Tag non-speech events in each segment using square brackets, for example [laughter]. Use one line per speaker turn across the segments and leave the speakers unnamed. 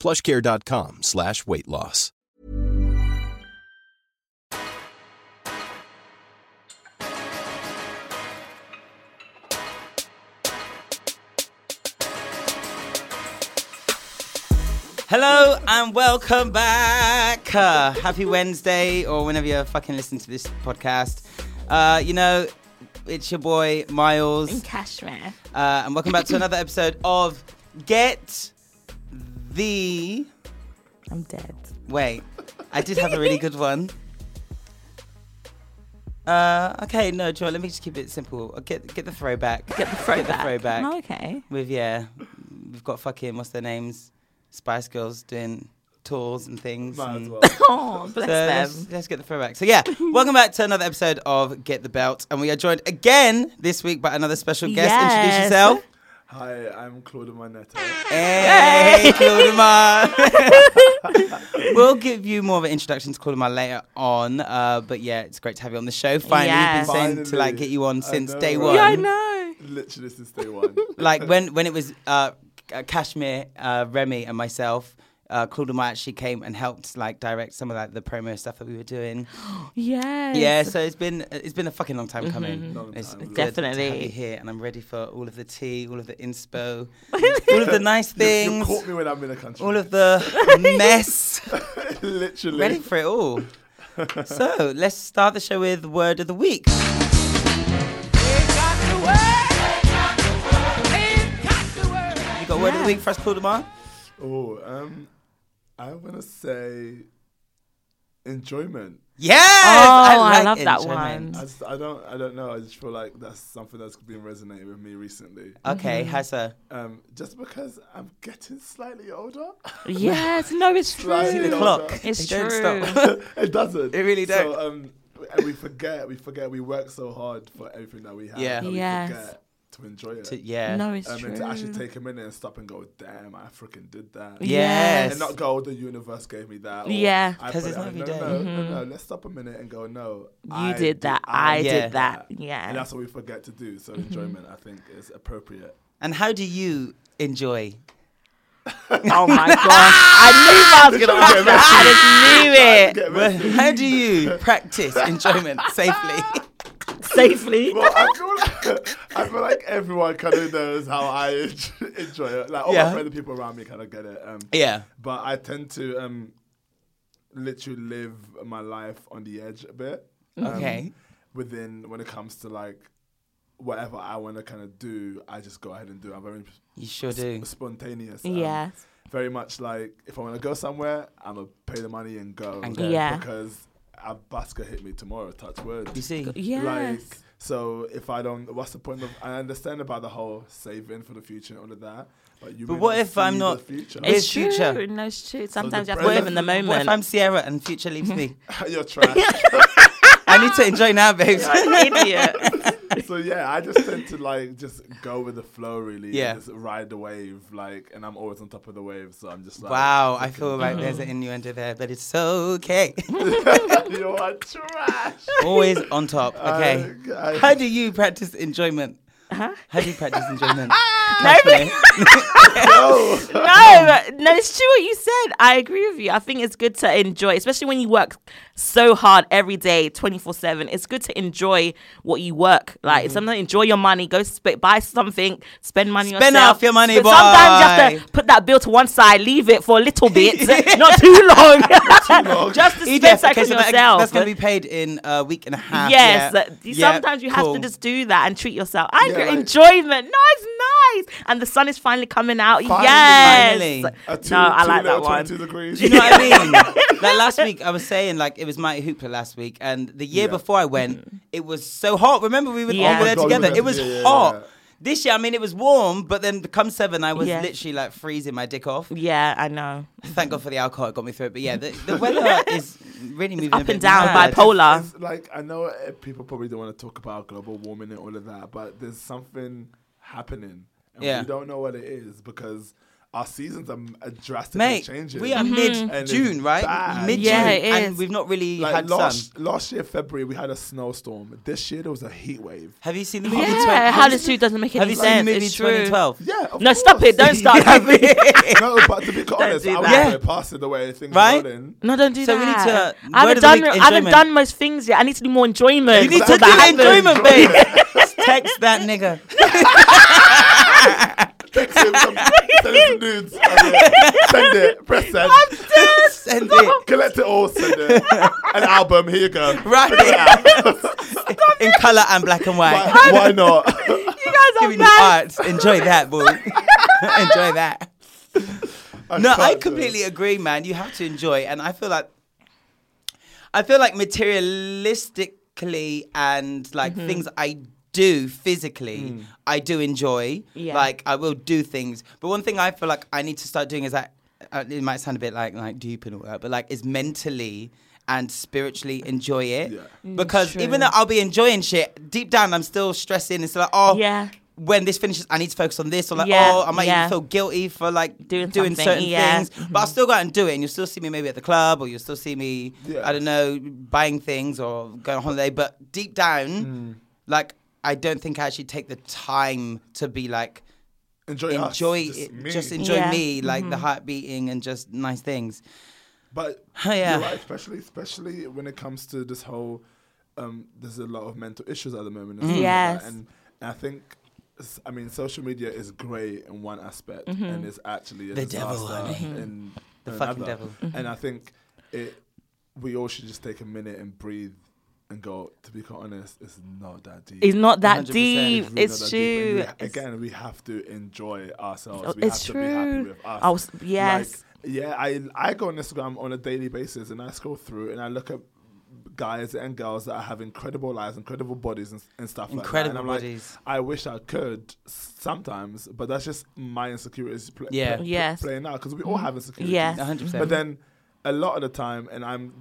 plushcare.com slash weight loss.
Hello and welcome back. Uh, happy Wednesday, or whenever you fucking listen to this podcast. Uh, you know, it's your boy Miles,
Cashmere.
uh, and welcome back to another episode of Get the.
I'm dead.
Wait, I did have a really good one. Uh, okay, no, Joy. Let me just keep it simple. Uh, Get get the throwback. Get the throwback. Get the throwback.
Oh, okay.
With yeah, we've got fucking what's their names, Spice Girls doing tours and things. and-
Oh, [laughs] bless
So let's, let's get the throwback. So
[laughs]
yeah, welcome back to another episode of Get the Belt, and we are joined again this week by another special guest. Introduce
Yes.
yourself.
Hi, I'm Claude Manetta.
Hey, Claudemar. [laughs] we'll give you more of an introduction to Claudemar later on, uh, but yeah, it's great to have you on the show. Finally,
Yes.
we've been saying to like
Finally.
get you on
I
since
know,
day
right?
one.
Yeah, I
know.
Literally since day one.
like when when it was uh, K- Kashmir, uh, Remy, and myself. Uh, Claudemar actually came and helped like direct some of like the promo stuff that we were
[gasps]
doing. [gasps]
Yes. Mm-hmm,
Yeah, so it's been it's been a fucking long time coming.
Long
It's
time.
good to have
Definitely.
you here, and I'm ready for all of the tea, all of the inspo,
[laughs]
all of the nice
You- You
things,
caught me when I'm in the country.
all of the mess.
[laughs] literally.
Ready for it
[laughs]
all. so let's start the show with word of the week. You got word of the week for us, Claudemar?
Oh, um, I wanna say enjoyment.
Yes,
Oh, I
like
love that
enjoyment.
I, just, I don't, I don't know. I just feel like that's something that's been resonating with me recently.
Okay,
Mm-hmm.
how's that?
Um, just because I'm getting
[laughs]
slightly older. [laughs]
Yes. No, it's true.
Like,
See the
Yeah.
clock.
It's
They don't
true.
stop.
it doesn't.
It really don't.
So, um, and we forget, we forget, we work so hard for everything that we have.
Yeah.
that we
Yes.
forget to enjoy it.
To- yeah.
[laughs] No, it's
um,
true.
and to actually take a minute and stop and go, damn, I freaking did that.
Yes.
And not go, the universe gave me that. or
Yeah.
I
'Cause
put
it's
it
not
out."
every
no,
day.
No, no, no, let's stop a minute and go, no.
Mm-hmm. You did that. I
did
that. Yeah. Mm-hmm.
And that's what we forget to do. So enjoyment, I think, is appropriate.
And how do you enjoy?
[laughs] oh my gosh. I knew I was gonna ask that. I just knew
Well, how do you practice
[laughs]
enjoyment safely?
it. Safely.
Well, I feel, like, I feel like everyone kind of knows how I [laughs] en- enjoy it. Like all
Yeah.
my friends and people around me kind of get it. Um,
Yeah.
But I tend to um, literally live my life on the edge a bit. Um,
Okay.
Within when it comes to like whatever I want to kind of do, I just go ahead and do. it. I'm very
You sure do.
spontaneous. um,
Yes.
Very much like if I want to go somewhere, I'm gonna pay the money and go.
And go.
Yeah.
Because a bus could hit me tomorrow. Touch wood.
You see?
Yes.
Like, so if I don't, what's the point of? I understand about the whole saving for the future and all of that, but you.
But
may
what if
see
I'm
the
not-
future?
It's
it's
future.
true. No, it's true. Sometimes you have to
present-
live in the
What
What if I'm
moment.
Sierra and future leaves me? [laughs]
You're trash.
I need to enjoy now, babes.
[laughs] Idiot.
so yeah, I just tend to like just go with the flow, really. and
Yeah.
just ride the wave, like, and I'm always on top of the wave, so I'm just like.
[laughs] Wow, I feel like
Mm.
there's an innuendo there, but it's okay.
[laughs]
[laughs]
You're trash.
Always
[laughs]
on top. [laughs] Okay.
I-
[laughs]
[laughs]
I-
How do you practice enjoyment? How do you practice enjoyment? Nobody.
No, but- no, it's true what you said. I agree with you. I think it's good to enjoy, especially when you work so hard every day, 24 7. It's good to enjoy what you work. Like,
Mm-hmm.
sometimes enjoy your money, go sp- buy something, spend money on
Spend
yourself.
off your money,
But Sometimes you have
boy.
to put that bill to one side, leave it for a
[laughs]
little bit, not too long. [laughs] Just to spend
Edith, okay,
something
so
on
that-
yourself.
That's going to be paid in a week and a half.
Yes,
yeah.
uh, you-
Yeah,
sometimes you have
cool.
to just do that and treat yourself. I
Yeah,
agree.
like-
Enjoyment. No, it's nice. And the sun is finally coming out.
Finally.
yes.
Finally.
[laughs] A two,
no, I
two
like
little
that one.
22
[laughs]
Degrees.
Do you know what I
[laughs]
mean? like last week, I was saying like it was Mighty Hoopla last week, and the year
Yeah.
before I went, it was so hot. Remember we were
Mm-hmm. Yeah.
all
Oh my
there
God, we
together.
went
It was
to- yeah, yeah,
hot.
yeah.
This year, I mean, it was warm, but then come seven, I was
Yeah.
literally like freezing my dick off.
Yeah, I know.
Thank God for the alcohol; it got me through it. But yeah,
[laughs]
the, the weather is really moving a
Up
bit
and down,
mad.
bipolar.
It's like I know uh, people probably don't want to talk about global warming and all of that, but there's something happening, and
Yeah.
we don't know what it is because our seasons are, m- are drastically
Mate,
changing.
we are
And
mid
it's
June, right?
bad.
Mid June,
Mm-hmm. Yeah, it
and
is.
we've not really
Like
had sun.
last last year February we had a snowstorm. This year there was a heat wave.
Have you seen the movie?
Yeah,
20
how this two doesn't make any
Have you
sense.
seen the movie
it's true.
2012?
Yeah. Of
No, stop
course.
it. Don't
[laughs]
start.
no, but to be honest,
do
I was
that.
going past it the way things
Right?
right? were then.
No, don't do
So we
that.
need to-
I
word of the
haven't done.
week,
I haven't
enjoyment.
done most things yet. I need to do more enjoyment.
You need to
Exactly.
do
Happens.
enjoyment,
[laughs]
babe. Text that nigga.
send some, send him some
[laughs]
nudes. send it. Press send.
Send it.
Collect it all. Send it. An album. Here you go. [laughs]
Right. In colour and black and white.
Why,
[laughs]
why not?
You guys are
Giving you
mad.
art. Enjoy that, boy. enjoy that. No, I
can't do it.
completely agree, man. You have to enjoy, and I feel like I feel like materialistically and like
Mm-hmm.
things I do physically, I do enjoy.
Mm. Yeah.
Like I will do things, but one thing I feel like I need to start doing is that uh, it might sound a bit like like deep and all that, but like is mentally and spiritually enjoy it
Yeah.
Mm,
because even though I'll be enjoying shit deep down, I'm still stressing. It's like oh
Yeah.
When this finishes, I need to focus on this, or like,
Yeah,
oh, I might
yeah.
even feel guilty for like
Doing
doing
something,
certain
yeah. Mm-hmm.
things, but I'll still go out and do it, and you'll still see me maybe at the club, or you'll still see me,
Yeah.
I don't know, buying things or going on holiday. But deep down,
Hmm.
like I don't think I actually take the time to be like
enjoy us,
enjoy
just
it,
me.
just enjoy
Yeah. Mm-hmm.
me, like the heart beating and just nice things.
[laughs]
But
yeah.
you're right, especially especially when it comes to this whole. Um, there's a lot of mental issues at the moment. and stuff like that.
Mm. Yes.
and, and I think, s- I mean, social media is great in one aspect,
Mm-hmm.
and it's actually a
The devil,
disaster in the
fucking devil.
Mm-hmm.
And I think it, we all should just take a minute and breathe and go. To be quite honest, it's not that deep.
It's not that
100%.
deep.
really not
It's
that deep,
true.
and we-
It's-
again, we have to enjoy ourselves.
Oh,
We
it's
have to be happy
true.
with us.
I was- yes.
Like, yeah, I I go on Instagram on a daily basis and I scroll through and I look at guys and girls that have incredible lives, incredible bodies and, and stuff like
Incredible
that. And I'm
bodies.
Like, I wish I could s- sometimes, but that's just my insecurities pl-
Yeah.
pl- pl-
Yes.
playing out because we all have insecurities.
Yes.
A hundred percent.
But then a lot of the time, and I'm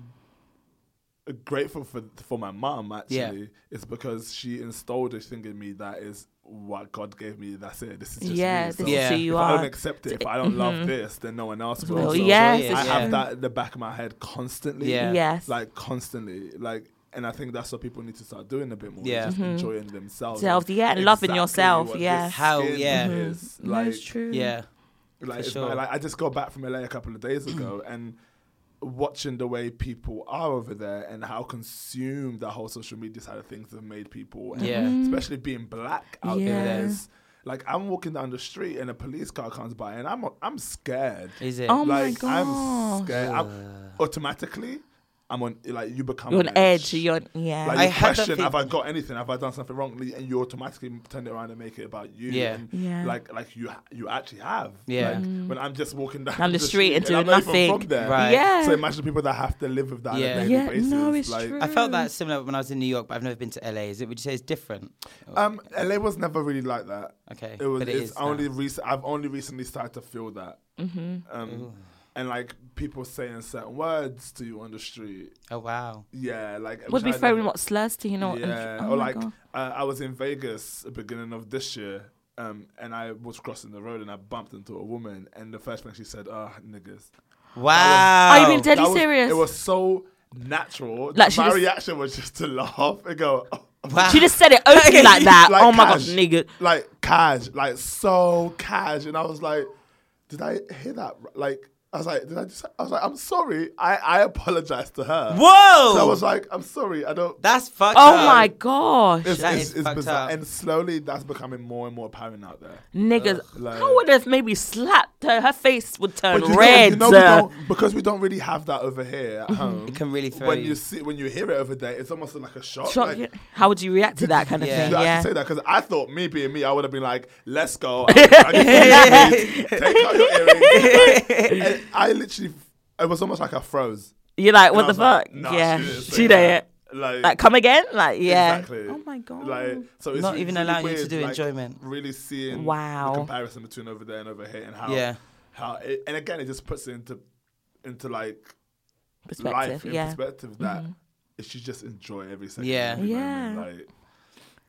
grateful for for my mom actually,
Yeah.
is because she installed a thing in me that is what God gave me. That's it. This is just
Yeah,
me.
this
So
Yeah.
is who you
if I
are.
don't accept it, if I don't love this, then no one else will.
Well,
So
yes,
I
it's
have
true.
that in the back of my head constantly.
Yeah.
Yes.
Like constantly. Like and I think that's what people need to start doing a bit more.
Yeah.
Yeah. Just enjoying themselves.
Mm-hmm. Self, yeah, and loving yourself,
what
yeah.
this
How-
skin
yeah.
is.
No, it's
Like,
true.
yeah,
like,
For
it's mad.
sure.
like I just got back from LA a couple of days ago [clears throat] and watching the way people are over there and how consumed the whole social media side of things have made people. And
Yeah.
Especially being black out
Mm. Yeah.
there. Is, like I'm walking down the street and a police car comes by and I'm I'm scared.
is it?
Oh my
like I'm
gosh.
scared. I'm, automatically I'm on like you become
You're on edge. You're on, yeah.
like
I
you
had that
question,
thing-
have I got anything? Have I done something wrongly? And you automatically turn it around and make it about you.
Yeah.
and
Yeah. Mm.
Like like you ha- you actually have.
Yeah.
Like, When I'm just walking down,
Down the street and doing
I'm not even
nothing.
from there.
Right.
Yeah.
So imagine people that have to live with that
Yeah.
on a daily
Yeah,
basis.
no, it's
like,
true.
I felt that similar when I was in New York, but I've never been to LA. Is it? Would you say it's different?
Um, LA was never really like that.
Okay,
It was.
but it
it's
is now.
only recent. I've only recently started to feel that. Mm-hmm. Um, and like people saying certain words to you on the street.
Oh wow.
Yeah. Like
would be
which I
throwing
never-
what slurs to you know? and-
Yeah,
oh
or
my
like uh,
God.
I was in Vegas at the beginning of this year, um, and I was crossing the road and I bumped into a woman, and the first thing she said, "Ah, niggas."
Wow.
Are Oh, you being deadly
That was-
serious?
It was so natural.
Like, she
my
just- [laughs]
reaction was just to laugh and go, [laughs] oh,
Wow.
She just said it openly like that.
[laughs] Like
oh my
cash.
god, nigga.
Like cash, like so cash, and I was like, did I hear that? r- Like I was like, did I just? I was like, I'm sorry. I I apologize to her.
Whoa.
So I was like, I'm sorry. I don't.
That's fucked
Oh
up.
my gosh.
It's,
That
it's,
is
it's
fucked
bizarre,
up.
and slowly that's becoming more and more apparent out there.
Niggas,
like-
I would have maybe slapped her. Her face would turn
But you know-
red.
you know we don't- because we don't really have that over here
[laughs]
at home. It
can really throw
when
you.
you see when you hear it over there, it's almost like a shock.
Shock-
like,
How would you react to that kind of
Yeah.
thing?
I
Yeah. [laughs]
should say that because I thought me being me, I would have been like, "Let's go,
[laughs]
I I get your earrings, take out your earrings." Like, and I literally, it was almost like I froze.
You're like, what
And I
the
was like,
fuck?
nah,
yeah.
she didn't say
She did.
that. Like,
Like, come again? Like, yeah.
Exactly.
Oh my god.
Like, so it's
Not
re-
even
really
allowing you to
weird,
do
like,
enjoyment.
Really seeing
Wow.
the comparison between over there and over here, and how
Yeah.
how it, and again it just puts it into into like life
Perspective.
in
Yeah.
perspective that it should just enjoy every second.
Yeah.
every
Yeah.
moment, Like,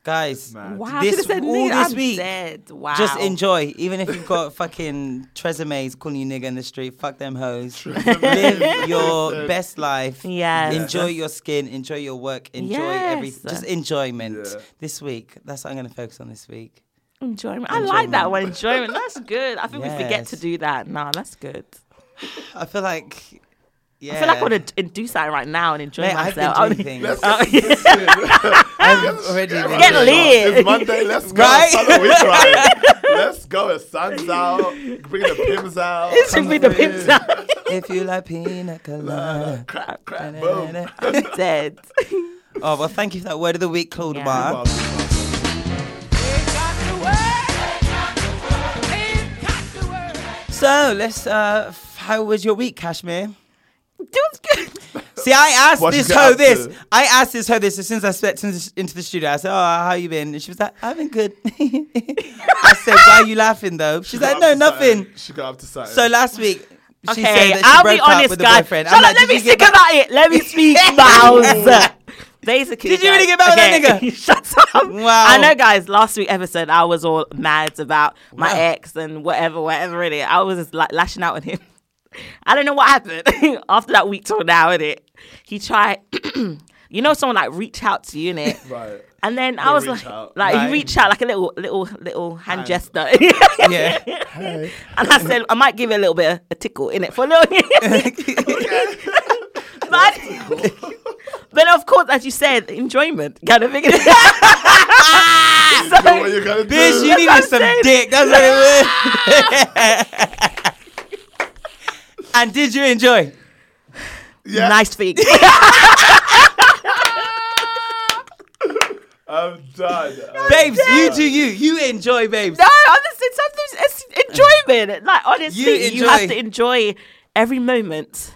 Guys,
mad.
Wow.
This-
she just said,
all
nigga,
this
I'm
week,
dead. Wow.
just enjoy. Even if you've got fucking Treseme's calling you nigga in the street, fuck them hoes.
[laughs]
Live your best life.
Yes.
Enjoy your skin. Enjoy your work. Enjoy
Yes.
everything. Just enjoyment
Yeah.
this week. That's what I'm going to focus on this week.
Enjoyment. I like that one. Enjoyment. That's good. I think we forget to
Yes.
do that. Nah, that's good.
I feel like. Yeah.
I feel like I want to do something right now and enjoy
Mate, I've been
myself. I
doing
[laughs] would-
things.
Let's
Oh, yeah. [laughs]
I've already been
Get
doing-
lit.
It's Monday. Let's go.
Right?
It's Sunday, we try. Let's go. It's sun's out. Bring the pims out.
It should be the
[laughs]
pizza.
[laughs] If you like pina colada.
Crap, crap, boom.
I'm [laughs] dead.
[laughs] Oh, well, thank you for that word of the week, Claude [laughs]
Yeah.
Mar. So, let's. Uh, f- how was your week, Kashmir?
Doing good.
[laughs] See, I asked
What'd you
this
get
hoe
up
this.
to?
I asked this hoe this as soon as I stepped in the- into the studio. I said, "Oh, how you been?" And she was like, "I've been good." [laughs] I said, "Why are you laughing though?" She's like, "No, nothing."
She got up to something.
So last week, she said
Okay,
that she
I'll
broke
be
up
honest,
with
guys.
a boyfriend.
Shut
I'm
up,
like,
let
"Did
me
you get
speak
back-
about it. Let
[laughs]
me speak, Miles. Basically,
Did you
guys-
really get back with that
okay,
nigga?
[laughs] Shut up.
Wow.
I know, guys. Last week episode, I was all mad about my
Wow.
ex and whatever, whatever it is. I was just, like lashing out at him. [laughs] I don't know what happened [laughs] after that week till now. In it, he tried. [clears throat] you know, someone like reach out to you, innit?
Right.
And then I was
reach
like,
out.
like
Right.
he reached out like a little, little, little hand
Hand.
gesture. [laughs]
Yeah.
And I said, I might give it a little bit of a tickle in it for a
[laughs]
little. [laughs] but, [laughs] but of course, as you said, enjoyment kind of thing. so,
Know what you're gonna do.
Bitch, you
what I'm
needed some
saying.
dick. That's what it
[laughs]
was. and did you enjoy?
Yeah.
nice thing. [laughs]
I'm done. Uh, I'm
Babes,
done.
you do you. You enjoy, babes.
no, honestly, sometimes it's enjoyment. Like honestly,
You
you,
enjoy.
have to enjoy every moment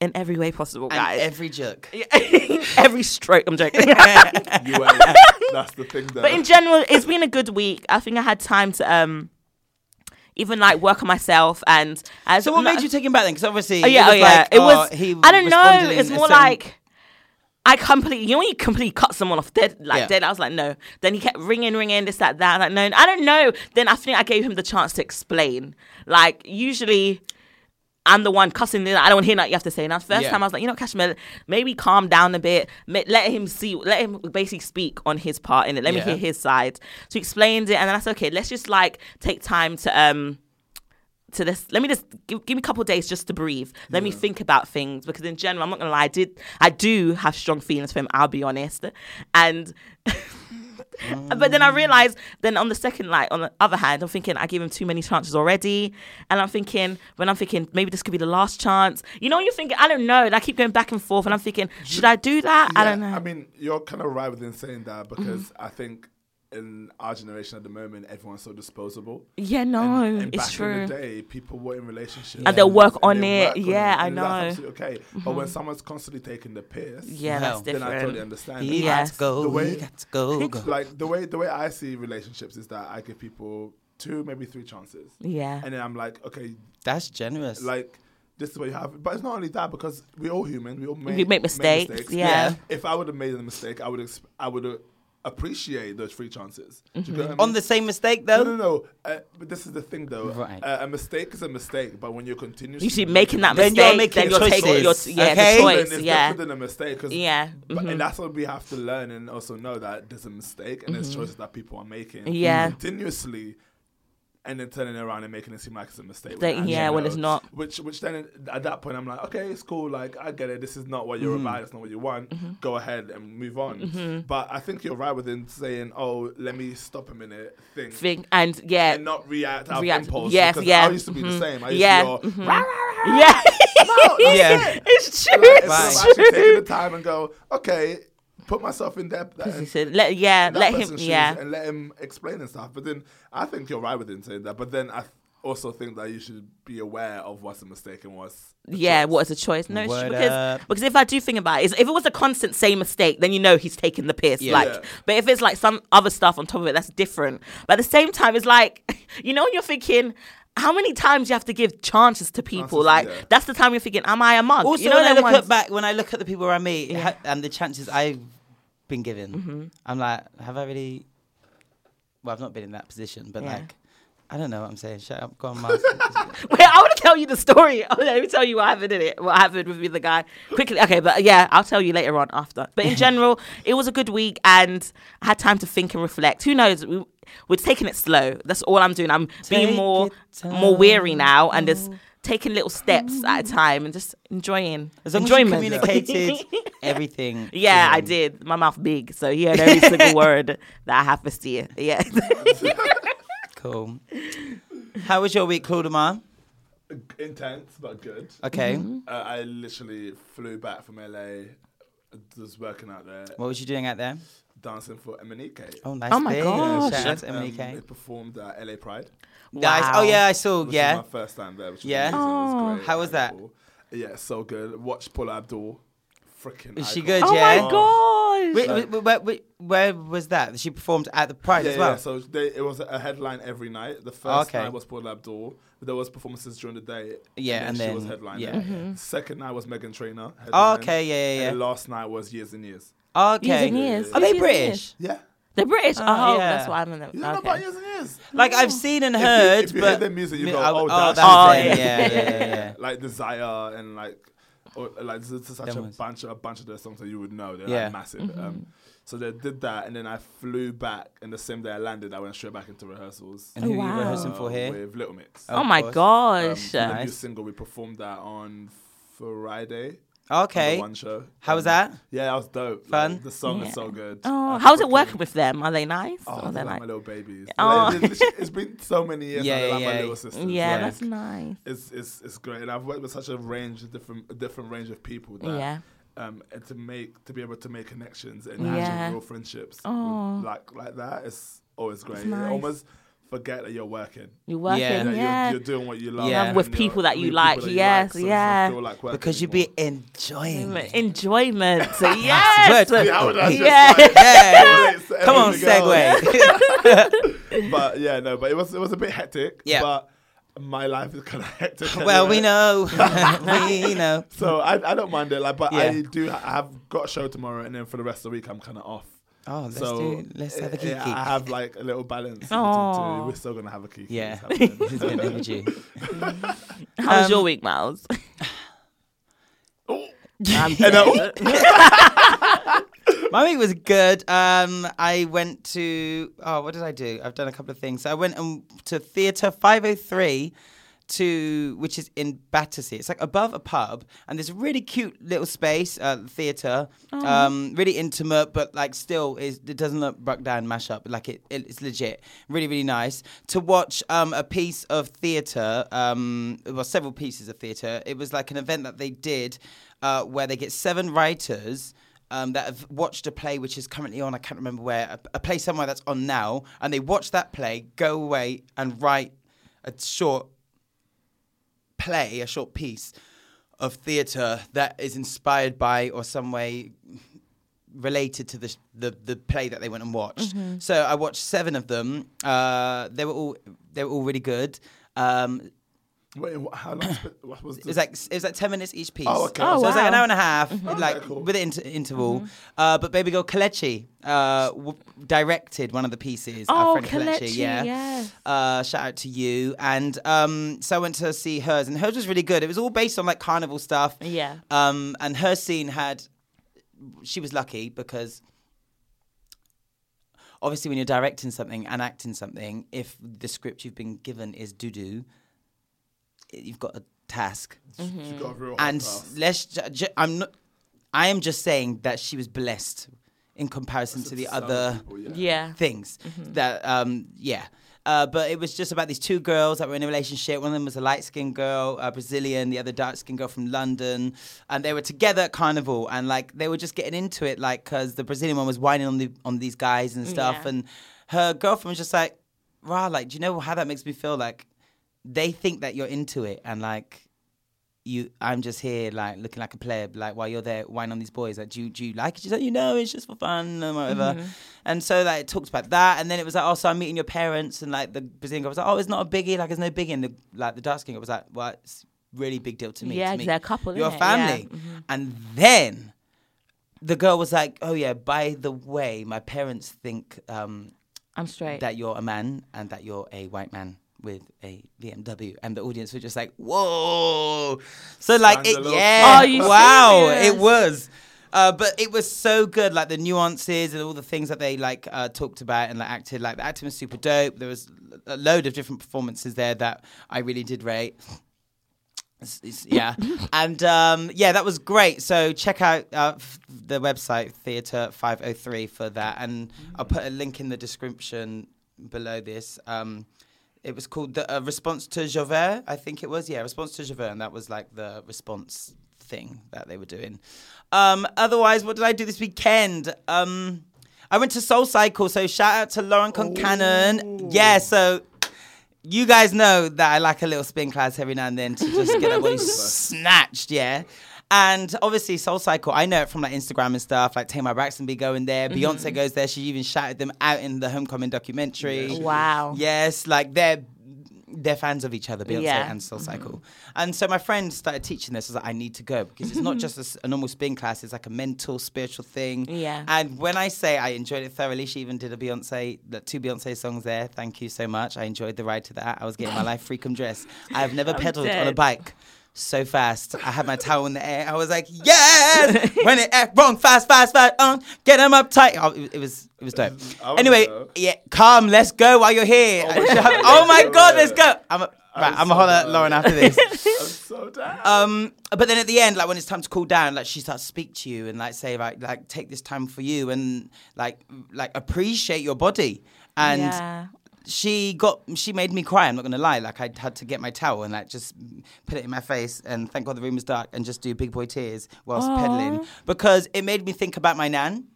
in every way possible,
And
guys.
every joke.
[laughs] every stroke.
[laughs]
I'm joking.
You ain't. That's the thing, though.
But in general, it's been a good week. I think I had time to um even like work on myself and as
So what made you take him back then? Because obviously,
Oh, yeah, oh,
it was
yeah.
like,
it
oh,
was.
He
I don't know.
responded in
It's
a
more
certain-
like I completely. You know, when you completely cut someone off dead, like
Yeah.
dead. I was like, no. Then he kept ringing, ringing, this, that, that. Like, no, I don't know. Then I think I gave him the chance to explain. Like, usually. I'm the one cussing. I don't want to hear nothing you have to say. Now, first
Yeah.
time I was like, you know, Kashmir, maybe calm down a bit. Ma- Let him see. Let him basically speak on his part in it. Let
Yeah.
me hear his side. So he explained it, and then I said, okay, let's just like take time to um to this. Let me just give, give me a couple of days just to breathe. Let me think about things because in general, I'm not gonna lie. I did I do have strong feelings for him. I'll be honest, and. [laughs] But
Mm.
then I realized, then on the second light, on the other hand, I'm thinking I gave him too many chances already. And I'm thinking, when I'm thinking, maybe this could be the last chance. You know, you're thinking, I don't know. And I keep going back and forth. And I'm thinking, should I do that? I
Yeah,
don't know.
I mean, you're kind of right within saying that because I think in our generation at the moment, everyone's so disposable.
yeah, no,
and, and
Mm, it's
back
true.
in the day, people were in relationships
And they'll work on
they
it.
work
Yeah, I
and that's
know. Mm-hmm.
absolutely okay, but when someone's constantly taking the piss,
yeah,
Hell.
that's
then
different.
I totally understand.
He
it.
Yeah.
got to go.
The way-
he got to go. go.
Like the way the way I see relationships is that I give people two, maybe three chances,
Yeah.
and then I'm like, okay,
That's generous.
like this is what you have. it. But it's not only that because we're all human. We all make,
make mistakes, yeah.
If I would have made a mistake, I would exp- I would have appreciate those free chances. Do
Mm-hmm.
you get what I
On
mean?
the same mistake
no,
though.
no, no. Uh, but this is the thing, though.
Right.
Uh, a mistake is a mistake, but when you're continuously
You should making that
Then
mistake.
you're
Then you're,
making
taking your
choices,
yeah,
okay?
the
then
choice.
it's
yeah.
different than a mistake. 'cause-
Yeah, mm-hmm.
But, and that's what we have to learn and also know that there's a mistake and there's choices that people are making
Mm-hmm. Yeah.
continuously and then turning around and making it seem like it's a mistake. when
Like,
actually,
yeah, when it's
no.
not.
Which which then at that point I'm like, okay, it's cool, like I get it, this is not what you're
Mm-hmm.
about, it's not what you want. Go ahead and move on. But I think you're right within saying, Oh, let me stop a minute, think
Thing and yeah,
and not react out of
Uh, React-
impulse.
yes,
because
yeah,
I used to be the same. I used
Yeah,
to be all,
mhm.
"Rah, rah, rah,
[laughs] [laughs] yeah.
Yeah.
it's true.
Like,
It's
instead of
Right.
actually taking the time and go, okay, put myself in that,
true. He
that,
said, let yeah,
that
let him
person's shoes
yeah.
and let him explain and stuff. But then I think you're right with him saying that. But then I th- also think that you should be aware of what's a mistake and what's
Yeah, what is a choice? No, it's
Word
true, because
up.
because if I do think about it, is- if it was a constant same mistake, then you know he's taking the piss.
Yeah.
Like,
Yeah.
but if it's like some other stuff on top of it, that's different. But at the same time, it's like [laughs] you know when you're thinking. How many times you have to give chances to people?
Chances,
like
yeah.
that's the time you're thinking, "Am I a mug?"
Also,
you know,
when I
them
look
ones-
at back, when I look at the people around me ha- and the chances I've been given,
Mm-hmm.
I'm like, have I really? Well, I've not been in that position, but
Yeah.
like, I don't know what I'm saying. Shut up, go on, Miles.
[laughs] Wait, I want to tell you the story. [laughs] Oh, let me tell you what happened in it. What happened with me, and the guy. Quickly, okay, but yeah, I'll tell you later on after.
[laughs]
But in general, it was a good week, and I had time to think and reflect. Who knows? We, we're taking it slow. That's all I'm doing. I'm
Take
being more
your
more weary now, and just taking little steps at a time, and just enjoying
As long
enjoyment.
as you
[laughs]
communicated everything.
Yeah,
is
I
on.
did. My mouth big, so he
[laughs]
heard every single word that I have to see it. Yeah.
Cool. How was your week, Claudemar?
intense but good.
Okay.
Mm-hmm.
Uh, I literally flew back from LA, was working out there,
What was you doing out there?
dancing for Emenike.
Oh, nice.
Oh my
bit.
gosh.
Shout out to
Um,
Emily K.
They performed at LA Pride.
Nice.
Wow.
Oh yeah, I saw.
Which
yeah.
was my first time there. Which was
Yeah.
amazing. It
Oh.
was great.
How was that?
Cool. Yeah, so good. Watched Paula Abdul. Freaking.
Is she
icon.
good?
[laughs] oh
yeah.
my gosh.
Wait, wait, wait, where, where, where was that? She performed at the Pride
Yeah,
as well.
yeah, so they, it was a headline every night. The first
Okay.
night was Paula Abdul. There was performances during the day.
Yeah,
and then
and
she was
then-
headlining.
yeah.
Mm-hmm.
Second night was Megan Trainor.
Oh,
headlining.
okay, yeah, yeah, yeah.
And the last night was Years and Years.
Okay.
Years and years.
Are they
Years and
British?
Yeah,
They're British. Oh,
Uh, yeah.
that's why I'm in the.
you don't know
okay.
about Years and Years.
Like I've seen and
you-
heard,
if you
but
hear the music, you
Mi-
go,
I-
"Oh,
oh,
that's
that's
it."
it. Yeah, yeah, yeah. yeah.
[laughs]
Oh,
Like Desire and like, or, like there's there's such
Them
a
ones.
bunch of a bunch of their songs that you would know. They're
Yeah.
like massive.
Mm-hmm.
Um, so they did that, and then I flew back. And the same day I landed, I went straight back into rehearsals.
And who are
wow.
you rehearsing for
uh,
here?
with Little Mix.
Oh my
course.
Um,
gosh. uh,
the new
Nice.
single we performed that on Friday. on the
Okay.
one show.
How was
Um,
that?
Yeah, that was dope.
Fun?
Like, the song
Yeah.
is so good.
oh,
I
how's it
freaking-
working with them? Are they nice?
Oh,
Are
they're
they
like
like?
my little babies.
Oh.
Like, it's, it's been so many
[laughs]
years.
Yeah,
Yeah, like
yeah,
my
yeah.
little sisters.
Yeah,
like,
that's nice.
It's, it's it's great, and I've worked with such a range of different a different range of people. That,
Yeah.
Um, and to make to be able to make connections and
Yeah.
actual real friendships, with-
Oh.
like like that, it's always great.
nice.
You almost forget that you're working.
You're working.
Yeah.
That
Yeah.
you're, you're doing what you love
Yeah.
and
With
you're
people that you
with
like,
people
yes,
so it doesn't
yeah.
feel like work
Because you'd
anymore.
be enjoying. it.
Enjoyment. yes.
Good.
[laughs] Yeah, I would have just
Yeah.
like,
[laughs]
[laughs]
Yeah.
relates to
Come
[laughs]
on,
everything else.
segue.
[laughs] But yeah, no, but it was it was a bit hectic.
Yeah.
But my life is kind of [laughs] hectic.
well,
anyway.
we
[laughs]
know. [laughs] we know.
So I, I don't mind it. Like, but
Yeah.
I do. I have got a show tomorrow, and then for the rest of the week, I'm kind of off.
Oh, let's
so
do. Let's have a
eh,
kiki.
eh, I have like a little balance. between
Aw.
two. We're still gonna have a kiki.
Yeah.
It's
[laughs]
happening.
It's good energy.
How's
Um,
your week, Miles? I'm
and uh,
My week was good. Um, I went to oh, what did I do? I've done a couple of things. So I went um, to Theatre Five Hundred Three, to which is in Battersea. It's like above a pub, and there's a really cute little space, uh, theatre, um, really intimate, but like still is it doesn't look broke down, mash up. Like it, it- it's legit. Really, really nice to watch um, a piece of theatre. Um, well, several pieces of theatre. It was like an event that they did uh, where they get seven writers um, that have watched a play which is currently on, I can't remember where, a, a play somewhere that's on now, and they watch that play, go away and write a short play, a short piece of theatre that is inspired by or some way related to the, the the play that they went and watched. So I watched seven of them. Uh, they were all they were all really good. Um,
Wait, wh- how long? sp- what was
It
this?
was like it was like ten minutes each piece.
Oh, okay.
Oh,
So
So it was like an
Wow. Mm-hmm.
hour and a half, like
Okay, cool.
with an inter- interval. Uh, but Baby Girl Kalechi uh, w- directed one of the pieces.
Oh,
our friend Kalechi,
Kelechi,
yeah.
yes.
Uh, shout out to you. And um, so I went to see hers, and hers was really good. It was all based on like carnival stuff.
Yeah.
Um, and her scene had, she was lucky because obviously when you're directing something and acting something, if the script you've been given is doo doo, you've got a task
She
Mm-hmm.
got a real hard
and
pass.
let's. Ju- ju- I'm not. I am just saying that she was blessed in comparison to the
Some
other
people, yeah.
Yeah.
things that. Um, yeah. Uh, but it was just about these two girls that were in a relationship. One of them was a light skinned girl, a Brazilian, the other dark skinned girl from London. And they were together at Carnival and like they were just getting into it, like, because the Brazilian one was whining on, the, on these guys and stuff.
Yeah.
And her girlfriend was just like, rah, like, do you know how that makes me feel? Like, they think that you're into it and like, you I'm just here like looking like a pleb, like while you're there whining on these boys, like do you do you like it? She's like, you know, it's just for fun and whatever.
Mm-hmm.
And so like it talked about that and then it was like, Oh, so I'm meeting your parents and like the Brazilian guy was like, Oh, it's not a biggie, like it's no biggie and the like the dark skin guy was like, Well, it's really big deal to me.
Yeah,
to me.
they're a couple,
You're a
innit? Yeah.
family.
Mm-hmm.
And then the girl was like, Oh yeah, by the way, my parents think um
I'm straight.
that you're a man and that you're a white man with a BMW, and the audience were just like, "Whoa!" So like, it,
Scandalous.
yeah,
Are you
wow,
serious?
it was. Uh, but it was so good, like the nuances and all the things that they like uh, talked about and like acted. Like the acting was super dope. There was a load of different performances there that I really did rate. It's- it's- yeah, and um, yeah, that was great. So check out uh, f- the website Theatre Five Hundred Three for that, and I'll put a link in the description below this. Um, it was called the uh, response to Javert, I think it was. Yeah, response to Javert, and that was like the response thing that they were doing. Um, otherwise, what did I do this weekend? Um, I went to Soul Cycle, so shout out to Lauren Concannon. Yeah, so you guys know that I like a little spin class every now and then to just get that body snatched, yeah. And obviously, Soul Cycle, I know it from like Instagram and stuff. Like Tamar Braxton be going there, Beyonce goes there. She even shouted them out in the Homecoming documentary.
Wow.
Yes, like they're they're fans of each other, Beyonce
Yeah. Mm-hmm.
and Soul Cycle. And so my friend started teaching this. I was like, I need to go because it's
[laughs]
not just a s- a, normal spin class; it's like a mental, spiritual thing.
Yeah.
And when I say I enjoyed it thoroughly, she even did a Beyonce, the two Beyonce songs there. Thank you so much. I enjoyed the ride to that. I was getting my life free cum dress. I have
[laughs]
never pedaled on a
dead.
bike. So fast. I had my towel in the air. I was like, yes! when it act wrong, fast, fast, fast, on, get them up tight. Oh, it, it was it was dope.
I wanna
Anyway,
go.
yeah, come, let's go while you're here.
Oh
[laughs] Oh my
my
god,
God.
let's
[laughs]
go. I'm a, right, I'm gonna
so
holler at
down.
Lauren after this. [laughs]
I'm so down.
Um, but then at the end, like when it's time to cool down, like she starts to speak to you and like say like like take this time for you and like like appreciate your body. And
yeah.
she got she made me cry. I'm not gonna lie. Like I had to get my towel and like just put it in my face and thank God the room was dark and just do big boy tears whilst peddling because it made me think about my nan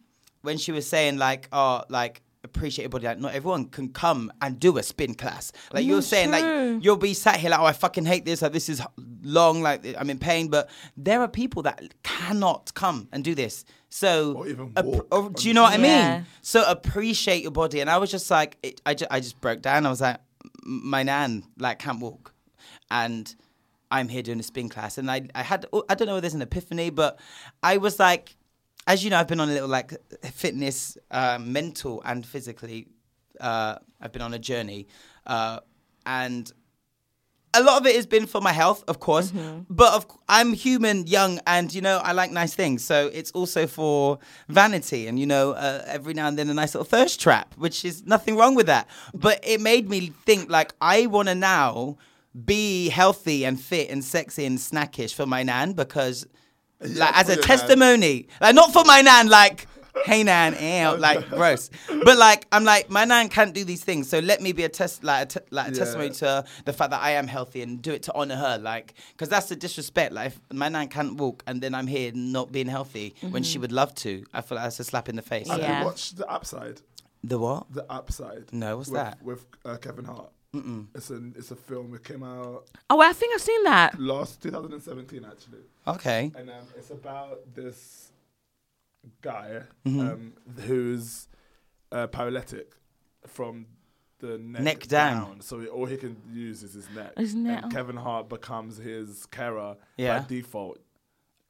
when she was saying like oh like appreciate your body like not everyone can come and do a spin class like you're saying
true.
like you'll be sat here like oh I fucking hate this like this is h- long like I'm in pain but there are people that cannot come and do this so
Or even
app-
walk
or-
on
do you know what I mean
Yeah.
so appreciate your body. And I was just like, it, I, ju- I just broke down. I was like, "M- my nan like can't walk, and I'm here doing a spin class. And I, I had, oh, I don't know if there's an epiphany, but I was like, as you know, I've been on a little like fitness, uh, mental and physically. Uh, I've been on a journey, uh, and a lot of it has been for my health, of course, but of, I'm human, young, and you know I like nice things. So it's also for vanity, and you know uh, every now and then a nice little thirst trap, which is nothing wrong with that. But it made me think like I want to now be healthy and fit and sexy and snackish for my nan because, like, as
for
a
your nan.
testimony, like not for my nan, like. Hey nan, ew,
[laughs]
like gross, but like I'm like my nan can't do these things, so let me be a test, like a, te- like a
Yeah.
testimony to to the fact that I am healthy and do it to honor her, like, because that's the disrespect. Like, if my nan can't walk and then I'm here not being healthy when she would love to. I feel like that's a slap in the face.
Have
Mm-hmm. Yeah.
you watched The Upside?
The what?
The Upside.
No, what's
with,
that?
With uh, Kevin Hart. Mm-mm. It's an it's a film that came out
Oh, I think I've seen that.
last 2017 actually.
Okay.
and um, it's about this
Mm-hmm.
guy um, who's uh, paralytic from the neck,
Neck down.
So he- all he can use is his neck.
His neck.
And Kevin Hart becomes his carer
Yeah.
by default.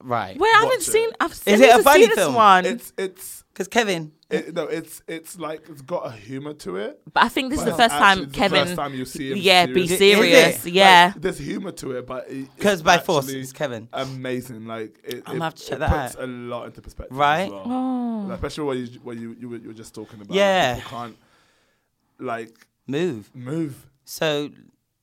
Right.
Wait, I haven't
Watch it.
seen. I've
it
seen,
a funny
this
film?
one,
It's it's
Because Kevin.
it, no, it's it's like it's got a humor to it.
but I think this is the
Well,
first
actually,
time
it's the
Kevin.
first time you see him
yeah, be
serious.
Is it?
serious. Yeah,
Like, there's humor to it, but it- it's
'Cause by force,
actually
it's Kevin.
Amazing, like it,
I'm
it-
gonna have to check
it
that
puts
out.
a lot into perspective,
Right?
As well. Like, especially what you what you, you were, you were just talking about.
Yeah.
people can't like
Move.
move,
So,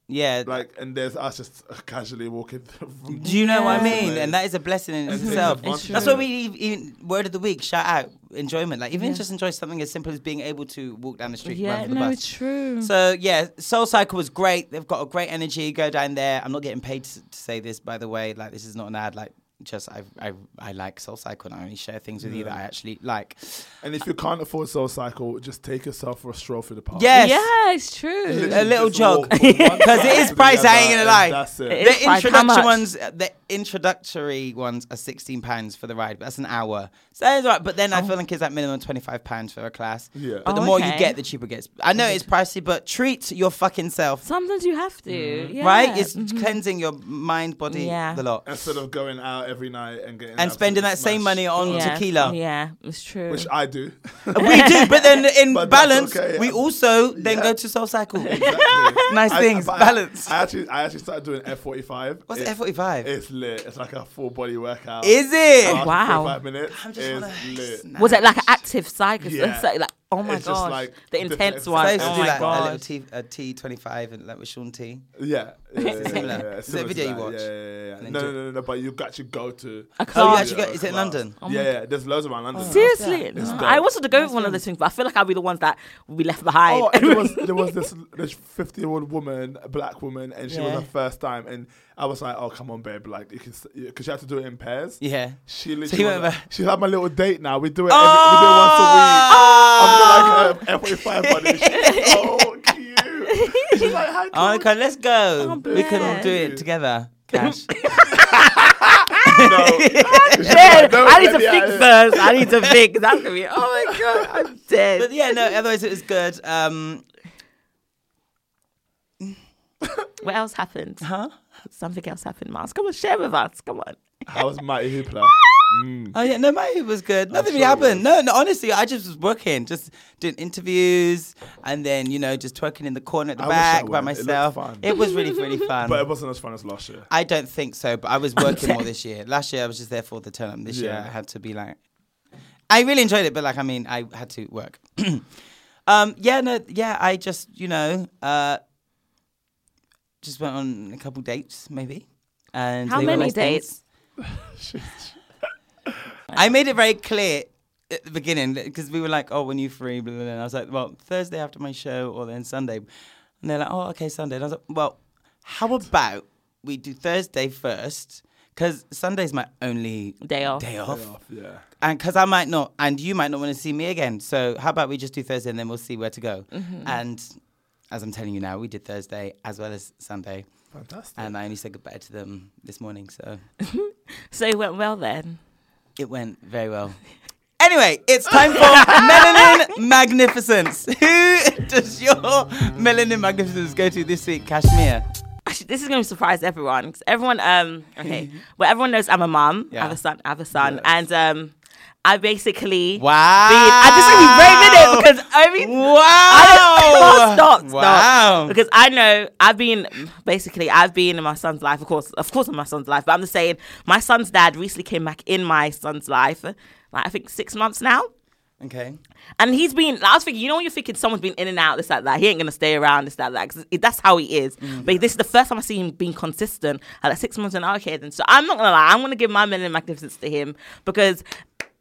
yeah.
like, and there's us just uh, casually walking. [laughs] From
do you know what I
Yeah.
mean? And that is a blessing in
And take
itself.
advantage
That's
of
why we
it.
e- even word of the week shout out enjoyment. Like even just enjoy something as simple as being able to walk down the street. run
yeah.
for the
No,
bus.
it's true.
So yeah, Soul Cycle was great. They've got a great energy. Go down there. I'm not getting paid to, to say this, by the way. Like this is not an ad. Like just I I, I like Soul Cycle. And I only share things with you
Mm.
that I actually like.
And if you can't afford Soul Cycle, just take yourself for a stroll through the park.
Yes.
Yeah, it's true.
Literally
little
just
[laughs]
walk
jog.
from one side
Because it
to
is
the
pricey, I ain't
other,
gonna
and
lie.
That's it.
It is
The
price- how much?
introduction ones, uh, the introductory ones are sixteen pounds for the ride. But that's an hour, so it's all right. But then I feel like it's at minimum twenty five pounds for a class.
Yeah.
But the
Oh,
more you
okay.
get, the cheaper it gets. I know it's pricey, but treat your fucking self,
Sometimes you have to.
Mm-hmm.
Yeah. Mm-hmm.
right? It's cleansing your mind, body,
Yeah.
the lot.
Instead of going out every night and getting
and spending that same
absolutely
money
smashed.
on
yeah.
tequila.
Yeah, it's true.
which
[laughs]
I do.
We
[laughs]
do, but then in
But that's
balance,
okay,
we
I'm-
also then
yeah.
go to Soul Cycle.
[laughs] Exactly.
[laughs] Nice things,
but
balance.
I, actually, I actually started doing F45.
What's
It-
F45?
It's lit. It's like a full body workout.
Is it?
Oh,
Wow.
Five minutes.
I'm just wanna
It's lit.
snatch.
was it like an active cycle?
Yeah.
So, Like, oh my
It's just
gosh,
like
the
different
intense
exercises.
one.
I used to
oh
do
my
like a little
gosh.
T, a T25 and like with Sean T.
Yeah. yeah, yeah, yeah,
similar?
yeah,
Is it
similar
a video
to
you
that.
watch?
Yeah, yeah, yeah, yeah.
then
No,
do-
no, no, no. But you actually go to.
Oh,
I
you
can't.
actually go, is it in London?
yeah, yeah. There's loads around London.
Oh,
now.
Seriously,
It's
no.
dope.
I wanted to go with one of those things, but I feel like I'll be the ones that will be left behind.
Oh, and
[laughs]
there was there was this this fifty year old woman, a black woman, and she
Yeah.
was her first time, and I was like, "Oh, come on, babe! Like, you can, because she had to do it in pairs."
Yeah. So
She
you
literally. was
went Oh,
like,
back-
she's like my little date now. We do it. Every, we do it once a week.
Oh!
Oh.
I'm like F forty five buddy.
[laughs]
She's so "Oh, cute. She's like, "Hi,
Oh,
come
okay, let's go.
Oh,
we can all
bless.
do it together.
[laughs]
Cash.
no.
Dead.
no,
I need
let
to
me
fix
out.
first. I need to fix. That's gonna be. Oh
[laughs]
my god, I'm dead.
but yeah, no, otherwise it was good. Um,
What else happened?
huh?
Something else happened, Mars. Come on, share with us. Come on.
How was Mighty Hoopla?
Oh yeah, no, my it was good. Nothing really
sure it
happened. No, no, honestly, I just was working, just doing interviews, and then you know just twerking in the corner at the
I wish I
back by
went. It looked
myself.
fun.
It was really, really fun.
[laughs] But it wasn't as fun as last year.
I don't think so, but I was working more this year. Last year I was just there for the turn up. This year
Yeah.
I had to be like, I really enjoyed it, but like I mean, I had to work. [clears throat] um, yeah, no, yeah, I just you know, uh, just went on a couple dates maybe. And
How
they were
many
nice things.
dates?
I made it very clear at the beginning because we were like, "Oh, when you free?" Blah, blah, blah. And I was like, "Well, Thursday after my show, or then Sunday." And they're like, "Oh, okay, Sunday." And I was like, "Well, how about we do Thursday first? Because Sunday's my only
Day off.
Day off,
Yeah.
and because I might not, and you might not want to see me again. So how about we just do Thursday, and then we'll see where to go."
Mm-hmm.
And as I'm telling you now, we did Thursday as well as Sunday,
Fantastic.
and I only said goodbye to them this morning. So
So it went well then.
It went very well. Anyway, it's time for
[laughs]
Melanin Magnificence. [laughs] Who does your Melanin Magnificence go to this week? Kashmir.
Actually, [laughs] this is going to surprise everyone 'cause everyone, um, okay,
[laughs]
well, everyone knows I'm a mum. I have
Yeah.
a son. I have a son, and um, I basically
Wow.
Been, I just be braving it because I mean,
Wow.
I don't, stop, stop.
Wow.
Because I know I've been basically I've been in my son's life, of course, of course, in my son's life. But I'm just saying, my son's dad recently came back in my son's life, like I think six months now.
Okay.
And he's been, I was thinking, you know, when you're thinking someone's been in and out, this, that, that, he ain't gonna stay around, this, that, that, 'cause it- that's how he is. But this is the first time I see him being consistent at like six months and okay, then. So I'm not gonna lie, I'm gonna give my men in magnificence to him because.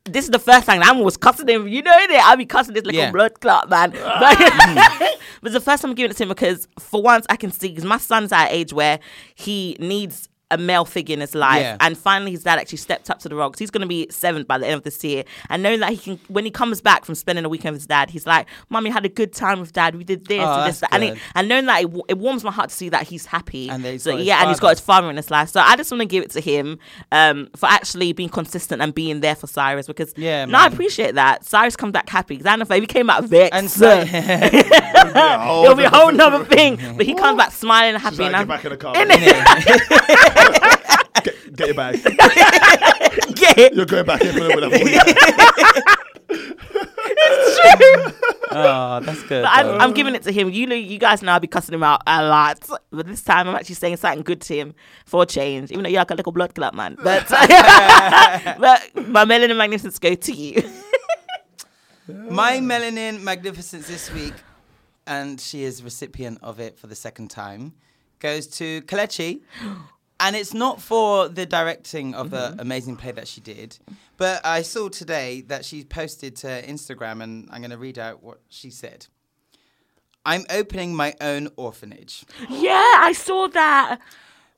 This is the first time I'm always cussing him. You know that I'll be cussing this like
Yeah.
a blood clot, man. But, [laughs] but it's the first time I'm giving it to him because, for once, I can see because my son's at an age where he needs a male figure in his life.
Yeah.
And finally, his dad actually stepped up to the role because he's going to be seven by the end of this year. And knowing that he can, when he comes back from spending a weekend with his dad, he's like, "Mommy I had a good time with dad. We did this,
Oh,
and this,
that's
that." and
good.
it, and knowing that it, wa- it warms my heart to see that he's happy.
And that he's
so
got his
yeah, and he's
father.
got his father in his life. So I just want to give it to him um, for actually being consistent and being there for Cyrus because
Yeah,
no, I
man.
appreciate that. Cyrus come back happy because I don't know if he came out vexed.
And
so-
so,
[laughs] It'll be a whole nother thing. But he comes back smiling and happy.
Like,
and
get
I'm,
back in the car.
Innit?
Get, get your bag.
[laughs] get it.
You're going back in for another one.
oh, that's good.
But
though.
I'm, I'm giving it to him. You know, you guys know I'll be cussing him out a lot, but this time I'm actually saying something good to him for a change. Even though you're like a little blood clot man,
[laughs]
but [laughs] but my melanin magnificence go to you.
My melanin magnificence this week, and she is recipient of it for the second time, goes to Kalechi. And it's not for the directing of the amazing play that she did, but I saw today that she posted to Instagram, and I'm going to read out what she said. I'm opening my own orphanage.
yeah, I saw that.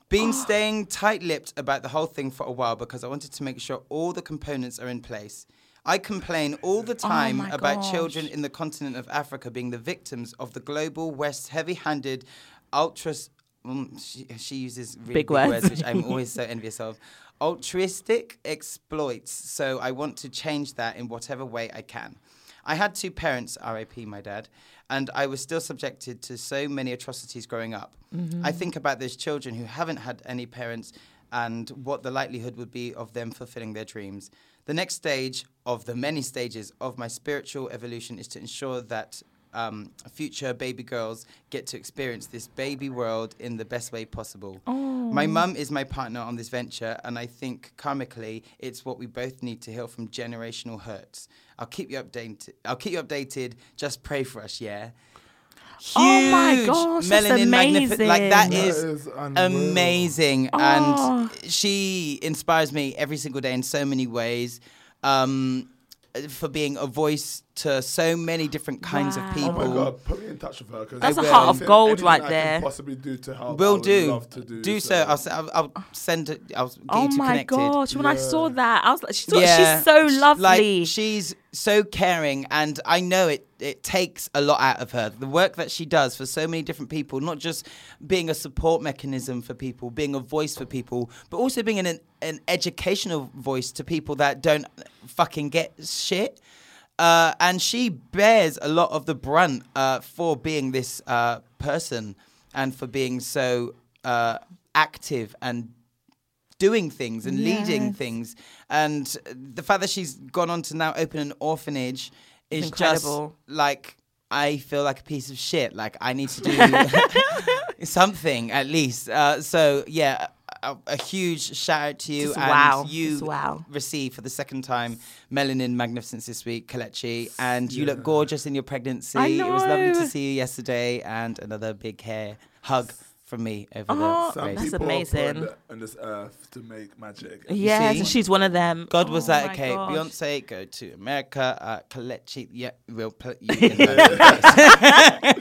Been
Ah.
staying tight lipped about the whole thing for a while because I wanted to make sure all the components are in place. I complain all the time
Oh my
about
gosh.
children in the continent of Africa being the victims of the global West heavy handed ultra. Um, she, she uses really
Big
big,
words.
words. which I'm always so envious of. Altruistic exploits. So I want to change that in whatever way I can. I had two parents, RAP, my dad, and I was still subjected to so many atrocities growing up. I think about those children who haven't had any parents and what the likelihood would be of them fulfilling their dreams. The next stage of the many stages of my spiritual evolution is to ensure that um, future baby girls get to experience this baby world in the best way possible.
Oh.
My mum is my partner on this venture, and I think karmically, it's what we both need to heal from generational hurts. I'll keep you updated. I'll keep you updated. Just pray for us, yeah. Huge
Oh my gosh, that's
magnifi- like that
amazing.
That
is,
is unreal.
amazing,
Oh.
and she inspires me every single day in so many ways. Um, for being a voice to so many different kinds
Wow.
of
Oh
people.
my god, put me in touch with her. 'cause
That's
a
anything-
heart of
anything
gold
I can
right there.
Possibly do to help. I
Will
would
do.
Love to do.
do so. I'll, s- I'll, I'll send it. I'll get
Oh
you two
my
connected.
gosh! When I saw that, I was like, she's, so-
Yeah.
she's so
Sh-
lovely.
Like, she's so caring, and I know it. It takes a lot out of her. The work that she does for so many different people, not just being a support mechanism for people, being a voice for people, but also being an an educational voice to people that don't fucking get shit. Uh, and she bears a lot of the brunt uh, for being this uh, person and for being so uh, active and doing things and leading things. And the fact that she's gone on to now open an orphanage is
Incredible.
just like I feel like a piece of shit. Like I need to
[laughs]
do [laughs] something at least. Uh, so yeah. A, a huge shout out to you
Just
and
wow.
you
Just wow.
receive for the second time melanin magnificence this week, Kalechi, and you look gorgeous in your pregnancy.
I
It was lovely
know.
to see you yesterday, and another big hair hug from me over
Oh,
the
Some
race.
That's
people Are
amazing.
put on this earth to make magic.
yeah,
see?
so she's one of them.
God was
Oh
like,
my
okay,
gosh.
Beyonce, go to America, uh, Kalechi, yeah, we'll put you in
[laughs]
the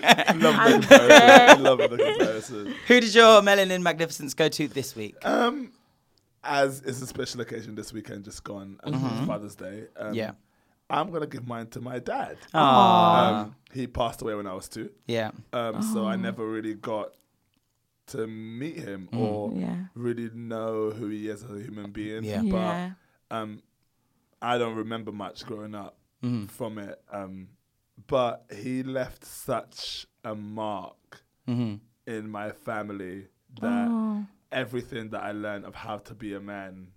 I [laughs] love the comparison. I
[laughs]
love the comparison.
Who did your melanin magnificence go to this week?
Um, as it's a special occasion this weekend, just gone um, Father's Day. Um,
Mm-hmm. Yeah.
I'm gonna give mine to my dad.
Aww.
Um, he passed away when I was two.
yeah.
Um, so I never really got to meet him
Mm.
or
yeah.
really know who he is as a human being.
Yeah.
But
Yeah.
um, I don't remember much growing up
Mm.
from it. Um, but he left such a mark
Mm-hmm.
in my family that everything that I learned of how to be a man,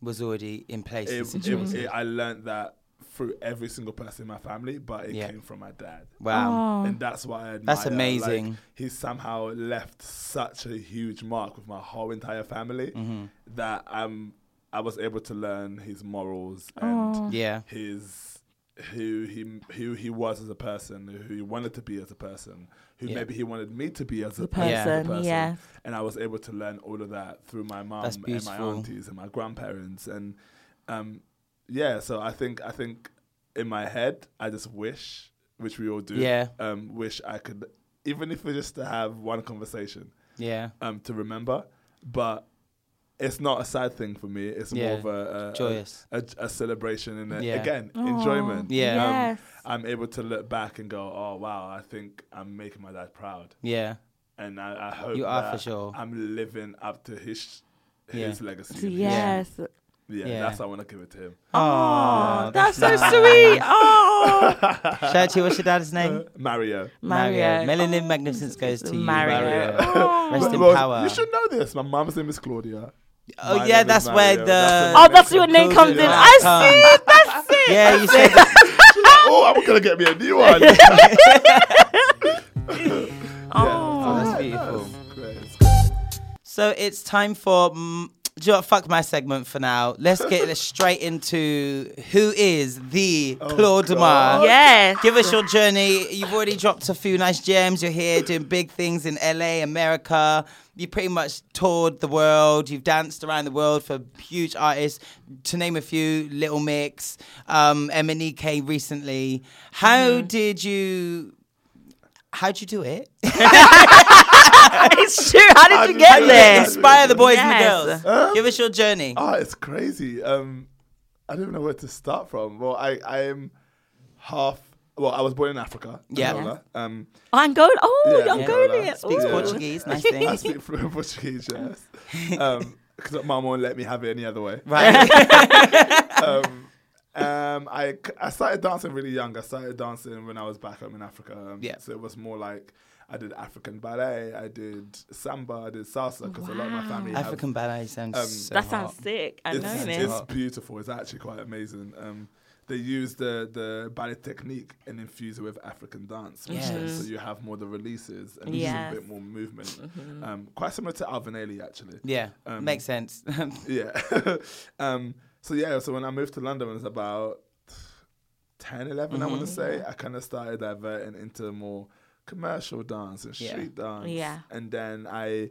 Was already in place.
it-
and
it-
situated.
it- I learned that through every single person in my family, but it
Yeah.
came from my dad.
Oh.
wow.
And that's why I admire.
That's
like,
amazing.
he somehow left such a huge mark with my whole entire family
Mm-hmm.
that um, I was able to learn his morals and
Yeah.
his who he who he was as a person, who he wanted to be as a person, who
Yeah.
maybe he wanted me to be as a
person,
person, as a
yeah.
person.
yeah.
And I was able to learn all of that through my mum
That's
and my
beautiful.
aunties and my grandparents and um yeah, so I think I think in my head I just wish, which we all do,
Yeah.
um, wish I could even if we just to have one conversation
Yeah.
um, to remember. But it's not a sad thing for me. It's
Yeah.
more of a, a
Joyous.
a, a celebration and a,
Yeah.
again enjoyment.
Yeah.
Um,
Yes.
I'm able to look back and go, oh wow, I think I'm making my dad proud, [laughs]
Yeah.
and I, I hope
You are for
that
sure.
I'm living up to his
Yeah.
his legacy.
Yes.
Yeah,
Yeah.
that's how I want to give it to him. [laughs]
Oh, that's so sweet.
[laughs]
Oh,
Shout out to you. What's your dad's
Uh,
name?
Mario.
Mario. Oh,
Melanin Magnificence goes to you.
Mario. Oh.
[laughs]
Rest in
Well,
power.
You should know this. My mom's name is Claudia.
Oh,
My
yeah,
name is
that's where
Mario.
the-
That's
Oh,
where
that's
the
your name comes in.
conclusion.
I
Come.
see. That's it.
Yeah, you said
[laughs]
oh, I'm gonna get me a
[laughs]
new one.
Oh,
oh,
that's beautiful.
great.
So it's time for. Mm, do you know what? Fuck my segment for now. Let's
[laughs]
get straight into who is the Claude Demar.
Oh, God.
Yes.
Give us your journey. You've already dropped a few nice gems. You're here doing big things in LA, America. You pretty much toured the world. You've danced around the world for huge artists, to name a few, Little Mix, um, Emanike recently. How
Mm-hmm.
did you? How'd you do it?
it's true. How did you get [laughs]
did
there?
[laughs]
you-
Inspire the boys
Yes.
and the girls. Give us your journey.
Oh, it's crazy. Um, I don't even know where to start from. Well, I I am half. Well, I was born in Africa.
Yeah.
Angola. Um,
Angola. Oh,
Yeah.
Angola.
Speaks
Ooh.
Portuguese,
[laughs]
nice
I
thing.
speak fluent Portuguese. Yes.
[laughs]
Um, because mum won't let me have it any other way.
right.
Um, um, I c- I started dancing really young. I started dancing when I was back home in Africa. Um,
Yeah.
So it was more like. I did African ballet, I did samba, I did salsa because a lot of my family have
African ballet sounds
Um,
so
That
hot.
sounds sick. I know
it's,
it.
it's beautiful. It's actually quite amazing. Um, they use the the ballet technique and infuse it with African dance, which is- so you have more the releases and
Yes.
just a bit more movement. Um, quite similar to Alvinelli, actually.
Mm-hmm. Yeah,
Um,
makes sense. [laughs]
Yeah. [laughs] um, so yeah. So when I moved to London, I was about 10, 11, I want
Mm-hmm.
to say. I kind of started diverting into more commercial dance and
Yeah.
street dance.
Yeah.
And then I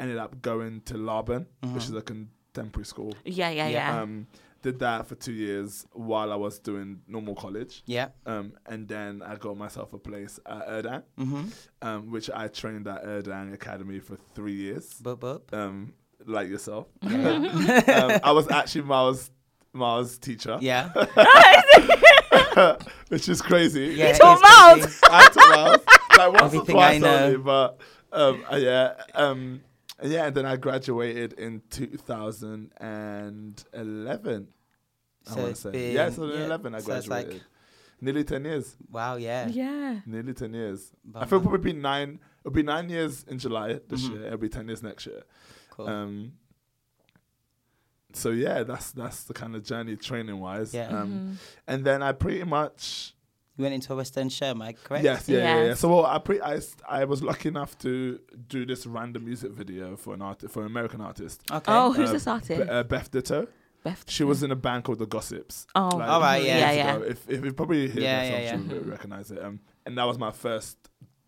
ended up going to Laban, which
Mm-hmm.
is a contemporary school.
Yeah, yeah,
Yeah.
yeah.
Um, did that for two years while I was doing normal college.
yeah,
Um, and then I got myself a place at Erdan,
Mm-hmm.
um, which I trained at Erdan Academy for three years,
boop boop.
um, like yourself. [laughs] um, I was actually Miles' Miles' teacher,
Yeah,
[laughs] which is crazy.
yeah.
your
it's crazy.
mouth.
[laughs] I took Miles like once or
Everything I
twice
know.
only, but um, uh, yeah, um, yeah. And then I graduated in 2011. I
So
want
it's
to say.
been-
yeah, so in 11 I
so it's like-
graduated. Nearly 10 years.
wow, yeah.
Yeah.
Nearly 10 years. I
Bummer. Mm-hmm.
feel probably be nine. It'll be nine years in July this year. It'll be 10 years next year.
Cool.
Um, so yeah, that's that's the kind of journey training wise.
Yeah.
Um,
Mm-hmm.
And then I pretty much
you went into a West End show, Mike, correct?
Yes, yeah, yeah, yeah.
Yes.
So well, I, pre- I s- I was lucky enough to do this random music video for an art for an American artist.
Okay.
Oh, who's
Uh,
this artist?
Be- uh, Beth Ditto.
Beth.
She was in a band called The Gossips.
Oh.
Mm-hmm. All right,
years
yeah.
Yeah,
ago. If if you probably hear
Yeah,
that song,
yeah,
she would recognize it. Um, and that was my first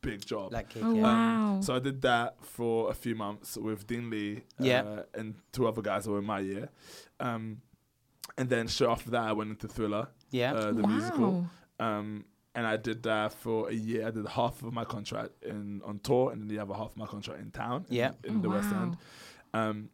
big job.
Black kid.
Oh,
yeah.
wow.
Um, So I did that for a few months with Dean Lee uh,
Yeah.
and two other guys who were in my year. Um, and then straight after that, I went into Thriller,
Yeah.
uh, the
Wow.
musical. Um, and I did that for a year. I did half of my contract in on tour and then the other half of my contract in town, in-
Yeah.
in, the West
Wow.
End. Um,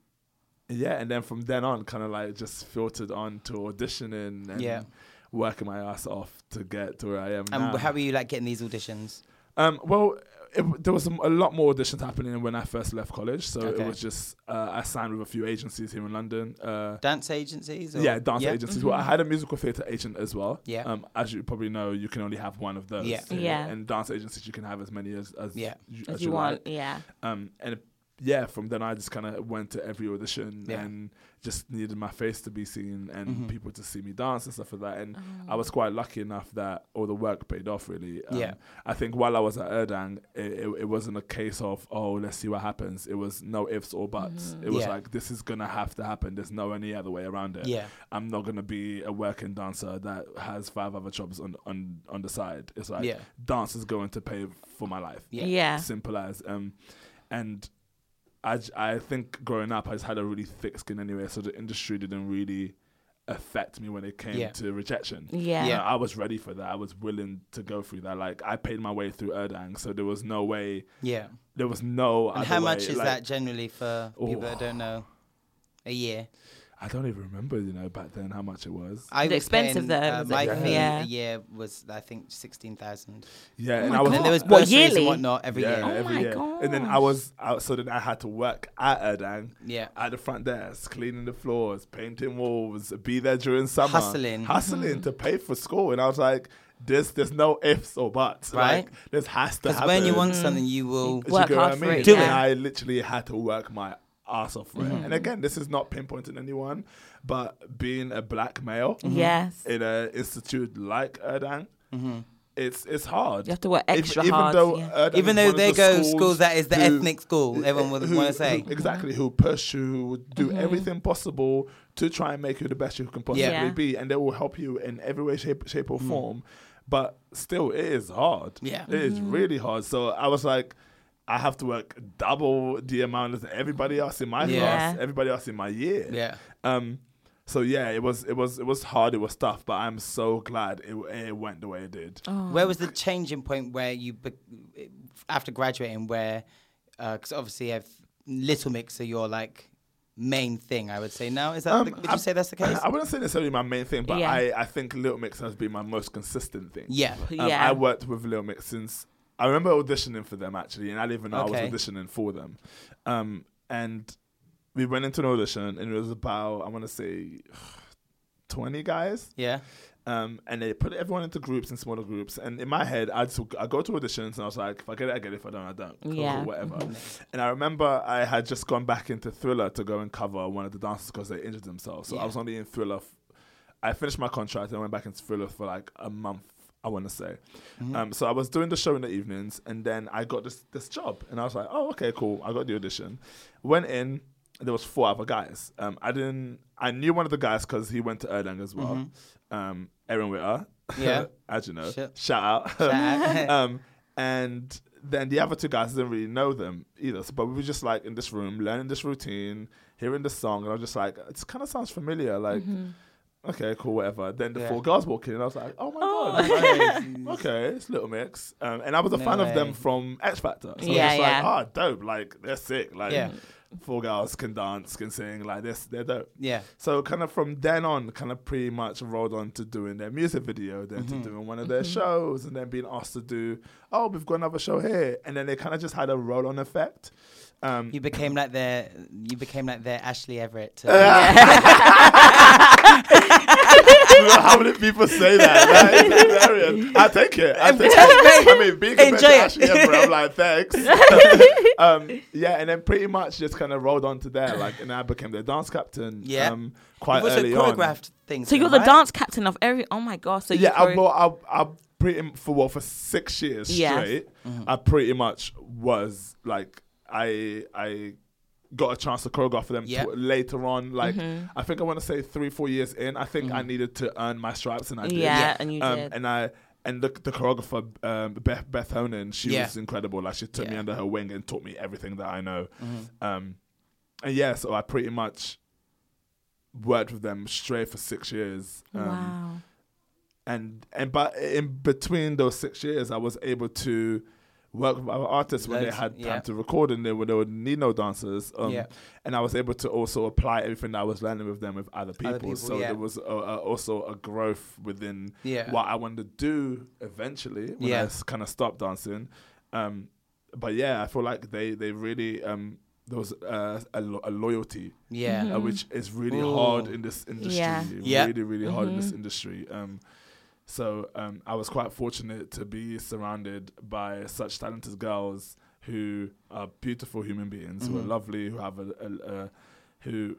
yeah, and then from then on, kind of like just filtered on to auditioning and
Yeah.
working my ass off to get to where I am
And
now.
how were you like getting these auditions?
Um, well, it, there was some, a lot more auditions happening when I first left college, so
Okay.
it was just uh, I signed with a few agencies here in London. Uh,
Dance agencies? Or?
yeah, dance agencies. Well, I had a musical theatre agent as well.
mm-hmm. Yeah.
Um, as you probably know, you can only have one of those.
Yeah.
you know,
Yeah.
And dance agencies, you can have as many as as
Yeah.
you,
As you want. Yeah.
Um, and it- yeah, from then I just kind of went to every audition
Yeah. Mm-hmm.
and just needed my face to be seen and people to see me dance and stuff like that. And I was quite lucky enough that all the work paid off. Really, um,
Oh. Yeah.
I think while I was at Erdang, it, it, it wasn't a case of oh let's see what happens. It was no ifs or buts. It was
Mm. Yeah.
like this is gonna have to happen. There's no any other way around it.
Yeah.
I'm not gonna be a working dancer that has five other jobs on on, on the side. It's like
Yeah.
dance is going to pay for my life
Yeah.
Yeah. Yeah.
simple as. Um, and I, j- I think growing up, I just had a really thick skin anyway, so the industry didn't really affect me when it came
Yeah.
to rejection.
Yeah.
Uh, I was ready for that. I was willing to go through that. Like I paid my way through Erdang, so there was no way.
Yeah.
There was no.
And
other
how much
way.
is
Like, Oh.
that generally for people that don't know? a year.
I don't even remember, you know, back then how much it was.
I
They're
was paying,
expensive though,
Uh,
was it?
my fee
Yeah.
a year was I think sixteen thousand.
Yeah,
my
I was
God.
And Oh there was
What,
bursaries and
yearly?
whatnot every
yeah,
year.
every
Oh my
year. And then I
gosh.
was out, so then I had to work at Erdang.
Yeah.
At the front desk, cleaning the floors, painting walls, be there during summer.
Hustling.
Hustling
Mm-hmm.
to pay for school. And I was like, this, there's no ifs or buts.
Right.
Like, this has to
Because
happen.
when you want something,
Mm.
you will.
Do you
Work
get what
hard
I
for
mean?
it,
Do
And
it.
I literally had to work my ass off for it.
Mm-hmm.
And again, this is not pinpointing anyone, but being a black male
Mm-hmm.
Yes.
in an institute like Erdang,
Mm-hmm.
it's it's hard.
You have to work
If-
extra
even
hard,
Though
yeah.
Erdang
Even
is
though
one of
they
the
go schools that is the
who-
ethnic school, everyone would
who- [laughs]
want to say.
who- exactly who push you, who would do
Mm-hmm.
everything possible to try and make you the best you can possibly
Yeah.
be, and they will help you in every way, shape, shape or form. But still, it is hard.
Mm. Yeah.
it is
Mm-hmm.
really hard. So I was like, I have to work double the amount as everybody else in my
Yeah.
class, everybody else in my year.
Yeah.
Um. So yeah, it was it was it was hard. It was tough, but I'm so glad it, it went the way it did.
Oh.
Where was the changing point where you, be- after graduating, where, because obviously I've Little Mix, so your like main thing, I would say now. Is that, the, would you say that's the case?
[clears throat] Um, [coughs] I wouldn't say necessarily my main thing, but
Yeah.
I, I think Little Mix has been my most consistent thing.
yeah.
[laughs] Um,
Yeah.
I worked with Little Mix since I remember auditioning for them actually, and I didn't even know I
Okay.
was auditioning for them. Um, and we went into an audition, and it was about I want to say [sighs] twenty guys,
Yeah.
um, and they put everyone into groups and smaller groups. And in my head, I just I go to auditions, and I was like, if I get it, I get it. If I don't, I don't. Cool,
Yeah.
whatever.
Mm-hmm.
And I remember I had just gone back into Thriller to go and cover one of the dancers because they injured themselves. So I
Yeah.
was only in Thriller. F- I finished my contract and I went back into Thriller for like a month. I want to say.
Mm-hmm.
Um, so I was doing the show in the evenings, and then I got this this job, and I was like, oh, okay, cool. I got the audition. Went in. There was four other guys. Um, I didn't. I knew one of the guys because he went to Erlang as well. Um, Aaron Witter.
Mm-hmm.
[laughs]
Yeah.
as you know.
Shout-
Shout out. [laughs]
out.
um, and then the other two guys didn't really know them either. So, but we were just like in this room, learning this routine, hearing this song, and I was just like, it kind of sounds familiar. Like, okay, cool, whatever. Then the
Yeah.
four girls walk in, and I was like, oh my god. Like, okay, it's Little Mix, um, and I was a
No
fan of
way.
them from X Factor. So
Yeah,
yeah, it's
yeah.
like, oh, dope. Like they're sick. Like
Yeah.
four girls can dance, can sing. Like this, they're dope.
Yeah.
So kind of from then on, kind of pretty much rolled on to doing their music video, then to doing one of their shows, and then being asked to do, oh, we've got another show here, and then they kind of just had a roll on effect. Um,
You became like their, you became like their Ashley Everett.
[laughs]
to- [laughs]
I don't know how many people say that? Like, it's hilarious. I take it. I take it. I mean, being compared
Enjoy
to
it.
Ashley Ever, I'm like,
[laughs]
thanks. um, yeah, and then pretty much just kind of rolled on to there, like, and I became their dance captain.
Yeah.
um, quite
You've also
early on.
choreographed things.
So you're the
right?
dance captain of every. Oh my gosh! So you
yeah, I,
choreo-
well, I, I pretty m- for what for six years
Yes.
straight.
Mm-hmm.
I pretty much was like I I got a chance to choreograph for them
Yeah.
tw- later on. Like
Mm-hmm.
I think I want to say three four years in. I think I needed to earn my stripes, and I did.
Yeah, Yeah. and you
um,
did.
And I. And the, the choreographer um, Beth Beth Honan, she
Yeah.
was incredible. Like she took me
Yeah.
under her wing and taught me everything that I know.
Mm-hmm.
Um, and yeah, so I pretty much worked with them straight for six years. Um,
wow.
and and but in between those six years, I was able to work with other artists when they
Loads,
had time
yeah.
to record and they would, they would need no dancers. Um,
Yeah.
And I was able to also apply everything that I was learning with them with other people.
people,
so
yeah.
there was a, a, also a growth within
Yeah.
what I wanted to do eventually when
Yeah.
I kind of stopped dancing. Um, but yeah, I feel like they they really um, there was uh, a, lo- a loyalty
Yeah.
uh, which is really
Ooh.
hard in this industry.
Mm-hmm. Yeah. Mm-hmm.
Yeah.
Really, really hard in this industry. Um, so um, I was quite fortunate to be surrounded by such talented girls who are beautiful human beings, who are
Mm-hmm.
lovely, who have a, a, a who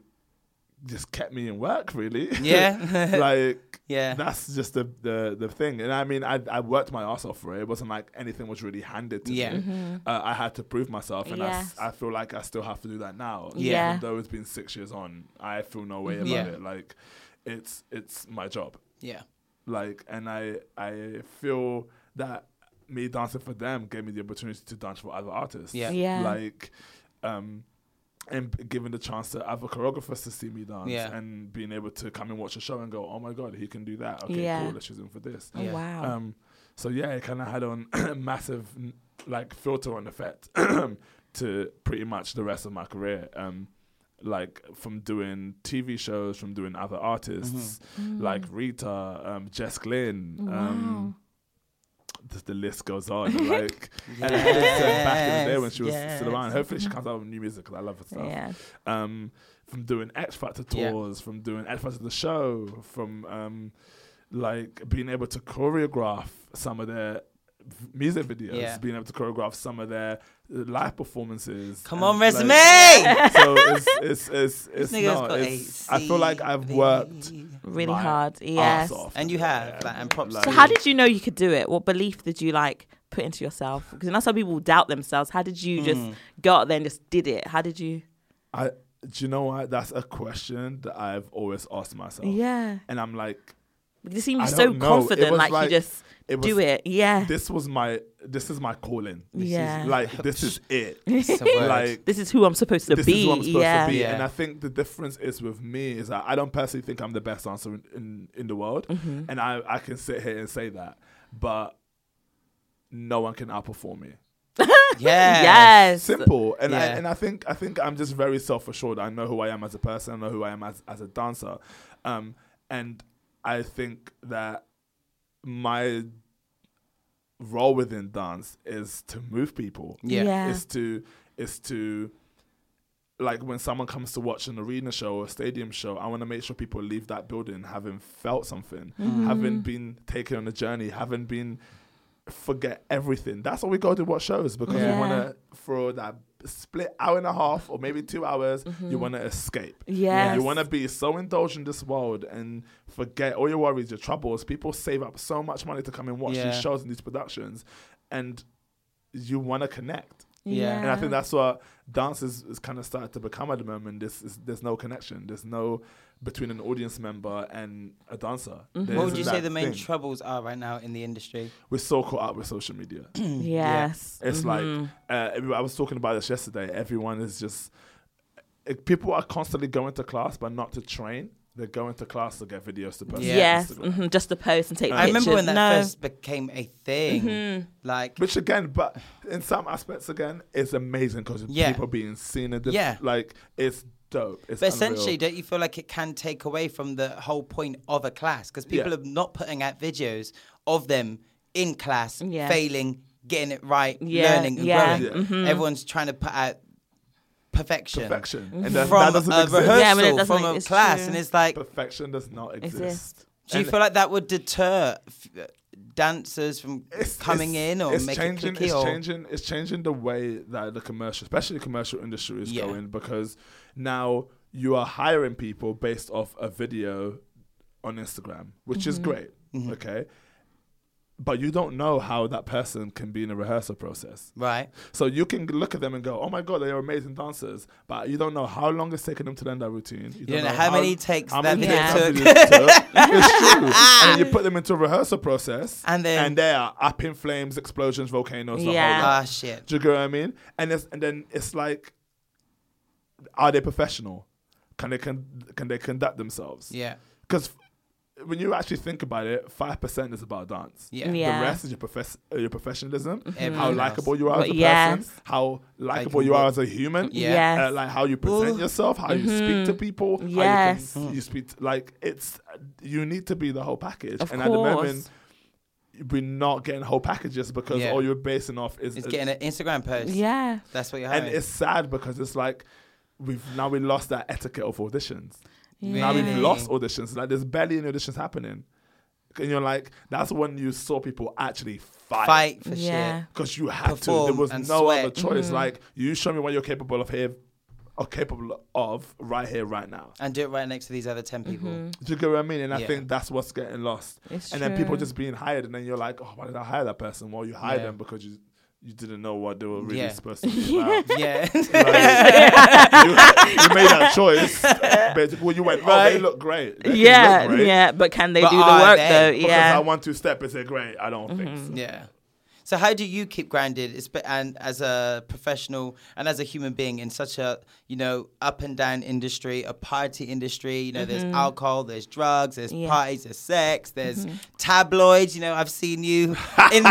just kept me in work. Really, [laughs]
Yeah.
like
Yeah.
that's just the, the the thing. And I mean, I I worked my ass off for it. It wasn't like anything was really handed to
Yeah.
me. Uh, I had to prove myself, and I s
Mm-hmm. Yes.
I I feel like I still have to do that now.
Yeah.
Even though it's been six years on, I feel no way about
Yeah.
it. Like, it's it's my job.
Yeah.
Like, and I I feel that me dancing for them gave me the opportunity to dance for other artists.
Yeah.
Yeah.
Like, um, and b- given the chance to other choreographers to see me dance
Yeah.
and being able to come and watch a show and go, oh my god, he can do that. Okay,
Yeah.
cool. Let's use him for this.
Oh,
Yeah.
Wow.
Um, so yeah, it kind of had on [clears throat] massive n- [clears throat] like filter on effect to pretty much the rest of my career. Um, like from doing TV shows, from doing other artists
Mm-hmm.
Hmm.
like Rita, um, Jess Glynn. Um, th- the list goes on. and, Like and it's just, uh, back in the day when she was
Yes, Mm-hmm.
still around. Hopefully, she comes out with new music because I love her stuff.
Yeah.
Um, from doing X Factor
Yeah.
tours, from doing X Factor the show, from um, like being able to choreograph some of their v- music videos,
Yeah.
being able to choreograph some of their uh, live performances.
Come
and,
on,
like,
resume.
[laughs] so it's it's it's it's
Nigga's
not.
got
It's, I feel like I've
ACV.
worked
Really
my
hard,
ass
yes.
off
And
to
you
get
have,
there.
like, and props to
So
you.
how did you know you could do it? What belief did you like put into yourself? Because that's how people doubt themselves. How did you
Hmm.
just go out there and just did it? How did you?
I do you know what? That's a question that I've always asked myself.
Yeah.
And I'm like,
You seemed
I
so
don't know. It
confident,
was
like,
like-
you just
it was-
do it. Yeah. This,
this was my this is my calling. This
Yeah.
is like this is it.
It's a word.
like
is who I'm supposed to
this
be.
is what I'm supposed
yeah.
to be.
Yeah.
And I think the difference is with me is that I don't personally think I'm the best dancer in, in, in the world. And I, I can sit here and say that. But no one can outperform me.
Yes.
Yes.
simple and I,
Yeah.
and I think I think I'm just very self assured I know who I am as a person I know who I am as, as a dancer um and I think that my role within dance is to move people
Yeah.
Yeah.
is to is to like when someone comes to watch an arena show or a stadium show, I want to make sure people leave that building having felt something,
Mm-hmm.
having been taken on a journey, having been forget everything. That's why we go to watch shows because
Yeah.
you want to for that split hour and a half or maybe two hours, you want to escape.
Mm-hmm. Yes.
You want to be so indulged in this world and forget all your worries, your troubles. People save up so much money to come and watch
Yeah.
these shows and these productions, and you want to connect.
Yeah.
And I think that's what dance is, is kind of started to become at the moment. This is, there's no connection. There's no between an audience member and a dancer. There
Mm-hmm. What would
isn't
you say
that
the main
thing.
troubles are right now in the industry?
We're so caught up with social media.
Mm. Yes. Mm-hmm.
It's
Mm-hmm.
like uh, every- I was talking about this yesterday. Everyone is just uh, people are constantly going to class, but not to train. They're going to class to get videos to post. on
Yeah.
Yes.
Instagram.
mhm, Just to post and take
I
pictures.
I remember when that
no. Mm-hmm.
first became a thing. Like,
Which again, but in some aspects, again, it's amazing because
Yeah.
people being seen and diff-
Yeah.
like it's dope. It's
but essentially,
unreal.
don't you feel like it can take away from the whole point of a class? Because people
Yeah.
are not putting out videos of them in class,
Yeah.
failing, getting it right,
Yeah,
learning, and
yeah. Mm-hmm.
growing. Everyone's trying to put out perfection.
perfection, and
Mm-hmm.
that,
From
that doesn't
a
exist.
rehearsal,
Yeah, but it doesn't
from a
exist,
class,
yeah.
and it's like,
perfection does not exist.
Exist.
do you
And
feel like that would deter f- uh, dancers from
it's-
coming
it's-
in or
it's
making
changing,
clicky
it's
or
changing it's changing the way that the commercial especially the commercial industry is
Yeah.
going because now you are hiring people based off a video on Instagram, which is great.
Mm-hmm.
Okay. But you don't know how that person can be in a rehearsal process.
right?
So you can look at them and go, "Oh my god, they are amazing dancers," but you don't know how long it's taken them to learn that routine. You,
don't know how many takes
how
that
many
video
takes
took.
that video took.
[laughs]
it's true. and you put them into a rehearsal process,
And then-
and they are up in flames, explosions, volcanoes. the whole
Yeah.
lot.
Ah, shit.
Do you get what I mean? And it's, and then it's like, are they professional? Can they con- can they conduct themselves?
Yeah.
Because when you actually think about it, five percent is about dance.
Yeah. Mm-hmm.
Yeah.
The rest is your profess- uh, your professionalism,
Everything
how
else.
likable you are
But
as a
yes.
person, how likable
Like
you are
what-
as a human,
Yeah.
Yes. Mm-hmm.
uh, like how you present
Ooh.
yourself, how you speak to people,
Yes.
how you, can, you speak to, like it's you need to be the whole package.
Of
and at the
course.
moment, we're not getting whole packages because
Yeah.
all you're basing off is,
It's
is-
getting an Instagram post.
Yeah.
That's what you're
uh, and
having.
it's sad because it's like we've now we lost that etiquette of auditions. Now we've
Really?
lost auditions. Like there's barely any auditions happening, and you're like, that's when you saw people actually fight.
fight for
Yeah.
shit.
Because you had to. There
Perform
was
and
no other
sweat. Mm-hmm.
choice. Like you show me what you're capable of here, or capable of right here, right now.
And do it right next to these other 10 people.
Mm-hmm.
Do you get what I mean? And I
Yeah.
think that's what's getting lost.
It's
and then people
true.
just being hired, and then you're like, oh, why did I hire that person? Well, you hired
Yeah.
them because you you didn't know what they were really
Yeah. [laughs]
supposed to be about.
Yeah.
[laughs]
Like, you, you made that
[laughs]
choice. Basically, well, you went, oh, they
Right.
look great. They
Yeah.
look great.
Yeah. But can they
But
do the
are
work
they?
though?
Because I
Yeah. Mm-hmm.
want to step and say, great, I don't think so.
yeah. So how do you keep grounded, espe- and as a professional and as a human being in such a you know up and down industry, a party industry? You know, there's alcohol, there's drugs, there's parties, there's sex, there's tabloids. You know, I've seen you in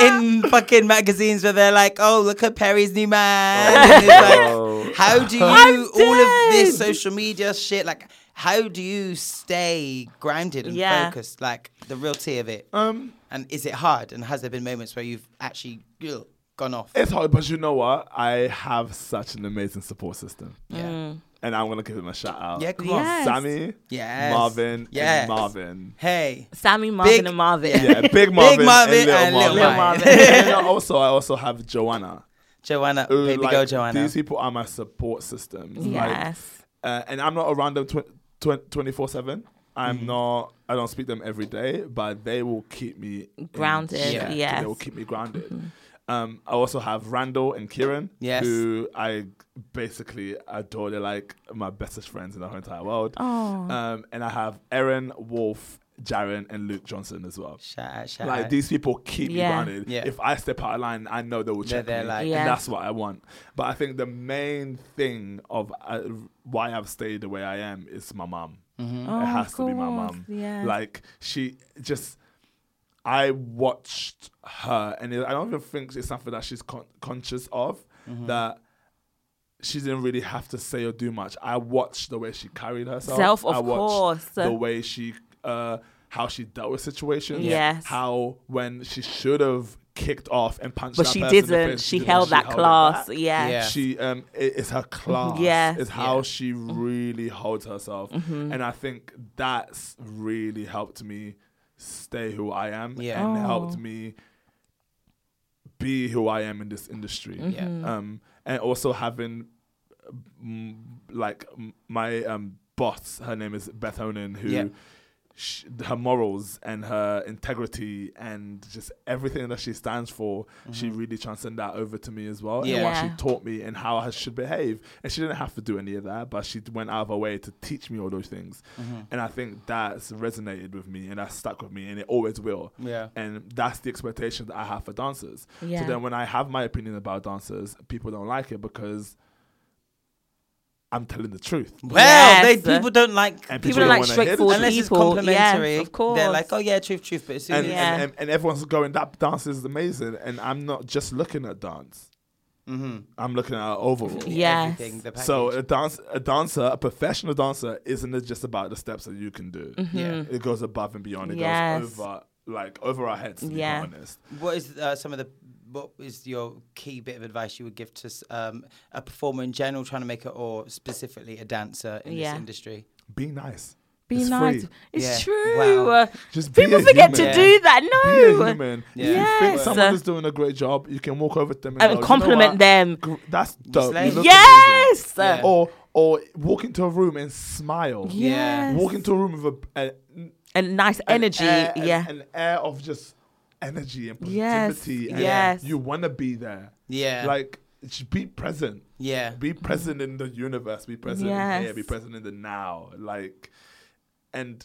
in fucking magazines where they're like, "Oh, look at Perry's new man." And it's like, how do you all of this social media shit like? How do you stay grounded and
Yeah.
focused? Like the real tea of it.
Um,
And is it hard? And has there been moments where you've actually ugh, gone off?
it's hard, but you know what? I have such an amazing support system,
yeah.
and I'm gonna give him a shout out.
Yeah, come
Mm. Yes.
on.
Sammy,
Yes.
Marvin,
Yes. [laughs]
and Marvin.
Hey.
Sammy, Marvin,
Big-
and Marvin. [laughs]
Yeah, Big Marvin,
Marvin
and Little
and Lil
Marvin.
Lil Marvin.
[laughs] and then also, I also have Joanna.
Joanna,
who,
baby
like,
girl Joanna.
These people are my support system. Like,
Yes.
uh, and I'm not around them tw- 24 7. I'm not, I don't speak to them every day, but they will keep me in
Grounded,
check.
yes. Mm-hmm.
They will keep me grounded. Um, I also have Randall and Kieran,
Yes.
who I basically adore. They're like my bestest friends in the whole entire world. Um, and I have Erin, Wolf, Jaren, and Luke Johnson as well.
Shout out, shout
Like
out.
these people keep
Yeah.
me grounded.
Yeah.
If I step out of line, I know they will
They're
check
there,
me,
like-
Yeah.
and that's what I want. But I think the main thing of uh, why I've stayed the way I am is my mom.
Oh,
Mm-hmm.
it
of
has to be my
course,
mom.
yeah.
Like she just, I watched her, and it, I don't even think it's something that she's con- conscious of
Mm-hmm.
that. She didn't really have to say or do much. I watched the way she carried herself.
Self, of
I watched
course.
The way she uh how she dealt with situations.
Yes.
How when she should have kicked off and punched
But
that
she
person in the
didn't.
face,
she
didn't.
held that
held it
class.
back.
Yeah.
Yeah.
She um i- it's her class.
Yes.
It's how she really holds herself.
Mm-hmm.
And I think that's really helped me stay who I am
Yeah. Oh.
and helped me be who I am in this industry.
Mm-hmm. Yeah.
Um and also having like m- my um, boss, her name is Beth Onan, who
Yeah.
sh- her morals and her integrity and just everything that she stands for, she really transcended that over to me as well. And what
Yeah.
she taught me and how I should behave. And she didn't have to do any of that, but she went out of her way to teach me all those things. And I think that's resonated with me and that stuck with me and it always will.
Yeah.
And that's the expectation that I have for dancers.
Yeah.
So then when I have my opinion about dancers, people don't like it because I'm telling the truth.
well,
Yes.
they, people don't like
And
People are like
wanna hear the
straightforward
truth.
unless it's
people, yes,
complimentary.
of course.
They're like, oh yeah, truth, truth. But as soon
And,
as
Yeah.
and, and, and everyone's going, that dance is amazing. And I'm not just looking at dance.
Mm-hmm.
I'm looking at her overall.
Yes.
everything, the package.
So uh, a dance, a dancer, a professional dancer, isn't just about the steps that you can do.
Yeah.
It goes above and beyond. It
Mm-hmm. Yes.
goes over, like over our heads. To
Yeah.
be honest.
what is uh, some of the what is your key bit of advice you would give to s- um, a performer in general trying to make it, or specifically a dancer in
Yeah.
this industry?
Be nice.
Be
It's
nice.
free.
It's
Yeah.
true. Uh,
Wow.
Just be
People
a
forget
human.
to do that. No.
Be a human.
Yeah.
If you think
Yes.
someone is doing a great job, you can walk over to them and,
And
go, "You know
compliment
what?
them.
Gr- That's dope.
slay
You
it.
look amazing."
Yes. Uh,
Yeah.
Or or walk into a room and smile.
Yeah.
Yes.
Walk into a room with a, a
and nice
an
energy.
air- an-
yeah.
an, air of just energy and
Yes,
positivity. and
yes.
you want to be there.
Yeah.
like just be present.
Yeah.
be present in the universe. Be present in here. Be
Yes.
present in the now. Like, and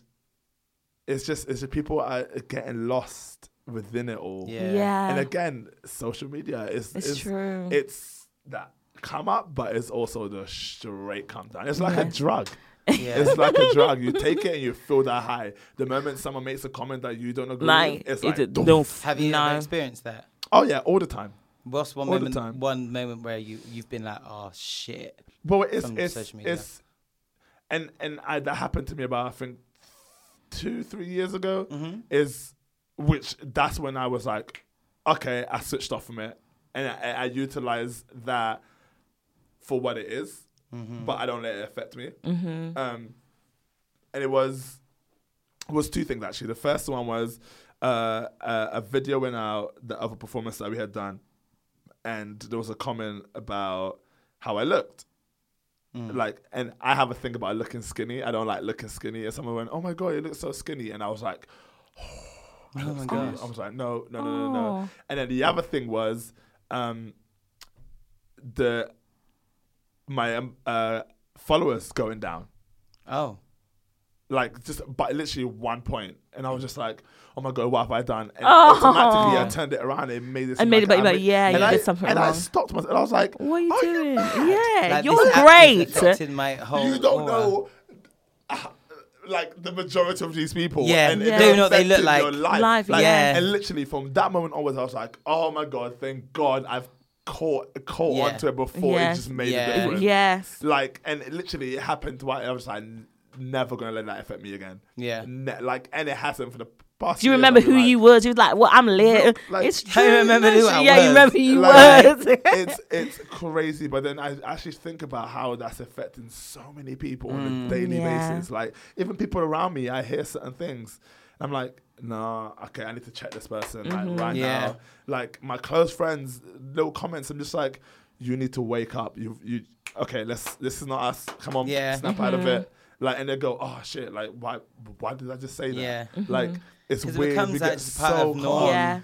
it's just it's just people are getting lost within it all.
Yeah.
yeah.
And again, social media is
It's
is-
true.
It's that come up, but it's also the straight come down. It's like a drug.
Yeah.
It's like a drug. You take it and you feel that high. The moment someone makes a comment that you don't agree
like,
with, it's
it
like,
d-
"Doof."
don't f-
Have you ever
no.
experienced that?
oh yeah, all the time.
What's one
All the
moment?
time.
One moment where you you've been like, oh shit.
Well, it's
From
it's,
social media.
it's and and I, that happened to me about I think two three years ago.
Mm-hmm.
Is which that's when I was like, okay, I switched off from it, and I, I utilize that for what it is,
Mm-hmm.
but I don't let it affect me. Um, and it was was two things actually. The first one was uh, a, a video went out the other performance that we had done, and there was a comment about how I looked. Like, and I have a thing about looking skinny. I don't like looking skinny. And someone went, "Oh my god, you look so skinny," and I was like, "I
Oh
look skinny." I was like, "No, no, no, no,
Oh.
no." And then the other thing was um, the my um, uh, followers going down
Oh.
like just by literally one point, and I was just like, "Oh my god, what have I done?" And automatically, I turned it around and made this.
Oh. And made it
like,
about-
I made-
yeah, you
and I,
did something
And I
wrong.
stopped myself. And I was like,
What are you
"Are
doing?
mad?
yeah,
Like,
you're
this act is
great.
affecting my whole
Oh,
You don't
aura.
know." uh, Like the majority of these people,
Yeah.
and
Yeah.
it
They
affected
know
what they look
your
like.
life.
Life,
Like,
yeah.
And literally from that moment onwards, I was like, "Oh my god, thank God I've caught caught
Yeah.
onto it before
Yeah.
it just made
Yeah.
a difference."
Yes.
Like, and it literally it happened to I was like, "N- never gonna let that affect me again.
Yeah.
Ne- like, and it hasn't for the past.
Do you remember who you were? You was like, well, I'm lit.
like-
it's
[laughs] I
true.
remember who I
yeah,
was. [laughs]
you remember who you
Like,
was. [laughs]
it's it's crazy, but then I actually think about how that's affecting so many people
Mm,
on a daily
Yeah.
basis. Like even people around me, I hear certain things. I'm like, nah, okay, I need to check this person like right
Mm-hmm, Yeah.
now. Like my close friends, little comments. I'm just like, you need to wake up. You you okay? Let's this is not us. Come on,
Yeah. Mm-hmm.
snap out of it. Like and they go, oh shit! Like why why did I just say that?
Yeah. Mm-hmm.
Like it's
'Cause it
weird.
becomes
we
like
get
just
so
part of norm.
calm.
yeah.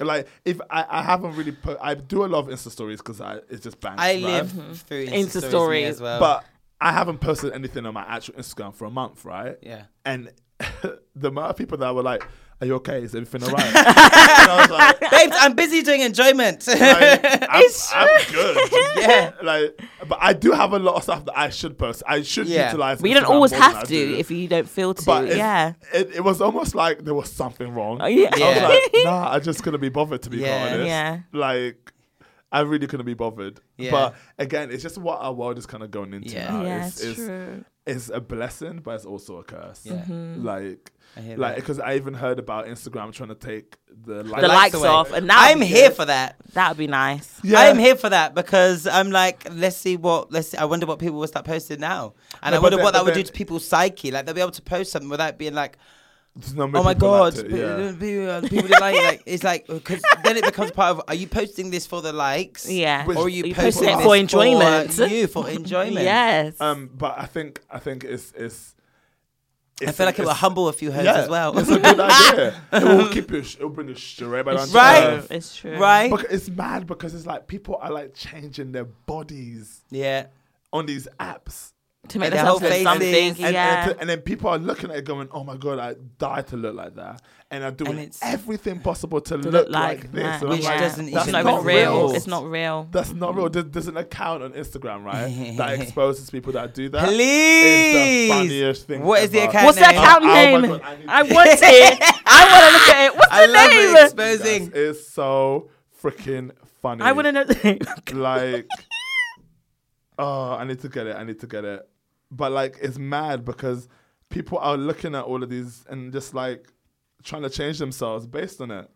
Like if I, I haven't really put I do a lot of Insta stories because I it's just bangs.
I
right?
live through Insta,
Mm-hmm. Insta
stories, me
story.
as well.
but I haven't posted anything on my actual Instagram for a month, right?
Yeah.
And [laughs] the amount of people that were like, "Are you okay? Is
[laughs]
everything alright?" and I was like,
babes, I'm busy doing enjoyment. [laughs]
like, I'm, I'm good.
[laughs]
Yeah.
Like, but I do have a lot of stuff that I should post. I should
Yeah.
utilize.
But you don't
Instagram
always
more than I
have to
do.
if you don't feel to.
But it's-
yeah.
it, it was almost like there was something wrong.
Oh, yeah.
I was
Yeah.
like,
[laughs]
nah, I just couldn't be bothered to be
Yeah.
quite honest.
Yeah.
Like, I really couldn't be bothered.
Yeah.
But again, it's just what our world is kind of going into
Yeah.
[laughs]
now.
Yeah,
it's,
it's true.
it's a blessing, but it's also a curse.
Yeah.
Mm-hmm.
Like,
hear
like
that.
because I even heard about Instagram trying to take the like.
The likes
away.
off, and that
I'm
would be
here
good.
for that.
That would be nice.
Yeah.
I'm here for that because I'm like, let's see what let's. See, I wonder what people will start posting now, and
No,
I wonder
but
what
then-
that would do
but
to people's psyche. Like they'll be able to post something without being like,
There's not many
oh my
people
god,
like to-
pe-
yeah.
people, uh, people didn't like it. Like, it's like because then it becomes part of. Are you posting this for the likes?
Yeah.
Or are you,
You post
posting
it
this
for
enjoyment.
For you for enjoyment.
Yes.
Um, but I think I think it's it's.
I feel like it will humble a few hoes as well. [laughs]
It's a good idea. it will keep you. It'll bring you straight back down
it's
to
Right?
earth.
True. It's true.
right?
Because it's mad because it's like people are like changing their bodies
Yeah.
on these apps.
To make
And their whole
themselves look
faces.
something.
And-
And,
yeah.
and, and then people are looking at it going, oh my God, I die to look like that. And are doing
And it's-
everything possible to,
To
look, like, this.
that.
And I'm
Which
like,
doesn't
that's
it's
even
not
not
even real.
real.
It's not real.
That's not real. There- There's an account on Instagram, right? that exposes people that do that.
Please.
It's the funniest thing
What is the
ever.
account
What's the
name.
account
Oh, oh my
name?
God, I need to-
I
[laughs]
want it. I want to look at it. What's
I
the
love
name?
it.
Guys,
Exposing.
It's so freaking funny.
I want to know the name. [laughs]
like oh i need to get it i need to get it but like it's mad because people are looking at all of these and just like trying to change themselves based on it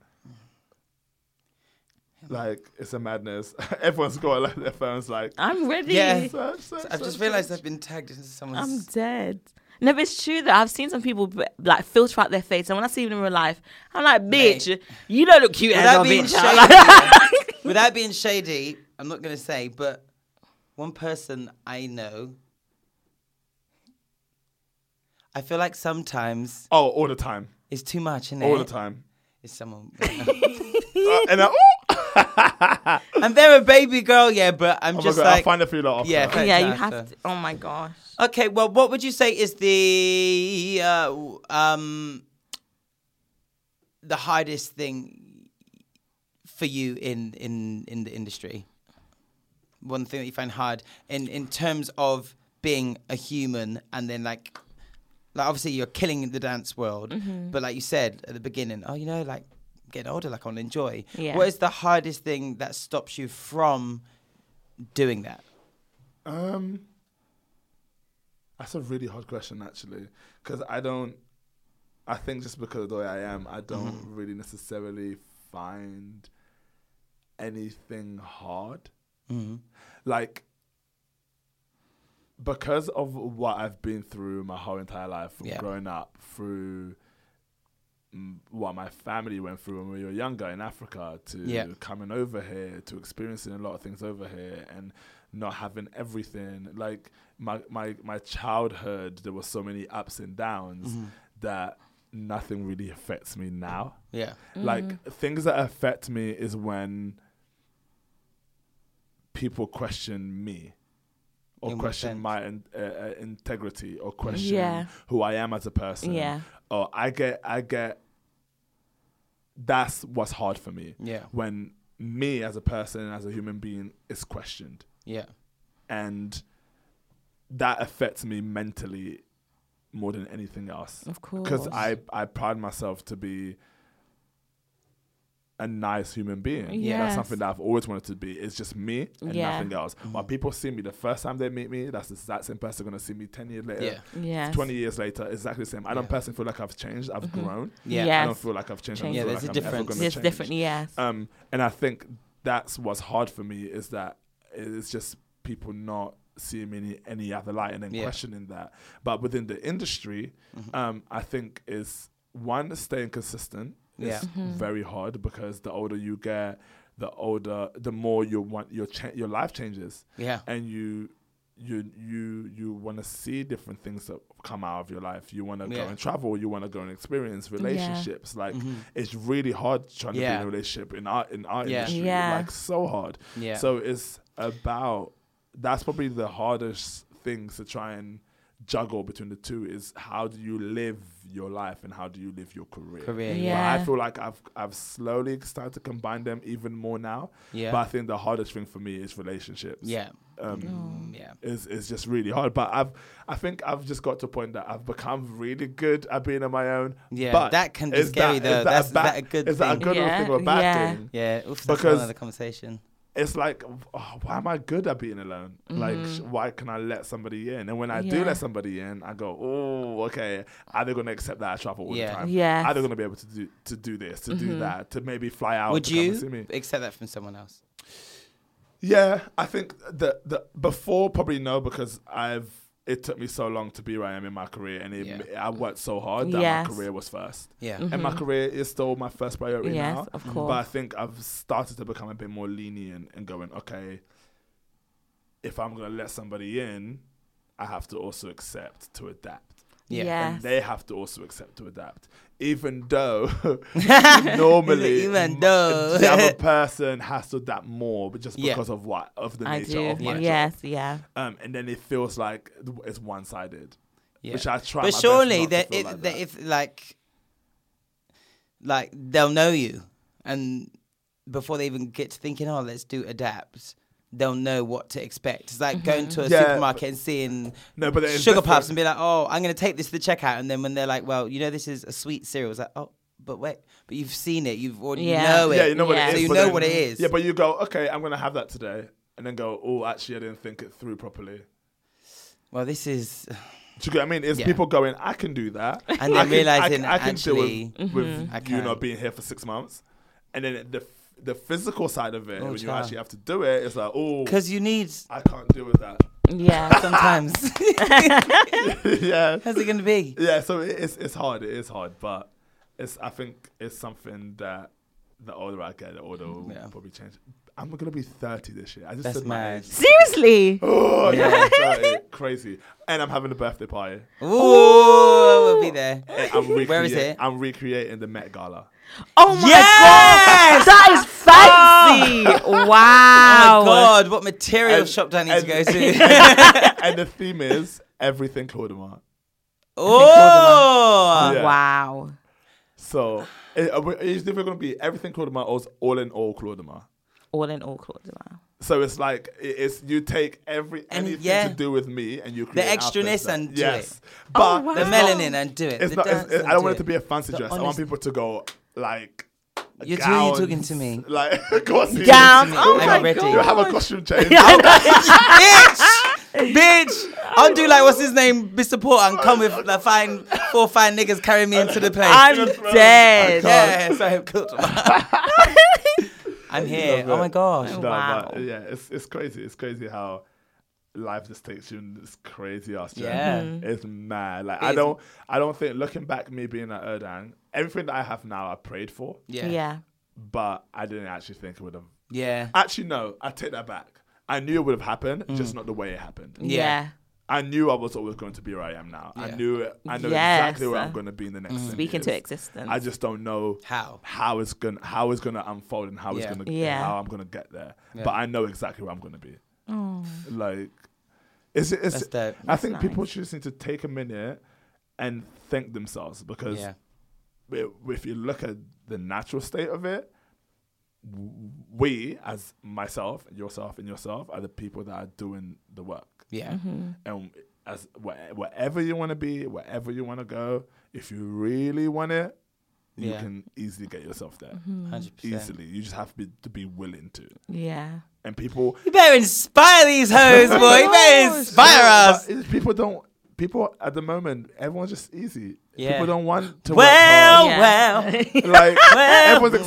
Hmm.
like it's a madness [laughs] everyone's got like their phones like
Ah.
I'm ready.
Yeah.
search, search,
I've just
search,
realised
search.
I've been tagged into someone's.
I'm dead. No, but it's true though. I've seen some people b- like filter out their face, and when I see them in real life, I'm like, bitch,
Mate.
you don't look cute as a
without being
bitch.
shady,
I'm [laughs]
[laughs]
like-
without being shady, I'm not gonna say, but one person I know, I feel like sometimes
oh all the time
it's too much, isn't it?
all the time
It's
[laughs]
someone,
Uh, and I, oh,
and they're a baby girl, yeah, but I'm
oh my
just
god i'll
like,
find a few lot after.
Yeah, thank-
yeah, you
Exactly.
have to. Oh my gosh.
okay, well, what would you say is the uh, w- um the hardest thing for you in in in the industry? one thing that you find hard in in terms of being a human and then like like obviously you're killing the dance world but like you said at the beginning oh you know like get older like i want to enjoy
Yeah.
what is the hardest thing that stops you from doing that
Um, that's a really hard question actually, because I don't. I think just because of the way I am, I don't really necessarily find anything hard. Like because of what I've been through my whole entire life, from
Yeah.
growing up through mm, what my family went through when we were younger in Africa to
Yeah.
coming over here to experiencing a lot of things over here and not having everything like my my my childhood there were so many ups and downs that nothing really affects me now
yeah
Mm.
like things that affect me is when people question me or
In what
question
sense?
my in, uh, uh, integrity or question
Yeah.
who I am as a person.
Yeah.
Or I get, I get. That's what's hard for me.
Yeah.
When me as a person, as a human being, is questioned,
Yeah.
and that affects me mentally more than anything else.
Of
Because
course.
I, I pride myself to be a nice human being. That's
Yes.
something that I've always wanted to be. It's just me and
Yeah.
nothing else.
Mm.
When people see me the first time they meet me, that's the exact same person going to see me 10 years later.
Yeah.
Yes. Mm-hmm.
20 years later, exactly the same. I don't
Yeah.
personally feel like I've changed. I've grown.
Yeah.
I don't
Yes.
feel like I've changed.
Change.
I
Yeah,
don't feel
there's
like
a
I'm ever
difference.
gonna
It's
change.
different, yes.
Um, and I think that's what's hard for me is that it's just people not seeing me in any other light and then
Yeah. Mm-hmm.
questioning that. But within the industry, um, I think is one staying consistent. is
Yeah.
very hard because the older you get, the older, the more you want your cha- your life changes.
Yeah.
and you. You you you want to see different things that come out of your life. You want to go
Yeah.
and travel. You want to go and experience relationships. Like it's really hard trying to be
Mm-hmm. Yeah.
in a relationship in our in our
Yeah.
industry.
Yeah.
Like so hard.
Yeah.
So it's about that's probably the hardest things to try and juggle between the two is how do you live your life and how do you live your career.
Career.
But
Yeah.
Yeah.
I feel like I've I've slowly started to combine them even more now.
Yeah.
But I think the hardest thing for me is relationships.
Yeah.
Um,
Mm, yeah.
Is is just really hard. But I've I think I've just got to a point that I've become really good at being on my own.
Yeah,
But
that can be
is
scary,
that-
though.
is
That's-
a
is
bad-
that a good
Is that a
thing?
good
Yeah,
thing or a bad
yeah.
thing?
Yeah. Oof, that's
Because-
because another conversation.
it's like oh, why am I good at being alone? Like sh- why can I let somebody in? And when I do
Mm. Yeah.
let somebody in, I go, oh, okay. Are they going to accept that I travel all
Yeah.
the time?
Yes.
Are they going to be able to do to do this, to
Mm-hmm.
do that, to maybe fly out?
Would
to Come and see
you
me?
accept that from someone else?
Yeah, I think the the before probably no because I've it took me so long to be where I am in my career, and it,
Yeah.
I worked so hard that
Yes. Mm-hmm.
my career was first.
Yeah. Mm-hmm.
And my career is still my first priority
Yes,
now.
of
But I
course.
think I've started to become a bit more lenient and going, okay, if I'm going to let somebody in, I have to also accept to adapt.
Yeah.
And
Yes.
they have to also accept to adapt. Even though [laughs]
[laughs]
normally
Even
m-
though. [laughs]
the other person has to adapt more but just
Yeah.
because of what of the
I
nature
do.
of my job.
Yes, yeah.
Um, and then it feels like it's one sided.
Yeah.
Which I try
but
my
surely
best not to
that, it,
feel like
that
that.
if like like they'll know you and before they even get to thinking oh let's do adapt they'll know what to expect it's like going
Mm-hmm.
to a
Yeah,
supermarket and seeing
No, but it's
sugar
different.
puffs and be like oh i'm going to take this to the checkout and then when they're like well you know this is a sweet cereal it's like oh but wait but you've seen it you've already
Yeah.
know it
Yeah, you know what
Yeah.
it
So
is.
you
but
know
then-
what it is.
Yeah, but you go, okay, I'm gonna have that today, and then go, oh, actually, I didn't think it through properly.
well this is
Do you get what I mean? It's
Yeah.
people going, I can do that,
And then
I can-
realizing,
I, can deal
actually, hmm,
with, with
I
you not
can't.
being here for six months, and then the the physical side of it
Oh,
when you
child.
actually have to do it, it's like, oh,
because you need
I can't deal with that. [laughs]
Yeah.
sometimes
yeah,
how's it going to be
yeah. So it, it's it's hard. It is hard, but it's I think it's something that the older I get, the older will
Yeah.
probably change. I'm gonna be 30 this year. I just
That's
said my
mad.
age.
Seriously.
Oh yeah,
[laughs]
sorry. crazy. And I'm having a birthday party.
ooh we'll be there
And I'm
[laughs]
recreating,
Where is it?
I'm recreating the Met Gala.
Oh my
Yes!
god. That is fancy.
[laughs] Oh
wow.
Oh my god, what material
And-
shop do I need to
[laughs]
[laughs] go
and-
to?
and the theme is everything Claudemar.
oh,
Yeah.
Wow.
So it, uh, it's either gonna be everything Claudemar or it's all in all Claudemar.
All in all,
[laughs]
Claudemar.
So it's like it- it's you take every
And
anything
yeah.
to do with me and you create
extraness
outfits
and
that-
do
yes,
it. Oh,
but
wow.
the
it's not-
melanin and do it.
It's
The
not. It's,
dance
it-
and
I don't
do
want
[laughs]
it to be a fancy
The
dress. I want
honest-
people to go like.
You're too- you're talking
gowns,
to me.
Like [laughs] costume.
Gowns?
Oh
You'll
my
have-
ready.
You'll have a
[laughs]
costume change.
bitch, bitch. I'll do like what's his name, Mr. Porter, and come with the fine four fine niggas carrying me into the place.
I'm
right.
dead.
yeah, so I'm cooked.
[laughs]
I'm here.
Love
Oh
it.
my
No,
gosh.
but,
Wow.
yeah, it's it's crazy. It's crazy how life just takes you in this crazy ass journey.
Yeah. Mm-hmm.
It's mad. Like I
is.
don't I don't think looking back me being at Erdan, everything that I have now I prayed for,
Yeah.
Yeah. Yeah.
but I didn't actually think it would have
Yeah.
actually no, I take that back. I knew it would have happened, just not the way it happened.
Mm. Yeah.
I knew I was always going to be where I am now. I
Yeah.
knew it. I know
Yes.
exactly where I'm going to be in the next. 10
Speak into
years.
existence.
I just don't know
How.
how it's gonna how it's gonna unfold and how
Yeah.
it's gonna
Yeah. Oh.
how I'm gonna get there. But I know exactly where I'm gonna be. Like, It's, it's,
That's dope.
I think people should just need to take a minute and thank themselves because
Yeah.
i- if you look at the natural state of it, w- we, as myself, yourself, and yourself, are the people that are doing the work.
Yeah.
And as wh- wherever you want to be, wherever you want to go, if you really want it, you
Yeah.
can easily get yourself there.
100%.
Easily, you just have to be, to be willing to.
Yeah.
And people,
You better inspire these hoes, boy. You
Oh
better inspire us.
But it's- people don't. People at the moment, everyone's just easy.
Yeah.
People don't want to.
Well,
work
well.
[laughs]
hard. like everyone's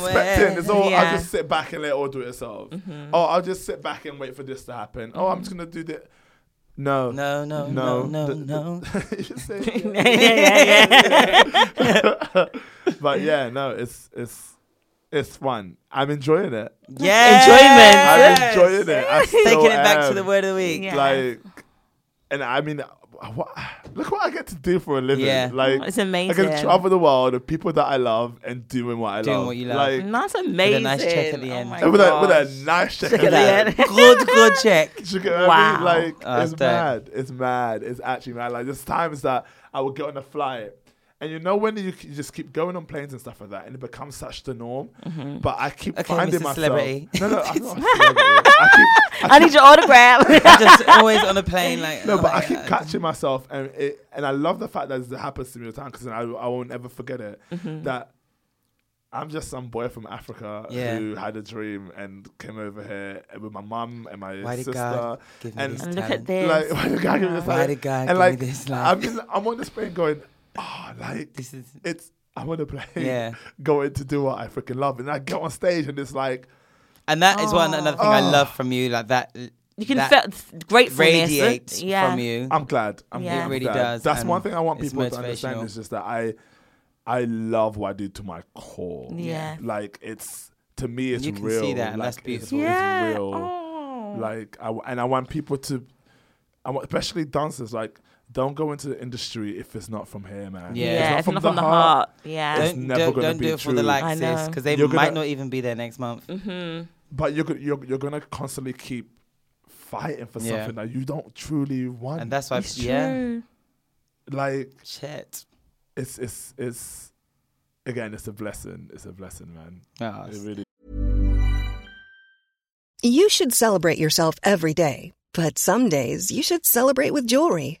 [laughs] well.
expecting. It's all.
Yeah.
I'll just sit back and let it all do itself. Oh, I'll just sit back and wait for this to happen. Oh, I'm just gonna do that. No,
No, no, no, no,
no, The- [laughs]
no.
the- you should say-
[laughs]
yeah,
[laughs]
yeah, yeah.
but yeah, no, it's it's it's fun. I'm enjoying it.
Yeah.
I'm
Enjoyment. Yes.
enjoying it. I
[laughs]
still
Taking it back to
am.
the word of the week.
Yeah.
Like, and I mean, what, look what I get to do for a living.
Yeah.
Like,
It's
I get
amazing.
to travel the world with people that I love and doing what I
Doing
love.
what you love.
Like,
And That's amazing.
nice check at the end.
Oh
and
my
with, a, with
gosh.
a nice check.
at
at
that.
the end.
[laughs]
Good, good check.
Do [laughs] you get what I
Wow.
mean? Like,
Oh, that's
it's
dope.
mad. It's mad. It's actually mad. Like, there's times that I would get on a flight. And you know when you, c- you just keep going on planes and stuff like that, and it becomes such the norm.
Mm-hmm.
But I keep
Okay,
finding
Mr.
myself.
Celebrity.
No, no, I'm not a
[laughs]
celebrity. I keep, [laughs]
I need your autograph. [laughs]
I'm just always on a plane, like.
No,
oh
but
my
I keep
God.
catching myself, and it, and I love the fact that it happens to me all the time because I, I won't ever forget it.
Mm-hmm.
That I'm just some boy from Africa
Yeah.
who had a dream and came over here with my mum and my
Why did
sister.
God give me
and
this
And look
talent?
at this.
like, why did God give me this?
Ah, Why
life?
did God
and
give me
like,
this life?
I'm, in, I'm on this plane going, oh, like
This is-
it's. I'm on a plane
[laughs] Yeah.
going to do what I freaking love, and I get on stage and it's like,
And that is one another thing I
Oh.
love from you, like that.
you can
that
feel th- gratefulness.
radiates
yeah.
from you.
I'm glad. I'm
Yeah.
glad.
It
really
Glad.
does,
That's
and
one thing I want
it's
people to understand
motivational.
is just that I, I love what I do to my core.
Yeah.
Like it's to me, it's
You can see
real.
that, and
Like,
that's
it's-
beautiful.
It's,
Yeah.
real.
Oh.
Like I w and I want people to, I want especially dancers like don't go into the industry if it's not from here, man.
Yeah.
yeah. It's not, from, the, heart. Yeah.
It's
don't
never
don't,
gonna
don't
be
do it for the
true.
I
likes, sis,
know. Mm.
because they
You're
might
gonna-
not even be there next month.
But you're go- you're you're gonna constantly keep fighting for
Yeah.
something that you don't truly want.
And that's why,
It's
yeah,
true.
like
shit.
it's it's it's again it's a blessing. It's a blessing, man.
Oh,
It really
You should celebrate yourself every day, but some days you should celebrate with jewelry.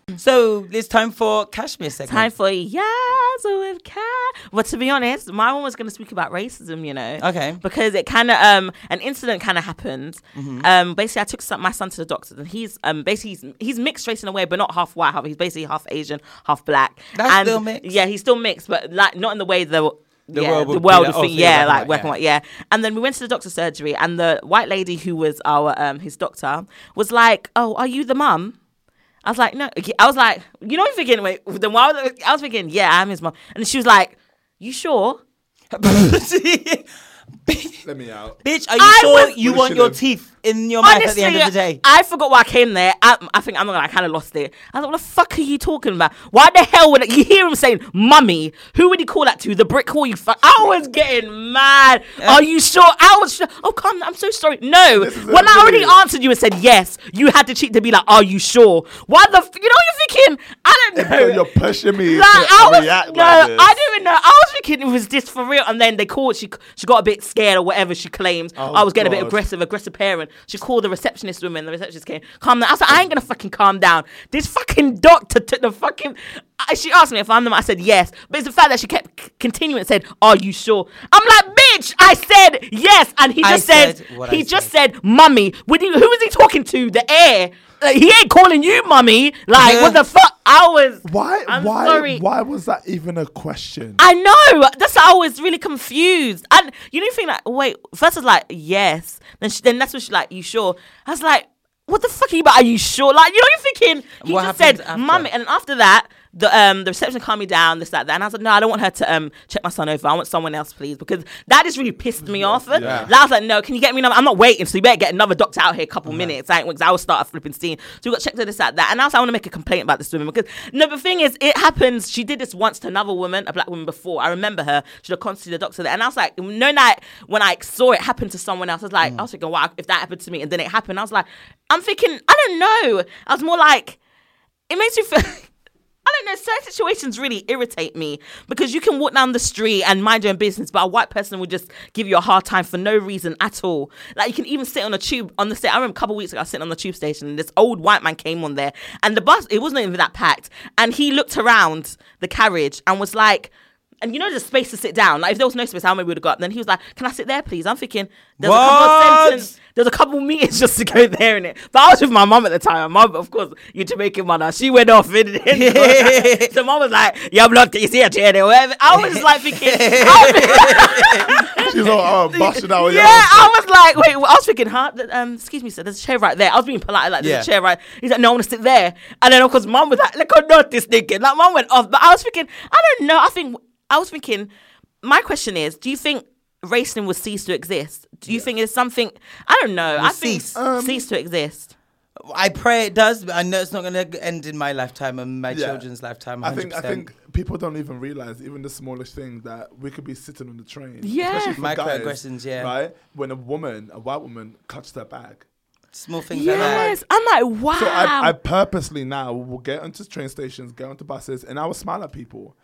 So it's time for Kashmir segment.
Mm. Time for Yaza with Cat. But to be honest, my one was going to speak about racism, you know.
Okay.
Because it kind of, um, an incident kind of happened.
Mm-hmm.
Um, basically, I took some, my son to the doctors and he's, um, basically, he's, he's mixed race in a way, but not half white. Half, he's basically half Asian, half black.
That's
and
still mixed.
Yeah, he's still mixed, but like not in the way the,
The
yeah,
world would
the
be
world
like,
would
"Oh,
think,
so you're
yeah,
black and
like
white,
black and
yeah."
white, yeah. And then we went to the doctor's surgery and the white lady who was our, um, his doctor was like, oh, are you the mum? I was like, no. I was like, you know, I'm thinking, wait, then why? Was
[laughs]
I, I was thinking, yeah, I'm his mom. And she was like, you sure?
I [laughs]
Let me out.
Bitch, are you
I
sure
was-
you
We
want your
should've-
teeth in your mouth
Honestly,
at the end of the day?
I forgot why I came there. I, I think I'm not gonna. I kind of lost it. I thought, what the fuck are you talking about? Why the hell would you hear him saying "mummy"? Who would he call that to? The brick hall? You fuck. I was getting mad. Are you sure? I was. Sure. Oh come, I'm so sorry. No, when I already answered you and said yes, you had to cheat to be like, "Are you sure?" Why the? F- you know what you're thinking? I don't know.
So you're pushing
[laughs]
me
Like,
to
I was,
react
no,
like this.
I didn't even know. I was thinking it was this for real. And then they called. She she got a bit scared or whatever she claims.
Oh,
I was getting a bit
God.
aggressive, aggressive parent. She called the receptionist woman. The receptionist came. Calm down. I said, I ain't gonna fucking calm down. This fucking doctor took the fucking. I, she asked me if I'm the. I said yes. But it's the fact that she kept c- continuing and said, "Are you sure?" I'm like, bitch. I said yes, and he
I
just said,
said what
he
I
just said, mummy. Would you, who was he talking to? The air. Like, he ain't calling you mummy. Like what the fuck? I was.
Why?
I'm
why?
sorry.
Why was that even a question?
I know. That's how I was really confused. And you know, you think like, wait, first I was like, yes. Then she, then that's when she's like, you sure? I was like, what the fuck are you about? Are you sure? Like, you know, you're thinking he
What
just
happened
said,
after?
mummy. And after that, the um the reception calmed me down, this, that, that. And I was like, no, I don't want her to um check my son over. I want someone else, please, because that just really pissed me off.
Yeah.
Like, I was like, no, can you get me another? I'm not waiting, so you better get another doctor out here a couple minutes. Like, because I will start a flipping scene. So we got checked to this at that. And I was like, I want to make a complaint about this woman because no, the thing is, it happens. She did this once to another woman, a black woman before. I remember her. She had gone to the doctor there. And I was like, no night when I saw it happen to someone else, I was like, I was thinking, wow, if that happened to me and then it happened, I was like, I'm thinking, I don't know. I was more like, it makes you feel. [laughs] I don't know. Certain situations really irritate me because you can walk down the street and mind your own business, but a white person will just give you a hard time for no reason at all. Like you can even sit on a tube on the state. I remember a couple of weeks ago, I was sitting on the tube station and this old white man came on there, and the bus it wasn't even that packed, and he looked around the carriage and was like. And you know, there's space to sit down. Like, if there was no space, I maybe would have got up. Then he was like, Can I sit there, please? I'm thinking, There's a couple of
What?
sentences there's a couple meetings just to go there in it. But I was with my mum at the time. My mum, of course, you Jamaican mother. She went off in it. [laughs] so mum was like, "Yeah, I'm not. You see a chair there, whatever." I was just like thinking, I was-
She's all
[laughs]
oh, busting out.
yeah, I was like, wait, well, I was thinking, huh? Th- Um, excuse me, sir, there's a chair right there. I was being polite, like, there's
Yeah.
a chair right. He's like, no, I want to sit there. And then, of course, mum was like, look, I'm not this thinking. Like, mum went off. But I was thinking, I don't know. I think, I was thinking, my question is, do you think racism will cease to exist? Do you think it's something, I don't know. I think
cease.
cease to exist.
I pray it does, but I know it's not going to end in my lifetime and my children's lifetime. 100%.
I think I think people don't even realize even the smallest thing that we could be sitting on the train.
Yeah.
especially for
Microaggressions,
guys,
yeah.
Right? When a woman, a white woman, cuts their bag.
small things like
Yes.
that.
I'm like, wow.
So I, I purposely now will get onto train stations, get onto buses, and I will smile at people.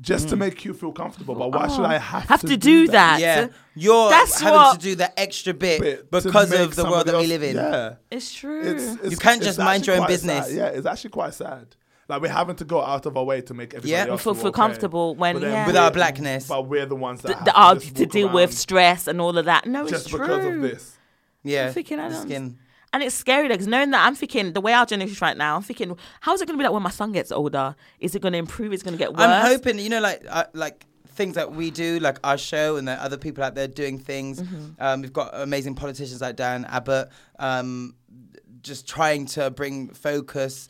Just
Mm.
to make you feel comfortable. But why should I have,
Oh. Have to do that.
Yeah,
So
you're
that's
having to
what-
do that extra
Bit
bit
to
because
make
of the world
somebody
that we
else-
live in.
Yeah.
it's true.
It's, it's-
You can't
it's
just mind your
actually
own
quite sad.
business.
Yeah, it's actually quite sad. Like we're having to go out of our way to make everybody
Yeah.
else
Feel- feel
okay.
comfortable when-
But then
yeah.
With
we're-
our blackness.
But we're the ones that have
the
to
argue
uh, just
to
walk
deal with
around
stress and all of that. No, it's
just
true.
because of this.
Yeah,
thinking, I
the
don't
skin.
And it's scary because knowing that I'm thinking the way our generation is right now, I'm thinking, how is it going to be like when my son gets older? Is it going to improve? Is it going to get worse?
I'm hoping you know, like uh, like things that we do, like our show, and that other people out there doing things.
Mm-hmm.
Um, we've got amazing politicians like Dan Abbott, um, just trying to bring focus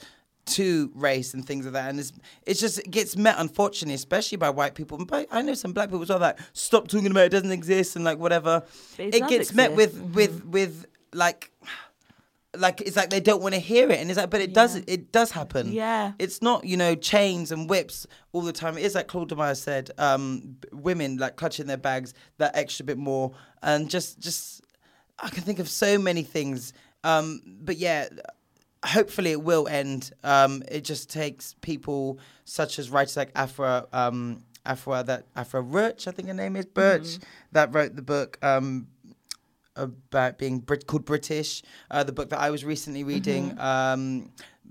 to race and things like that. And it's it's just it gets met unfortunately, especially by white people. And by, I know some black people as well that stop talking about it, it doesn't exist and like whatever.
it
It,
does
gets met with
exist. Mm-hmm.
with with like. Like it's like they don't want to hear it, and it's like, but it does, it does happen.
Yeah.
It's not, you know, chains and whips all the time. It is like Claude Demire said, um, b- women like clutching their bags that extra bit more. And just, just, I can think of so many things. Um, but yeah, hopefully it will end. Um, it just takes people such as writers like Afra, um, Afra, that Afra Roach, I think her name is Birch, that wrote the book, um, about being Brit- called British. Uh, the book that I was recently reading,
Mm-hmm.
um,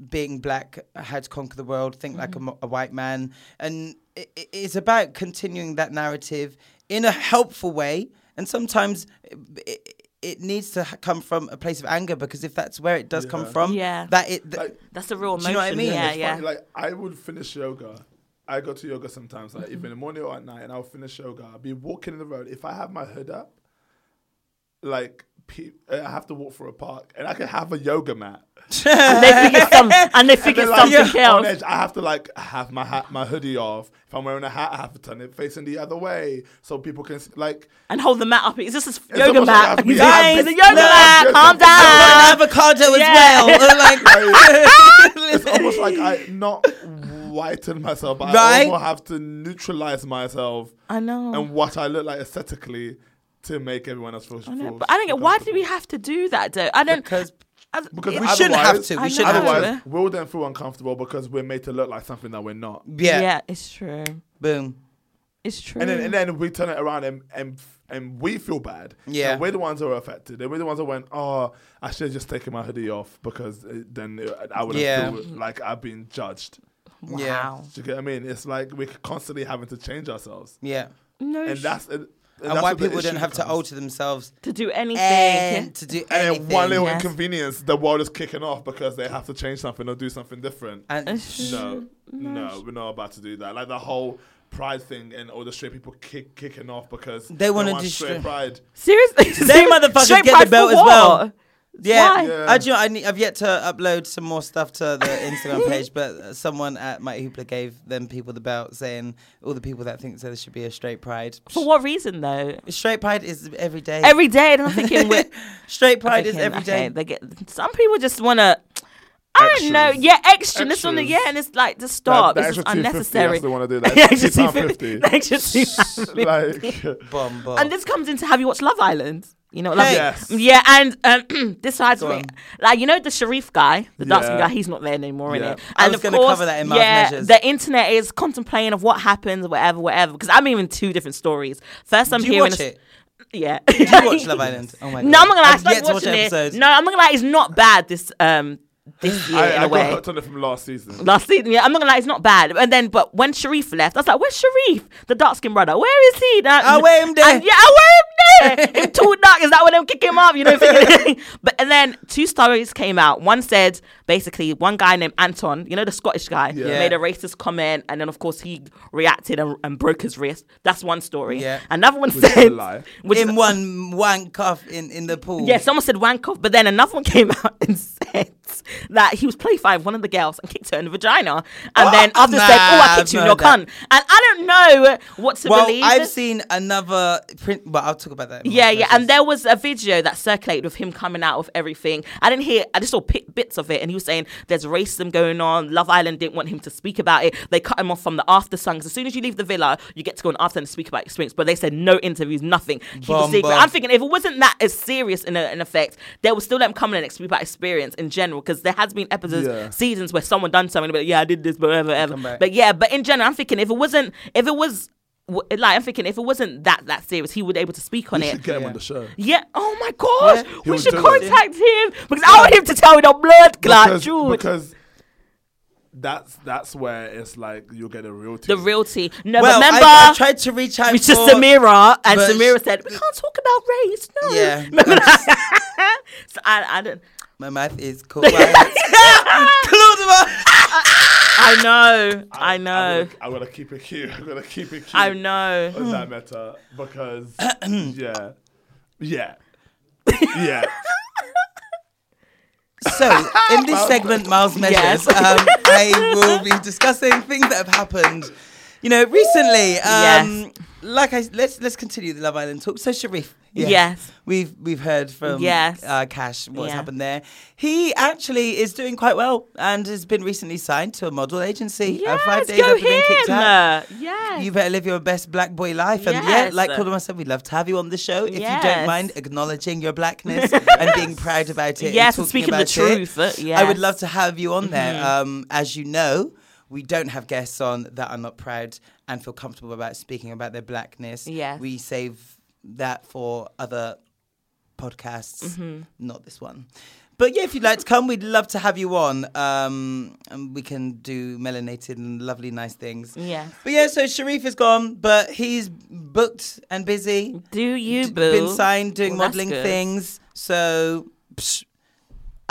being black, how to conquer the world, think like
Mm-hmm.
a, Mo- a white man, and i i- it's about continuing that narrative in a helpful way. And sometimes it, it needs to ha- come from a place of anger because if that's where it does come from,
Yeah.
that it. th-
Like,
That's a real
Do
emotion.
you know what I mean?
Yeah,
it's
yeah.
funny, like I would finish yoga. I go to yoga sometimes, like even in the morning or at night, and I'll finish yoga. I'll be walking in the road. If I have my hood up, like pe- I have to walk through a park, and I can have a yoga mat.
and they
[laughs]
figure some and they figure
then, like,
something
on
else.
edge, I have to like have my hat, my hoodie off. If I'm wearing a hat, I have to turn it facing the other way so people can s- like.
and hold the mat up. It's just this
It's
yoga
almost like I have
mat.
to be
Guys,
happy.
the yoga
No,
mat.
just-
Calm
Yeah.
down.
an avocado
Ah! Yeah. [laughs]
as well.
It's almost like I not whiten myself, but
Right?
I almost have to neutralize myself.
I know.
And what I look like aesthetically to make everyone else feel. feel
But I don't get why do we have to do that though? I
[laughs]
don't
Because-
I-
Because
it-
we shouldn't have
otherwise-
to.
I
We shouldn't
know.
have
Otherwise,
to.
Yeah.
we'll then feel uncomfortable because we're made to look like something that we're not.
Yeah.
Yeah.
it's true.
Boom.
It's true.
And then,
Mm.
and then we turn it around and and, and we feel bad.
Yeah.
And we're the ones who are affected. And we're the ones that went, oh, I should have just taken my hoodie off because uh, then it- I would have
Yeah.
feel like I've been judged.
Yeah.
wow.
Do you get what I mean? It's like we're constantly having to change ourselves.
Yeah.
No
And
sh-
that's and,
Oh, And,
that's
why
what the
people
issue
don't have to
becomes.
alter themselves
to do anything.
and to do
And
anything.
then one little
Yes.
inconvenience, the world is kicking off because they have to change something or do something different.
and Mm.
no, no, we're not about to do that. Like the whole pride thing and all the straight people kick, kicking off because
They wanna
want straight
destroy-
pride.
Seriously,
They motherfuckers
Straight
get the
pride
belt
for
as well.
what?
Yeah,
Why?
Yeah.
I do. you know, I need, I've yet to upload some more stuff to the
[laughs]
Instagram page, but uh, someone at my hoopla gave them people the belt, saying all the people that think that there should be a straight pride.
For what reason though?
Straight pride is every day. [laughs]
[laughs] Every day, and I'm thinking, we're,
straight pride is
thinking,
every day.
okay, They get some people just want to. I don't know.
Extras.
Yeah, extra. This one,
Extras.
yeah, and it's like just stop.
That-
This
the
it's just
extra 250, I
unnecessary.
still
[laughs]
wanna do that.
The extra
£2.50.
250, [laughs] the extra
[laughs]
250.
like
Bomb, bomb.
And this comes into have you watched Love Island? You know, Love
Hey.
Yes.
Yeah, and um, [clears throat] this side
Go
me.
on.
Like, you know, the Sharif guy, the dancing
Yeah.
guy, he's not there anymore,
Yeah.
innit? And
I was
of
gonna
course,
cover that in Mild
yeah,
Measures.
The internet is contemplating of what happens, whatever, whatever. Because I'm hearing two different stories. First, I'm
do you
hearing.
watch
a-
it?
Yeah.
Do you watch
[laughs]
Love Island? Oh my god.
No, I'm not gonna lie.
I've
I
yet to
started
watch
watching it.
episodes.
No, I'm not gonna lie. It's not bad this um
[sighs]
[laughs] this year
I,
in
I
a
got
way.
hooked on it from last season.
Last season, yeah, I'm not gonna lie, it's not bad. And then, but when Sharif left, I was like, "Where's Sharif, the dark skinned brother? Where is he?" Now,
I wear him there.
[laughs] And, yeah, I wear him there. him too dark. Is that when they kick him up? You
[laughs]
know. thinking- but and then two stories came out. One said basically one guy named Anton, you know, the Scottish guy, made a racist comment, and then of course he reacted and, and broke his wrist. That's one story.
Yeah.
Another one
Which is a
said,
lie.
which
in
is-
one one cuff in in the pool.
yeah, someone said wank off, but then another one [laughs] came out and said that he was playfying one of the girls and kicked her in the vagina. And then
Oh,
after said, Oh, I
nah,
kicked you in
I've
your
heard
cunt. And I don't know what to
Well,
believe.
I've seen another print, but I'll talk about that. in
yeah,
my
yeah,
messages.
and there was a video that circulated with him coming out of everything. I didn't hear, I just saw pi bits of it, and he was saying there's racism going on. Love Island didn't want him to speak about it. They cut him off from the after songs. As soon as you leave the villa, you get to go on after and speak about your experience. But they said no interviews, nothing. Keep
Bomb,
it secret.
bomb.
I'm thinking if it wasn't that as serious in, a, in effect, they would still let him come in and speak about experience in general. Because there has been episodes,
Yeah.
seasons where someone done something, but yeah, I did this, but whatever, whatever. But yeah, but in general, I'm thinking if it wasn't, if it was. w- Like I'm thinking, if it wasn't that that serious, he would be able to speak on
We
it.
should get him on the show.
Yeah. Oh my gosh.
He
We
was
should
doing it.
contact him because I want him to tell me the blood clot,
because,
dude.
because that's that's where it's like you'll get a real
the
team.
real tea. No,
Well,
but remember.
I, I tried to reach out
It's just
for-
Samira, and
but
Samira
sh-
said we can't talk about race. No,
Yeah.
[laughs] Remember that? so I, I don't.
My mouth is cool. Close them
I know, I know,
I'm gonna, I'm gonna keep it cute. [laughs] I'm gonna keep it cute.
I know.
on that matter
[clears throat]
because yeah,
[laughs]
yeah, yeah.
So, in this segment, Miles Measures,
Yes.
um, I will be discussing things that have happened, you know, recently. Um, Like I let's let's continue the Love Island talk. So Sharif,
Yes.
we've we've heard from
Yes.
uh, Cash what's
Yeah.
happened there. He actually is doing quite well and has been recently signed to a model agency. Uh,
Yes,
five days
go
after being kicked out.
him. Yes.
You better live your best black boy life. And
Yes.
yeah, like Cordoba said, we'd love to have you on the show if you don't
Yes.
mind acknowledging your
[laughs]
blackness and being proud about it.
Yes,
and
and
talking
speaking the
about it.
truth, uh,
I would
yes. Mm-hmm.
love to have you on there. Um, as you know, we don't have guests on that are not proud and feel comfortable about speaking about their blackness.
Yes.
We save that for other podcasts,
Mm-hmm.
not this one. But yeah, if you'd like to come, we'd love to have you on. Um, and we can do melanated and lovely, nice things.
Yeah.
But yeah, so Sharif is gone, but he's booked and busy.
Do you
d-
boo?
Been signed doing
Well, that's
modeling
good.
things. So psh,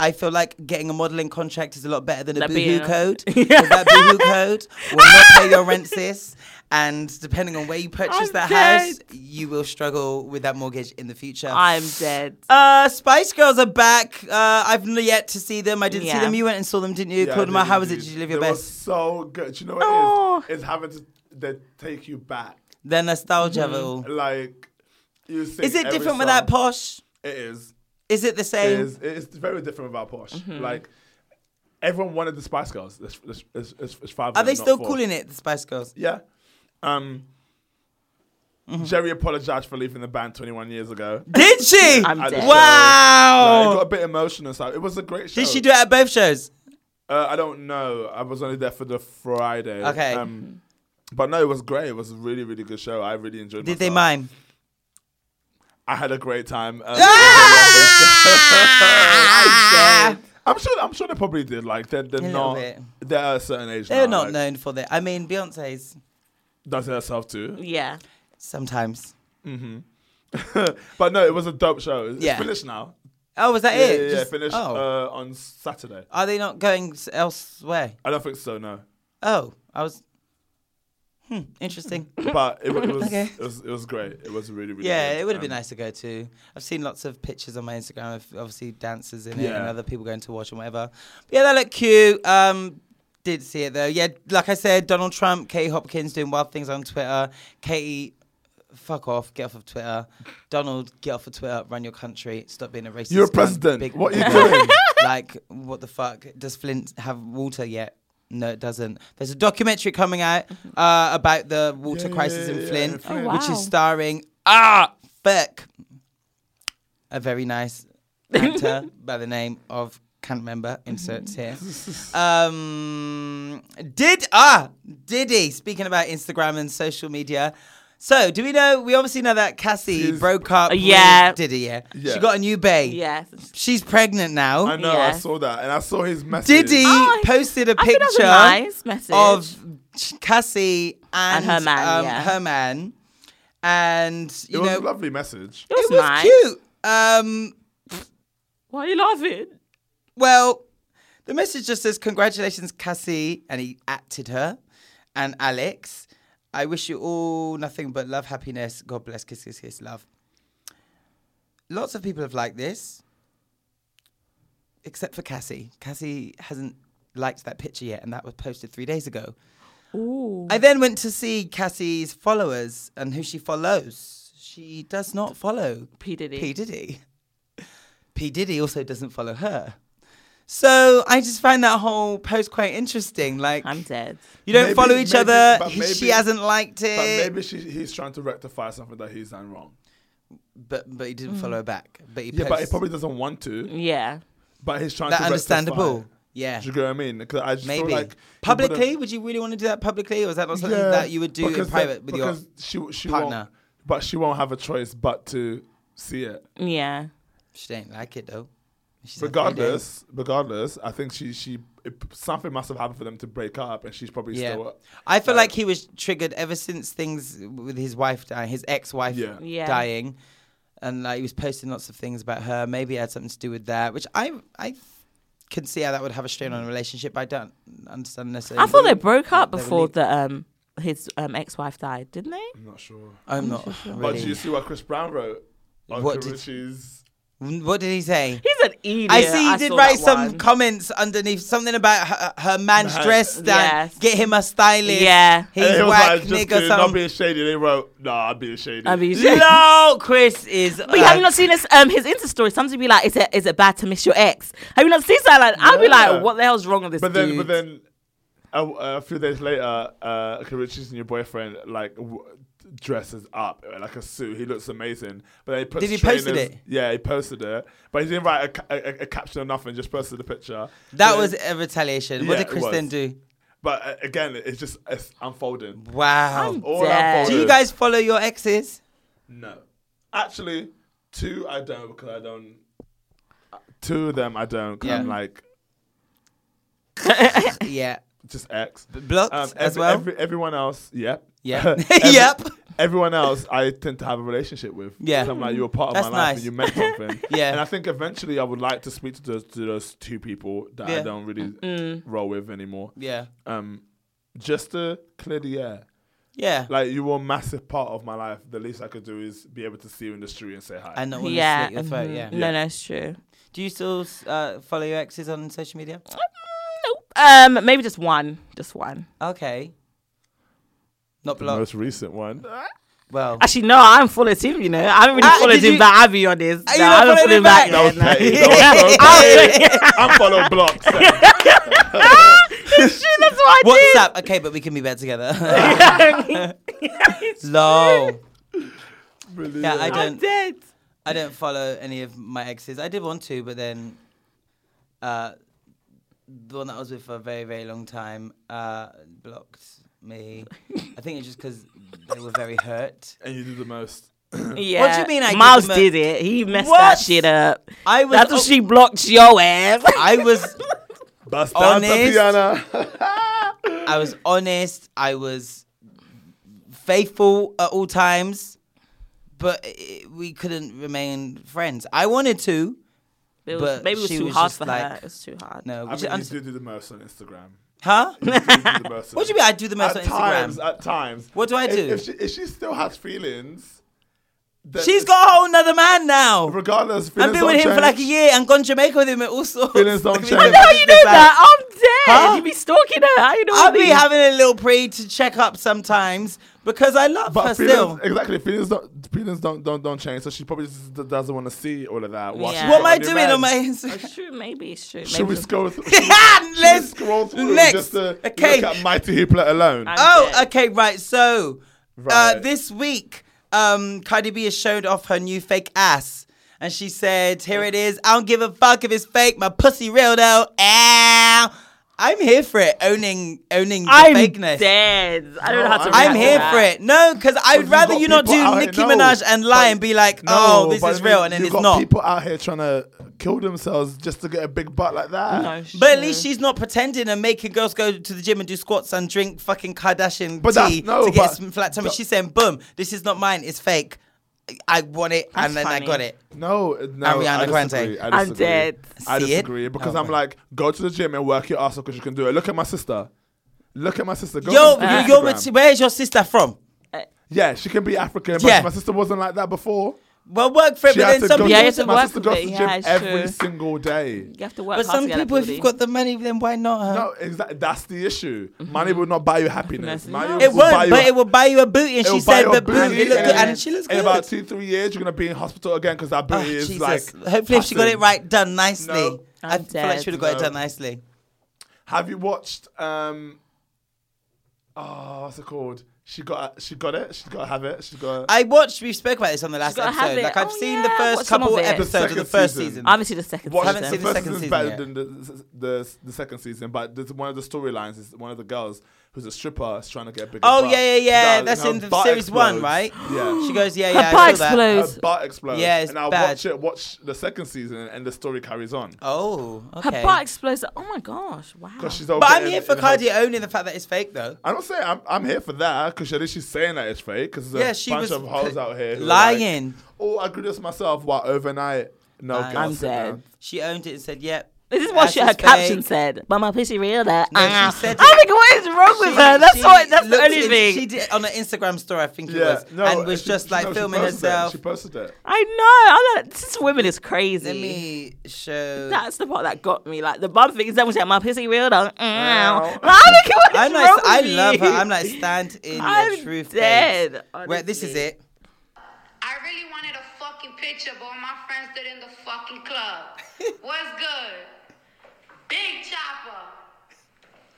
I feel like getting a modeling contract is a lot better than a
That
boohoo
being- [laughs]
code. 'cause that boohoo code will not pay your rent, sis. And depending on where you purchase
I'm
that house, you will struggle with that mortgage in the future.
I'm dead.
Uh, Spice Girls are back. Uh, I've not yet to see them. I didn't see
Yeah.
them. You went and saw them, didn't you?
Yeah,
Called them out.
they
How was it?
do.
Did you live your
they were
best?
so good. Do you know what
Oh.
it is? It's having to they take you back.
The nostalgia
Mm-hmm.
of it all.
Like you sing
Is it
every
different without
song.
Posh?
It is.
Is it the
It
same?
is. It's very different without Posh.
Mm-hmm.
Like everyone wanted the Spice Girls. It's, it's, it's, it's, it's five.
Are they still calling it the Spice Girls?
[laughs] Yeah. Um.
Mm-hmm.
Jerry apologized for leaving the band 21 years ago.
Did she?
I'm
At the
dead.
show.
wow.
Like, it got a bit emotional. So it was a great show.
Did she do it at both shows?
Uh, I don't know. I was only there for the Friday.
Okay.
Um, but no, it was great. It was a really, really good show. I really enjoyed.
Did they
myself.
mime?
I had a great time. Um,
Ah!
[laughs] I'm sure. I'm sure they probably did. Like they're, they're
little
not.
bit.
They're a certain age.
They're
now,
not
like,
known for that. I mean, Beyonce's
Does it herself too.
Yeah.
sometimes.
But no, it was a dope show. It's
Yeah.
finished now.
Oh, was that
Yeah,
it?
yeah, yeah,
Just-
finished
Oh.
uh, on Saturday.
Are they not going s- elsewhere?
I don't think so. No.
Oh, I was. Hmm, interesting.
But it, wa- it was
Okay.
it was it was great. It was really really
Yeah,
good.
it would have been
Um,
nice to go to. I've seen lots of pictures on my Instagram of obviously dancers in it and
Yeah.
other people going to watch and whatever. But yeah, that looked cute. Um, did see it though. Yeah, like I said, Donald Trump, Katie Hopkins doing wild things on Twitter. Katie, fuck off, get off of Twitter. Donald, get off of Twitter, run your country, stop being a racist.
You're a
cunt,
president.
big
What are you
nigger.
doing?
[laughs] like, what the fuck? Does Flint have water yet? No, it doesn't. There's a documentary coming out uh, about the water
Yeah,
crisis
yeah,
in
yeah,
Flint,
in Flint.
which is starring ah fuck a very
[laughs]
nice actor by the name of can't remember inserts here. Um, did ah Diddy speaking about Instagram and social media. So do we know? We obviously know that Cassie
She's-
broke up.
Uh, Yeah.
with Diddy. Yeah.
Yeah.
she got a new babe.
Yes.
she's pregnant now.
I know. I
Yeah.
saw that, and I saw his message.
Diddy
Oh, I-
posted a
I think
picture
that was a nice message.
of Cassie and,
And her man,
um,
yeah.
her man, and
It
you
was
know
a lovely message.
It
it
was,
was
nice.
cute. Um,
Why are you laughing?
well, the message just says, "Congratulations, Cassie," and he acted her, and Alex. I wish you all nothing but love, happiness. God bless. Kiss, kiss, kiss. Love. Lots of people have liked this, except for Cassie. Cassie hasn't liked that picture yet, and that was posted three days ago. I then went to see Cassie's followers and who she follows. She does not follow
P. Diddy.
P Diddy. P Diddy also doesn't follow her. So I just find that whole post quite interesting. Like
I'm dead.
you don't
Maybe-
follow each
maybe-
other.
but
he- she
maybe-
hasn't liked it.
But maybe she, he's trying to rectify something that he's done wrong.
but, but he didn't follow her back. But he
Yeah, but he
posts.
probably doesn't want to.
Yeah.
But he's trying
that
to.
understandable.
rectify.
Yeah,
Do you get what I mean? Because I just feel
maybe
like he
publicly.
would've-
Would you really want to do that publicly, or is that not something
Yeah,
that you would do in
because that-
private with your?
because she, she
partner.
Won't, but she won't have a choice but to see it.
Yeah.
She didn't like it though. She's had three days.
regardless, regardless, I think she she it, something must have happened for them to break up, and she's probably
Yeah.
still.
I feel like he was triggered ever since things with his wife dying, his ex-wife
Yeah.
Yeah.
dying, and like he was posting lots of things about her. Maybe it had something to do with that, which I I can see how that would have a strain on a relationship. But I don't understand necessarily.
I thought they broke up
They were
before
lea-
the um his um ex wife died, didn't they?
I'm not sure.
I'm not.
But do
Really.
you see what Chris Brown wrote on
What
what
did-
Karuchi's?
What did he say?
He's an idiot.
I see you did
saw
write
that
some
one.
comments underneath something about her, her man's
Man.
dress down.
Yes.
Get him a stylist.
Yeah.
he's
And [laughs] he was
whack
like, just
nigga.
kidding, not
Some [laughs]
being shady. They wrote, nah, I'm being shady.
I mean,
no, Chris is.
But you have you not seen this, um, his Insta story? Sometimes you be like, is it, is it bad to miss your ex? Have you not seen something like that? I'll be
Yeah.
like, what the hell's wrong with this
but then,
dude?
but then, a, a few days later, uh, Karuchi's and your boyfriend like w- dresses up uh, like a suit. He looks amazing. But then he puts
Did he posted
trainers-
it?
Yeah, he posted it, but he didn't write a, ca- a, a- a caption or nothing. Just posted a picture.
That
But-
was a retaliation. what
Yeah,
did
it
Chris then
was.
do?
But uh, again, it's just it's unfolding.
Wow.
All
Dead.
unfolded.
Do you guys follow your exes?
No. Actually, two I don't because I don't. uh, Two of them I don't. 'cause I'm
Yeah.
like
Yeah.
just X.
Blocked as
every-
well?
every- Um, everyone else, yep.
Yep.
[laughs]
[laughs]
Every-
Yep.
everyone else I tend to have a relationship with.
Yeah.
'Cause I'm like, you're a part of
That's
my life
nice.
and you meant something.
[laughs] Yeah.
And I think eventually I would like to speak to those, to those two people that
Yeah. Mm.
I don't really roll with anymore.
Yeah.
Um, just to clear the air.
Yeah.
Like, you were a massive part of my life. The least I could do is be able to see you in the street and say hi.
and not want to
yeah.
slit your throat.
mhm.
Yeah.
No, no, it's true.
Do you still uh, follow your exes on social media?
Um, maybe just one, just one.
Okay. Not
the
blocked.
most recent one.
Well,
Actually, no, I'm following him. You know, I haven't really
Ah,
followed
did
him
you-
back. I'll be honest.
Are you not
No, I
following
haven't followed
him
him
back?
back.
That was
yet,
[laughs]
petty.
no.
That was so petty. I'm following blocks.
Shit, [laughs] that's what I
WhatsApp. Okay, but we can be better together. [laughs]
[laughs]
Lol.
Brilliant.
Yeah, I
did. I'm
don't.
dead.
I don't follow any of my exes. I did want to, but then uh, the one that I was with for a very, very long time uh, blocked me. I think it's just because they were very hurt.
and you do the most.
Yeah.
mean I did
Miles
the mo-
did it. He messed
What?
that shit up.
I was.
That's
oh,
what she blocked your ass.
I was.
Bust down,
Honest.
Tatiana.
I was honest. I was faithful at all times, but it, we couldn't remain friends. I wanted to.
It was,
But
maybe it was
she
too
was
hard
just
for her.
like-
It was too hard.
No,
I
which
mean, you
is
do do the most
[laughs]
on Instagram.
huh? [laughs]
what
What do you mean I do the most
at
on
times,
Instagram?
At times.
What do I
If-
do?
If, she, if she still has feelings, then
She's got a whole nother man now.
Regardless,
I've
feelings
been with him
don't
for like a
change.
year and gone to Jamaica with him and all sorts.
[laughs]
[laughs]
Feelings don't
Like,
change.
we've
How
I
been
you
just
know
like-
that? I'm dead.
Huh?
You be stalking her. How you know
I'll
all
be
these?
having a little pre to check up sometimes because I love her
But feelings,
still.
exactly, feelings don't feelings don't don't, don't change. So she probably just d- doesn't want to see all of that. while
Yeah.
she's
What am
got
I
a new
doing
man.
on my Instagram?
It's true. Maybe it's true.
Should
Maybe
we
[laughs]
it's-
scroll through? Should we
Ah, Let's
scroll through
next.
just to
Okay.
look at Mighty Hoopla alone.
I'm
Oh,
dead.
okay, right. So Uh,
Right.
this week, um, Cardi B has showed off her new fake ass. And she said, Here it is. I don't give a fuck if it's fake. My pussy real though. Ow. I'm here for it. Owning owning the
I'm
fakeness.
dead. I don't know how to.
I'm
react
I'm
to
here
that.
for it. No, because I'd
You've
rather
got
you not do
people out here-
Nicki
no,
Minaj and lie
but-
and be like,
no,
oh, this
but
is
I mean,
real, and then
you've
it's
got
not.
People out here trying to kill themselves just to get a big butt like that.
No, sh-
But at least she's not pretending and making girls go to the gym and do squats and drink fucking Kardashian
But that's-
tea
no,
to get
but-
some flat tummy.
but-
she's saying, boom, this is not mine. It's fake. I want it, and then I
funny.
got it.
No, no,
Ariana
I
Grande.
disagree. I
I'm
disagree.
dead.
I
See it?
disagree because
Oh,
I'm like, go to the gym and work your ass off because you can do it. Look at my sister. Look at my sister. Go
Yo,
to Instagram.
you, are where's your sister from?
yeah, she can be African, but
Yeah.
my sister wasn't like that before.
Well, work for it,
She
but
had
then
to
some
go.
people,
Yeah, you
my
have to work
sister
with
goes
it.
to the
Yeah,
gym
it's
every
true.
single day.
You have to work.
but
hard
some
to get that
people, if you've
booty.
got the money, then why not her?
No, exactly. That's the issue. Money will not buy you happiness. Money
it
will buy
won't,
you
but it will buy you a booty. And she
It'll buy
said,
your
"But boom,
booty
you look good,"
and
and she looks
in
good.
about two, three years, you're gonna be in hospital again because that
Oh,
booty is
Jesus.
like.
Hopefully, if she got it
patterned.
right, done nicely.
No.
I
I'm
feel like she
dead.
would have got it
No.
done nicely.
Have you watched? um Oh, what's it called? She got. She got it. She got to have it. She got.
I watched. We spoke about this on the last
gotta have
episode.
it.
Like I've
Oh,
seen
yeah,
the
watch
first
some of
couple
it.
episodes of the
Second
first
season.
season.
Obviously, the second
Watch
haven't
season.
seen the
first
second season
season's better
yet.
than the, the, the second season, but there's one of the storylines is one of the girls who's a stripper is trying to get bigger.
Oh
butt.
yeah, yeah, yeah.
That-
That's
her
in the
butt
series one,
explodes.
right? [gasps]
Yeah.
She goes, yeah, yeah.
butt
I saw that.
explodes.
her
goes-
butt explodes.
Yeah, it's
and I'll
bad.
watch it. Watch the second season, and the story
[gasps]
carries on.
Oh,
Her
okay.
butt explodes. Oh my gosh! Wow.
Because she's all
But I'm
getting
here for
in her-
Cardi owning the fact that it's fake though.
I don't say I'm, I'm here for that because at least she's saying that it's fake because there's
Yeah,
a
she
bunch
was
of hoes out here who are
lying.
Like, oh, I grew this myself while overnight. No,
I'm
girl, sit
dead.
down.
She owned it and said, "Yep."
This is what
ass
she, her
is
caption
fake.
said. But my pussy real though.
No, she
Ah.
said
I
it.
think what is wrong with
She-
her? That's
she
what. That's the
looked
only
in-
thing.
She did on an Instagram story, I think it
Yeah,
was,
no,
and was
she-
just like
no, she
filming
posted it.
herself.
She posted it.
I know. I'm like, this woman is crazy.
Let me show.
That's the part that got me. Like the bum thing is that when she's like, my pussy real though. Mm. [laughs]
Ow.
[laughs]
Like, I don't care what
I'm
is
like,
wrong with
I love
you.
her. I'm like, stand in
I'm
your truth.
dead,
babes. Wait, this is
honestly.
it.
I really wanted a fucking picture, but all my friends stood in the fucking club. What's good? Big chopper.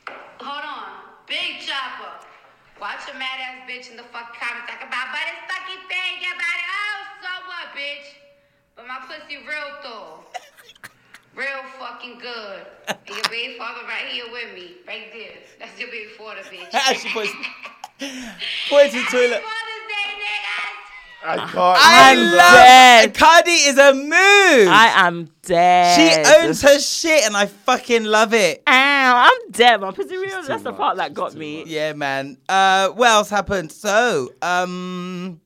Hold on. Big chopper. Watch your mad ass bitch in the fucking comments talk about, but it's fucking fake, your body. Oh, so what, bitch? But my pussy real though. Real fucking good. And your baby father right here with me. Right there. That's your
[laughs]
baby father, bitch.
she points, points to the
Happy
toilet.
Father's Day, niggas!
I can't.
I
I'm
love
dead.
Cardi is a move.
I am dead.
she owns her shit, and I fucking love it.
Ow, I'm dead, man. Pussy real. That's the part that got me.
Yeah, man. Uh, what else happened? So, um,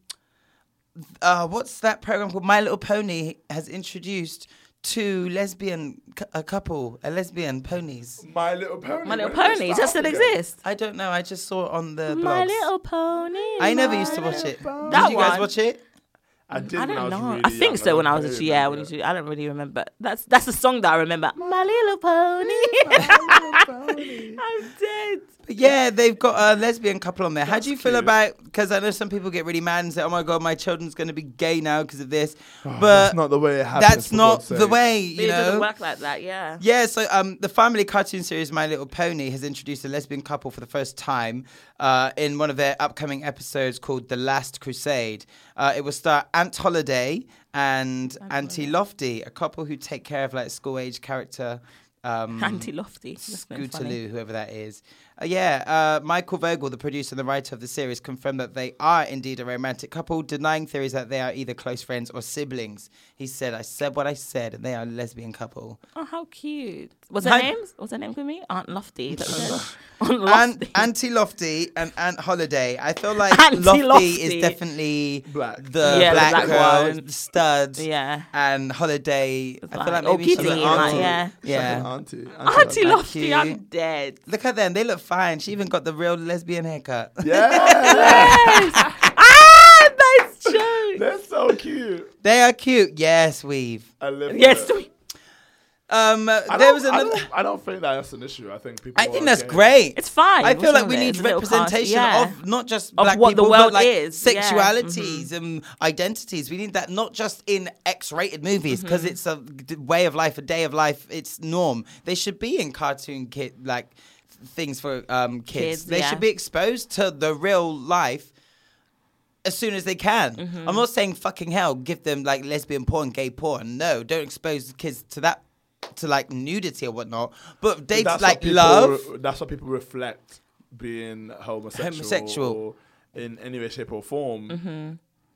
uh, what's that program called? My Little Pony has introduced two lesbian, cou- a couple, a lesbian ponies.
My Little Pony.
My Little
when did
Pony.
this
Does still
start again?
exist?
I don't know. I just saw it on the
My
blogs.
Little Pony.
I never
my
used to watch
little
it.
pony.
Did
That
you guys
one.
watch it?
I did.
I
when
don't
was
know.
really
I
young.
think so. When I was a
barely
yeah, when
remember
I was
it.
I don't really remember. That's that's the song that I remember. My little
[laughs]
pony. [laughs] I'm dead.
But yeah, they've got a lesbian couple on there. How do you feel about? Because I know some people get really mad and say, "Oh my god, my children's going to be gay now because of this," but
Oh, that's not the way it happens,
That's
for
not
God's
the
sake.
way. You
it doesn't
know.
work like that. Yeah.
Yeah, so um, the family cartoon series My Little Pony has introduced a lesbian couple for the first time uh, in one of their upcoming episodes called The Last Crusade. Uh, it will star Aunt Holiday and Auntie Lofty, a couple who take care of like school age character. Um,
Auntie Lofty. That's no funny.
Scootaloo, whoever that is. Uh, yeah, uh, Michael Vogel, the producer and the writer of the series, confirmed that they are indeed a romantic couple, denying theories that they are either close friends or siblings. He said, I said what I said, and they are a lesbian couple.
Oh, how cute. What's her
Hi-
name? What's her name with me? Aunt Lofty. is [laughs] that what you said?
[laughs]
Aunt
Aunt,
Lofty.
Auntie Lofty and Aunt Holiday. I feel like
Auntie
Lofty,
Lofty.
is definitely
Black.
the
Yeah, the
black,
black
girl,
one.
studs.
Yeah.
And Holiday, I feel like
like,
maybe
oh,
she's
kidding,
an
like,
auntie.
yeah.
yeah.
Auntie.
Auntie Lofty.
cute.
I'm dead. [laughs]
Look at them. They look fine. She even got the real lesbian haircut.
Yeah.
ah,
[laughs]
nice joke.
They're so cute.
They are cute. Yes, weave.
I live for
yes.
it.
we-
Um,
I
there
don't-
was
I
another.
don't- I don't think that's an issue. I think people.
I think
are
that's
gay.
great.
It's fine.
I feel
What's
like
wrong
we
with it?
need
It's a little cast-
representation
yeah.
of not just
Of
black
what the
people, but
world
like
is, yeah. Mm-hmm.
sexualities and identities. We need that not just in X-rated movies because
Mm-hmm.
it's a d- way of life, a day of life. It's norm. They should be in cartoon kid like things for um, kids.
Kids,
They
yeah.
should be exposed to the real life. As soon as they can.
Mm-hmm.
I'm not saying fucking hell, give them like lesbian porn, gay porn. No, don't expose kids to that, to like nudity or whatnot. But they
That's what
like
people-
love.
That's what people reflect being homosexual,
Homosexual. Mm-hmm.
or in any way, shape, or form.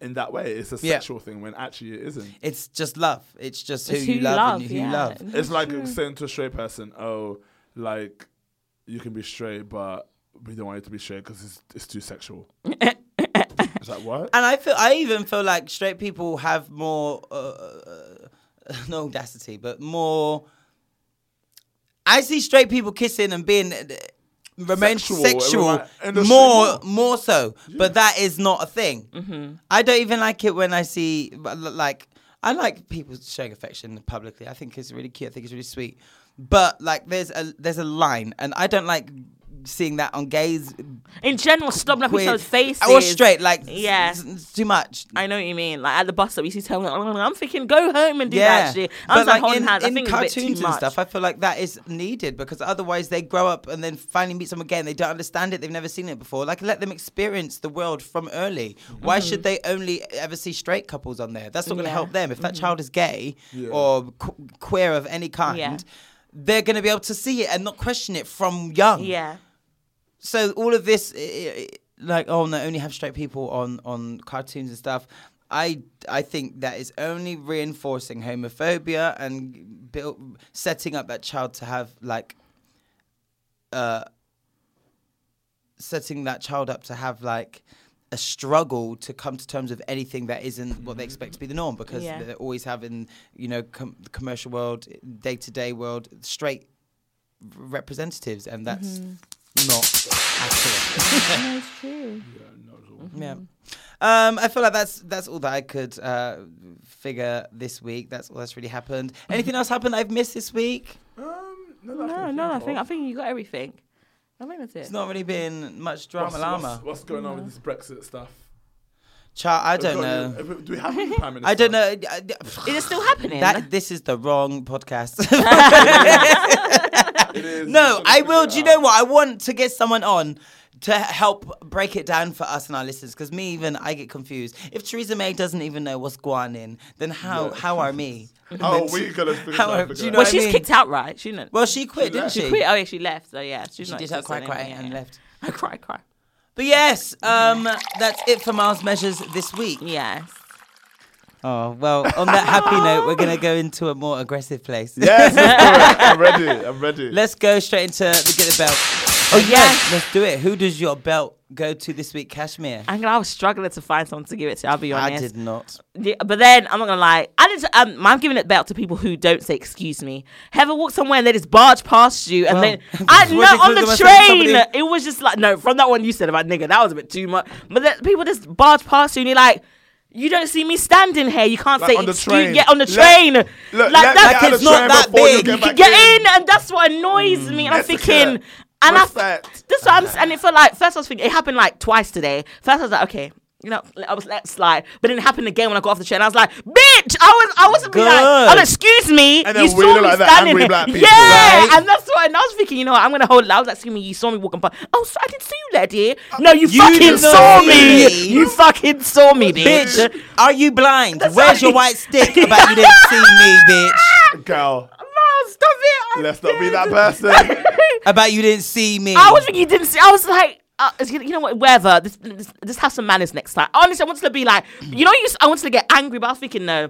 In that way, it's a
Yeah.
sexual thing when actually it isn't.
It's just love. It's just who,
It's
you love, and who you
yeah.
love.
It's like saying to a straight person, "Oh, like you can be straight, but we don't want you to be straight because it's, it's too sexual." it's
[laughs]
like what?
And I feel I even feel like straight people have more uh, uh, [laughs] no audacity, but more. I see straight people kissing and being uh, remain
Sexual,
sexual,
everyone- and the
more
straight-
more so, but that is not a thing. I don't even like it when I see but l- like I like people showing affection publicly. I think it's really cute. I think it's really sweet. But like, there's a there's a line, and I don't like seeing that on gays
In general, snobbing up each
queer-
other's faces.
Or straight, like
Yeah.
yeah, it's too much.
I know what you mean. Like at the bus stop, you see telling. I'm thinking, go home and do
yeah,
that shit. I'm
but
just like
like
holding
in,
hands. I
in
think it's a bit
cartoons
too
and
much.
stuff, I feel like that is needed because otherwise they grow up and then finally meet someone again. They don't understand it. They've never seen it before. Like let them experience the world from early. Why should they only ever see straight couples on there? That's not going to
Mm-hmm. Yeah. Mm-hmm.
help them. If that child is gay or qu- queer of any kind.
Yeah.
They're going to be able to see it and not question it from young.
yeah.
so all of this i- i- like oh no only have straight people on on cartoons and stuff i i think that is only reinforcing homophobia and build, setting up that child to have like uh setting that child up to have like a struggle to come to terms with anything that isn't what they expect to be the norm because
Yeah.
they're always having you know com- the commercial world day-to-day world straight representatives and that's not accurate. yeah. Um, I feel like that's that's all that I could uh, figure this week. That's all that's really happened. Anything else happened I've missed this week?
Um,
No,
can
no. I
of.
think I think you got everything. I think that's it.
It's not really been much drama,
What's,
llama.
what's, what's going on with this Brexit stuff?
Child, I don't
We've got a
know.
new- have we- do we have a new prime minister?
I don't know.
Is it still happening?
That this is the wrong
[laughs]
podcast. [laughs]
It is-
no,
we've got to
I
figure
will.
it
Do you
out.
know what? I want to get someone on to help break it down for us and our listeners. Because me, even I get confused. If Theresa May doesn't even know what's going on, then how how are me? [laughs]
How are Oh, we gonna figure
How
that
are-
figure
do you
out?
know
well,
what I
she's
mean?
kicked out, right? She didn't.
Well, she quit, didn't she?
She quit. Oh yeah, she left. So yeah, she's
She
not
did her
existing
cry cry
anymore, yeah,
and
yeah.
left.
I cry, cry.
But yes, um, that's it for Miles Measures this week.
Yes.
Oh, well, on that happy note, we're going to go into a more aggressive place.
Yes,
[laughs]
let's do it. I'm ready. I'm ready.
Let's go straight into the get the belt. Oh yes, let's do it. Who does your belt go to this week, Kashmir?
I, I was struggling to find someone to give it to. I'll be honest.
I did not.
Yeah, but then I'm not gonna lie. I did. Um, I'm giving it back to people who don't say "excuse me." Have walk somewhere and they just barge past you, and
[laughs]
then I
what
no
do you
on
call them?
the
I said
train.
somebody-
It was just like no. From that one you said about nigga, that was a bit too much. But then people just barge past you, and you're like. You don't see me standing here. You can't
Like
say
on the
excuse.
train.
Yeah, on the
Let-
train.
look,
like
let me
that,
out of
it's
the
not
train
that
before you
big.
get
You
back Mm,
get in, and that's what annoys me. And I'm
Jessica,
thinking, and I,
respect.
that's what I'm, s- and it felt like first I was thinking it happened like twice today. First I was like, okay. You know, I was let slide, but then it happened again when I got off the train. I was like, "Bitch, I was, I wasn't being like,
Good.
oh, excuse me,
And then
you
we
saw
look
me
like that
standing
angry
here."
black people,
yeah,
right?
and that's what. And I was thinking, you know, what, I'm gonna hold. it. I was like, "Excuse me, you saw me walking past." Oh, so I did see you, there, dear.
Uh,
No, you,
You
fucking
did not
saw
see
me.
me.
You fucking saw me, bitch.
Bitch, are you blind?
That's
Where's your
right.
white stick? About you didn't see me, bitch.
Girl,
No, stop it. I'm
let's not be that
[laughs]
dead.
person.
[laughs]
About you didn't see me.
I was thinking you didn't see. I was like, uh, it's gonna- you know what? Whatever. This, this, just have some manners next time. Honestly, I wanted to be like, you know, you. s- I wanted to get angry, but I was thinking no.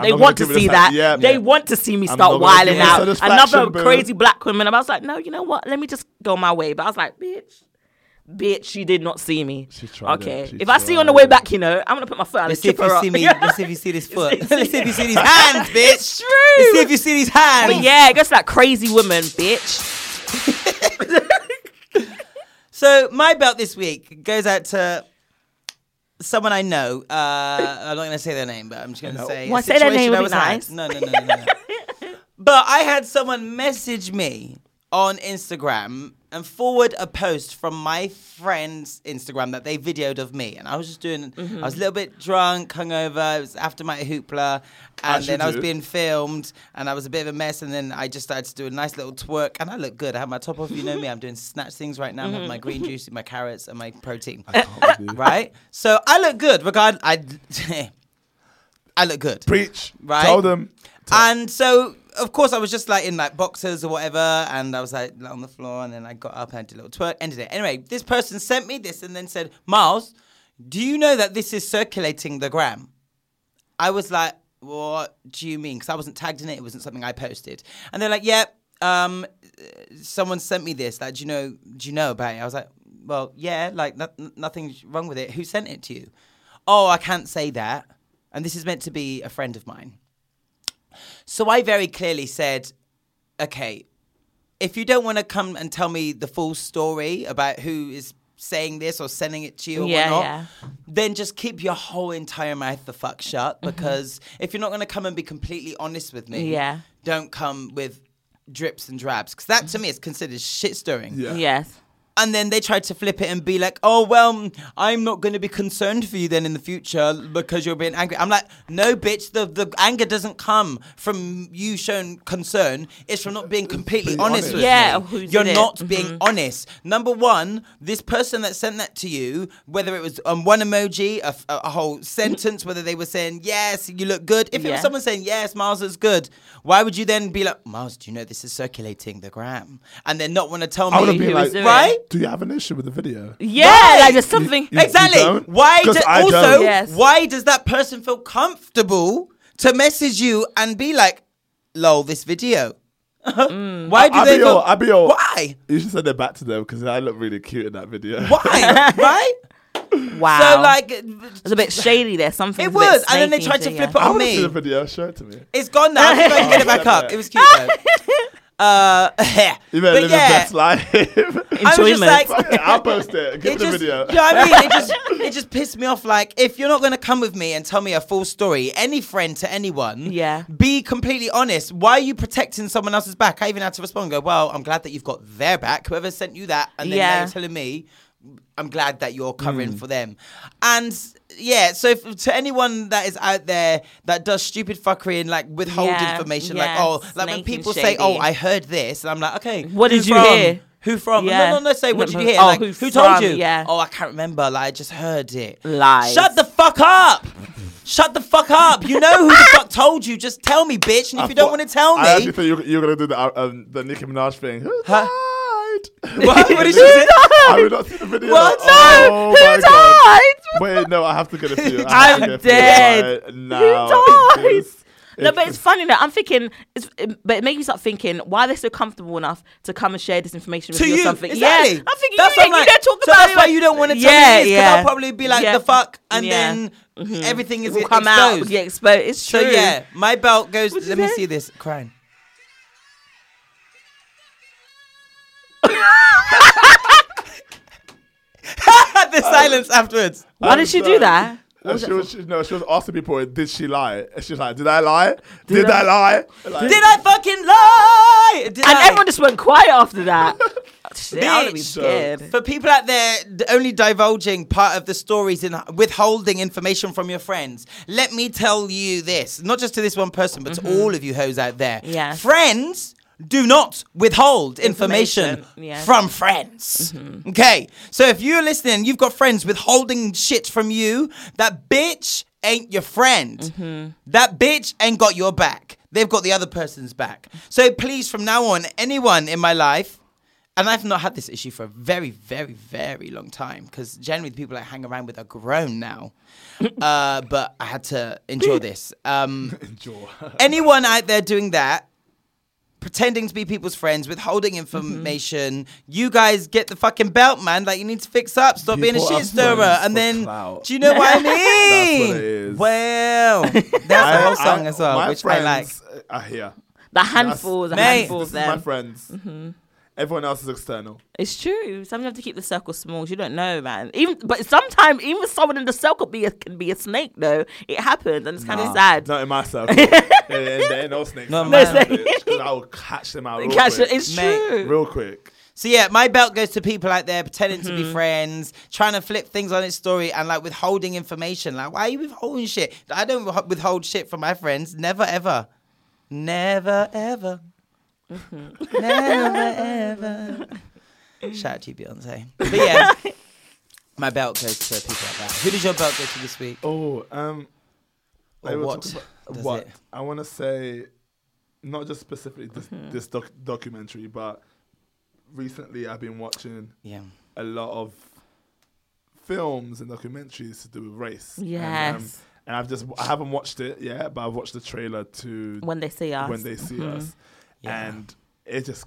They
not
want to
gonna give
see
it a
that.
sa- yeah,
they
yeah.
want to see me
I'm
start
not gonna give
whiling
it a
out
satisfaction,
another
boo.
crazy black woman. And I was like, no, you know what? Let me just go my way. But I was like, bitch. Bitch, you did not see me.
She tried it.
okay,
She
if I see you on the
tried
way
it.
back, you know, I'm gonna put my foot out
Let's
and
see if
trip her
you
up.
see me.
Yeah.
Let's see
[laughs]
if you see this foot.
It's-
Let's see if you see these hands, bitch.
It's true.
Let's see if you see these hands.
But yeah, it goes to that crazy woman, bitch.
So my belt this week goes out to someone I know. Uh, I'm not going to say their name, but I'm just going to say. a
Well, say their
situation
name would
I
be
was had.
nice.
No, no, no, no. no, no. but I had someone message me on Instagram and forward a post from my friend's Instagram that they videoed of me, and I was just doing. I
Mm-hmm.
was a little bit drunk, hungover. It was after my hoopla, and
As you
then I was
do.
being filmed, and I was a bit of a mess, and then I just started to do a nice little twerk, and I looked good. I had my top off. You know me. I'm doing snatch things right now. I'm having my green
Mm-hmm.
juice, my carrots, and my protein right? So I look good, regard I, [laughs] I look good,
Preach.
Right.
Tell them.
and so of course I was just like in like boxers or whatever, and I was like like, on the floor, and then I got up and I did a little twerk, ended it. Anyway, this person sent me this and then said, "Miles, do you know that this is circulating the gram?" I was like, "What do you mean?" Because I wasn't tagged in it; it wasn't something I posted. And they're like, "Yep." Um, someone sent me this. Like, do you know? Do you know about it? I was like, well, yeah. Like, no- nothing's wrong with it. Who sent it to you? Oh, I can't say that. And this is meant to be a friend of mine. So I very clearly said, okay, if you don't want to come and tell me the full story about who is saying this or sending it to you or
Yeah,
whatnot,
yeah.
then just keep your whole entire mouth the fuck shut because if you're not going to come and be completely honest with me,
Yeah.
don't come with drips and drabs because that to me is considered shit stirring.
Yeah.
Yes.
And then they tried to flip it and be like, "Oh well, mm, I'm not going to be concerned for you then in the future because you're being angry." I'm like, "No, bitch. The the anger doesn't come from you showing concern. It's from not being completely
Being
honest,
honest.
with
Yeah,
me.
who did
you're
it? Mm-hmm.
not being honest. Number one, this person that sent that to you, whether it was on one emoji, a, a whole sentence, whether they were saying yes, you look good. If it was
Yeah.
someone saying yes, Miles is good, why would you then be like, Miles? Do you know this is circulating the gram? And then not want to tell
I would
me
have been
who was
like,
doing
Right?
Do you have an issue with the video?
Yeah,
Why?
like there's something.
You-
Exactly.
don't?
Why?
'Cause
Do,
I
also,
don't.
Yes.
why does that person feel comfortable to message you and be like, "Lol, this video"? Why do
I'll
they?
be
feel-
all. I'll be all.
Why?
You should send it back to them because I look really cute in that video.
Why? right?
Wow.
So like,
It's a [laughs] bit shady there. Something.
it was, and then they tried to flip it
[laughs] I
on
want to see
me.
the video. Show it to me.
It's gone now. I think I can get it
[laughs]
back up. It was cute though. Uh, [laughs]
You better
but
live your
yeah, [laughs]
best life.
I was just
Enjoyment.
like,
Fuck it, [laughs] I'll post it. Give
it
me the
just,
video.
You know what I mean? It
[laughs]
just, it just pissed me off. Like, if you're not going to come with me and tell me a full story, any friend to anyone,
Yeah.
be completely honest. Why are you protecting someone else's back? I even had to respond and go, well, I'm glad that you've got their back. Whoever sent you that, and then now
Yeah. Mm.
you're telling me, I'm glad that you're covering for them. And yeah, so if, to anyone that is out there that does stupid fuckery and like withhold
Yeah,
information,
yes,
like, oh, like when
making
people say,
shady.
oh, I heard this, and I'm like, okay,
What
who
did you
from?
hear?
Who from?
Yeah.
Oh, No, no, no. Say what did
No,
you hear?
oh,
like,
who
who told
from?
you?
Yeah.
Oh, I can't remember. Like, I just heard it.
Lies.
Shut the fuck up. Shut the fuck up. You know who the
[laughs]
fuck told you. Just tell me, bitch. And if you don't want to tell
I actually
me,
uh, think you're, you're gonna do the uh, um, the Nicki Minaj thing.
Huh?
died?
[laughs] What? What did she say?
Have we not seen the video?
What?
Oh,
Who
my
died?
God.
[laughs]
Wait, no, I have to go to see it. I have
I'm
to go see it
dead.
right now.
Who dies?
It's-
No, but it's funny though. I'm thinking, it's, it- but it makes me start thinking why they're so comfortable enough to come and share this information with
to
you,
you.
or something.
Exactly.
Yeah, I'm thinking
that's
you,
what I'm
didn't- you
like.
don't talk
so
about
that's
it.
why
like-
you don't want to tell
yeah,
me this because
yeah.
I'll probably be like
Yeah.
the fuck, and
Yeah. Mm-hmm.
then everything is e-
It will come
exposed.
out. Yeah, exposed. It's
So
true.
yeah, my belt goes.
What'd you
let me
say?
see this. Crying. [laughs] the silence afterwards.
Why did she do that?
And she was, she, no, she was asking people, did she lie? And she was like, did I lie? Did, I, lie? Like,
Did I fucking lie? Did
And
I?
everyone just went quiet after that. Shit, I would be
[laughs] Bitch.
scared.
For people out there d- only divulging part of the stories and withholding information from your friends, let me tell you this, not just to this one person, but to all of you hoes out there.
Mm-hmm. Yeah.
Friends do not withhold information,
Information, yeah.
from friends. Okay. So if you're listening, you've got friends withholding shit from you, that bitch ain't your friend. That bitch ain't got your back. They've got the other person's back. So please, from now on, anyone in my life, and I've not had this issue for a very, very, very long time because generally the people I hang around with are grown now. uh, but I had to endure this. Um,
[laughs]
anyone out there doing that, pretending to be people's friends, withholding information, you guys get the fucking belt, man. Like you need to fix up, stop being a
People are
shit stirrer,
friends
and
for
then
clout.
do you know what I mean?
[laughs] That's what it is.
Well, that's the whole song as well,
my
which I
friends uh,
like.
Are here.
The handfuls, the
Mate.
handfuls
This
of
is my
them.
friends.
Mm-hmm.
Everyone else is external.
It's true. Sometimes you have to keep the circle small. 'cause You don't know, man. Even but sometimes even someone in the circle be a, can be a snake though. It happens, and it's kind of sad.
Not in my
[laughs]
circle. yeah, yeah, there ain't no snakes.
Not
in
mine.
my circle, bitch, 'cause I will catch them out real
Catch-
quick.
it's
Mate.
true.
real quick.
So yeah, my belt goes to people out there pretending to be friends, trying to flip things on its story, and like withholding information. Like, why are you withholding shit? I don't withho- withhold shit from my friends. Never ever, never ever, never ever. Shout out to you, Beyonce. But yeah, my belt goes to people like that. Who does your belt go to this week?
Oh, um,
Or
I will
what
talk about-
does
what
it?
I want to say, not just specifically this,
Mm-hmm.
this doc- documentary, but recently I've been watching
Yeah.
a lot of films and documentaries to do with race. And, um,
Yes.
And, I've just I haven't watched it yet, but I've watched the trailer to
When they see us. Mm-hmm.
When they see us, and it just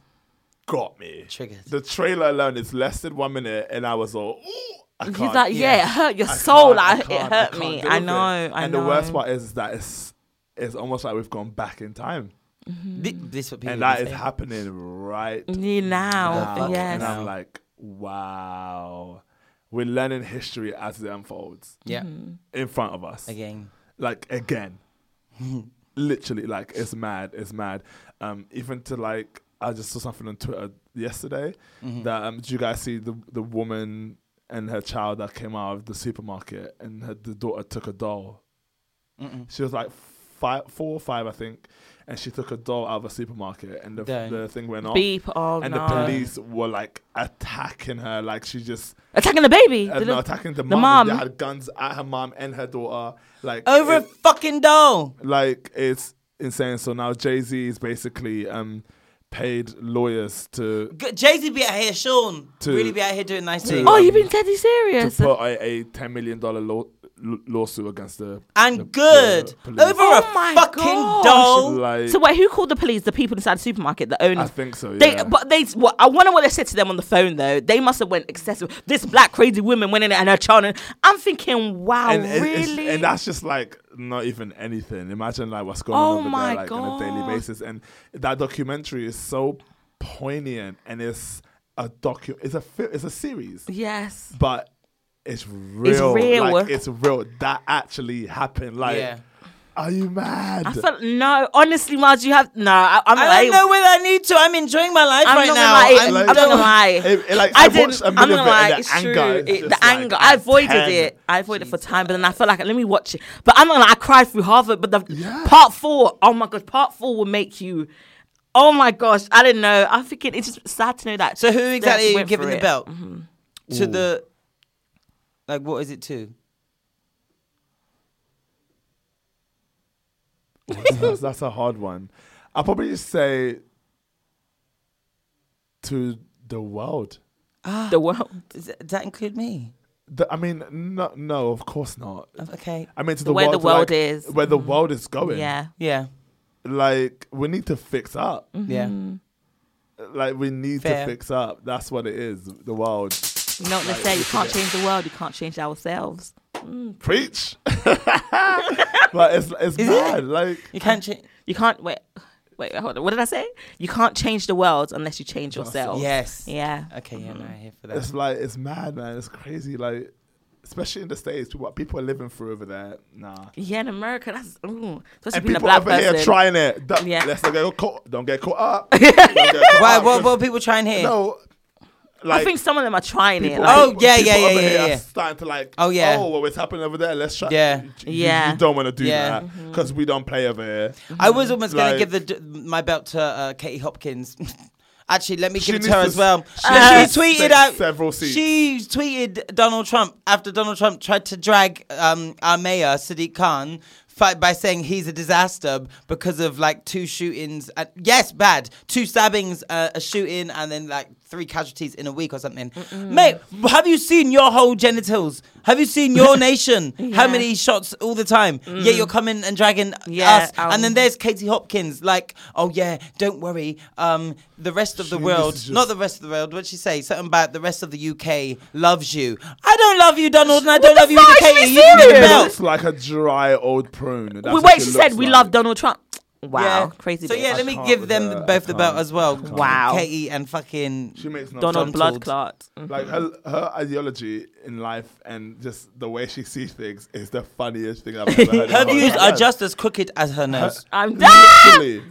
got me.
Triggered.
The trailer alone is less than one minute, and I was all. Ooh, I can't.
He's like, yeah, it hurt your
I
soul.
can't, I
Like, it
can't,
hurt
can't
me.
deal
I
with
know.
it.
I
and
know.
the worst part is that it's it's almost like we've gone back in time,
Thi- This is what people
and
would
that is
say.
happening right
Yeah, now.
now. And
Yes.
I'm like, wow, we're learning history as it unfolds
Yeah.
in front of us
Again.
like again. Literally, like it's mad, it's mad. Um, even to like, I just saw something on Twitter yesterday
Mm-hmm.
that um, do you guys see the the woman and her child that came out of the supermarket and her the daughter took a doll. She was like five, four or five, I think, and she took a doll out of a supermarket and the,
Dang.
the thing went off.
Beep. Oh
and
no.
the police were like attacking her, like she just
attacking the baby.
uh,
The
no,
li-
attacking the,
the
mom. They
mom.
had guns at her mom and her daughter. Like
Over a
it-
fucking doll.
like it's insane. So now Jay Z is basically um paid lawyers to
Jay Z be out here, Sean.
To-
really be out here doing nice things.
oh,
um,
you've been deadly
to
serious.
put a, a ten million dollar law, l- lawsuit against the
and
the-
good
the police.
over
Oh
a
my
fucking
gosh.
doll.
Like
So wait, who called the police? The people inside the supermarket, the owners.
I think so. Yeah.
They, but they, what I wonder what they said to them on the phone though. They must have went excessive. This black crazy woman went in there and her child. And I'm thinking, wow,
and, it- it's-
really?
and that's just like not even anything. Imagine like what's going
Oh
on over
my
there like on a daily
God.
basis. And that documentary is so poignant and it's a docu it's a fi- it's a series.
yes.
but it's real.
real.
Like, it's real. That actually happened. Like,
Yeah.
are you mad?
I felt no. Honestly, Maj, you have no. I, I'm
I
like,
don't know whether I need to. I'm enjoying my life
I'm
right
not
now.
gonna lie.
I'm
I'm
Like-
not
done
gonna
with-
lie.
It- it, like,
I
I
didn't.
watched a
I'm not
minute
gonna
of it
lie.
and the
it's
anger
true.
is
It-
just
the
like,
anger. I avoided
damn. [laughs]
it. I avoided it for time, but then I felt like let me watch it. But I'm not gonna. lie, I cried through Harvard. But the
Yeah.
part four. Oh my god, part four will make you. Oh my gosh, I didn't know. I'm thinking it's just sad to know that.
So who exactly are you
went
giving
for
the
it. Mm-hmm.
belt to the? Like what is it to?
that's, that's a hard one. I'll probably just say to the world.
the world.
Does that- does that include me?
The, I mean, no, no, of course not.
Okay.
I mean, to the,
where the
world, like,
world is. Mm.
where the world is going.
Yeah.
Yeah.
like we need to fix up.
Mm.
Yeah.
Mm-hmm.
Like we need
Fair.
to fix up. That's what it is. The world.
Not necessarily. You can't change the world. You can't change ourselves. [laughs]
Preach. but it's it's mad. Like
You can't change.
You can't wait. Wait, hold on. What did I say? You can't change the world unless you change yourself.
Yes.
Yeah.
Okay. Yeah. No, I hear for that.
it's like it's mad, man. It's crazy. Like especially in the states, people- what people are living through over there. Nah.
Yeah, in America, that's ooh, especially
And
being a
people
black
over
person.
here trying it. Don't,
Yeah.
Let's not get caught. Don't get
[laughs]
caught up. Don't get caught
Why?
up.
What? What are people trying here?
No. Like,
I think some of them are trying it.
people-
Like,
Oh, yeah,
people
yeah,
over
yeah,
here
yeah,
are
yeah.
Starting to like,
Oh,
oh
yeah.
yeah, oh, what's happening over there? Let's try.
Yeah.
You-
Yeah. Mm-hmm.
You don't want to do
Yeah.
that because we don't play over here.
I was almost
Mm-hmm. Like-
gonna give the my belt to uh, Katie Hopkins. [laughs] Actually, let me
She
give it to
needs
her
to
as well.
s-
she
she needs to
tweeted
take
out
several seats.
She tweeted Donald Trump after Donald Trump tried to drag um, our mayor Sadiq Khan fight by saying he's a disaster because of like two shootings. And, yes, bad. Two stabbings, uh, a shooting, and then like three casualties in a week or something. Mate, have you seen your whole genitals? Have you seen
[laughs]
your nation? How many shots all the time? Yeah, you're coming and dragging
Mm. Yeah,
us, and
um,
then there's Katie Hopkins, like, oh yeah, don't worry. Um, the rest of the
She
world,
needs to
not
just-
the rest of the world. What'd she say? Something about the rest of the UK loves you. I don't love you, Donald, and I don't love you,
fuck?
Katie. You
She
need a
serious?
It
belt.
looks like a dry old prune. That's
we,
what
wait, she
looks
said we
like.
love Donald Trump. Wow,
Yeah.
crazy.
So
bitch.
yeah, let me
can't
give
with
them
her.
both
I
the belt
can't.
as well.
Wow.
Katie and fucking.
She makes no
Donald
sense.
Donald.
Blood Clot.
Like her,
Mm-hmm.
her ideology in life and just the way she sees things is the funniest thing I've ever heard. in
Her
my
views
life.
are just as crooked as her nose.
[laughs] I'm
literally,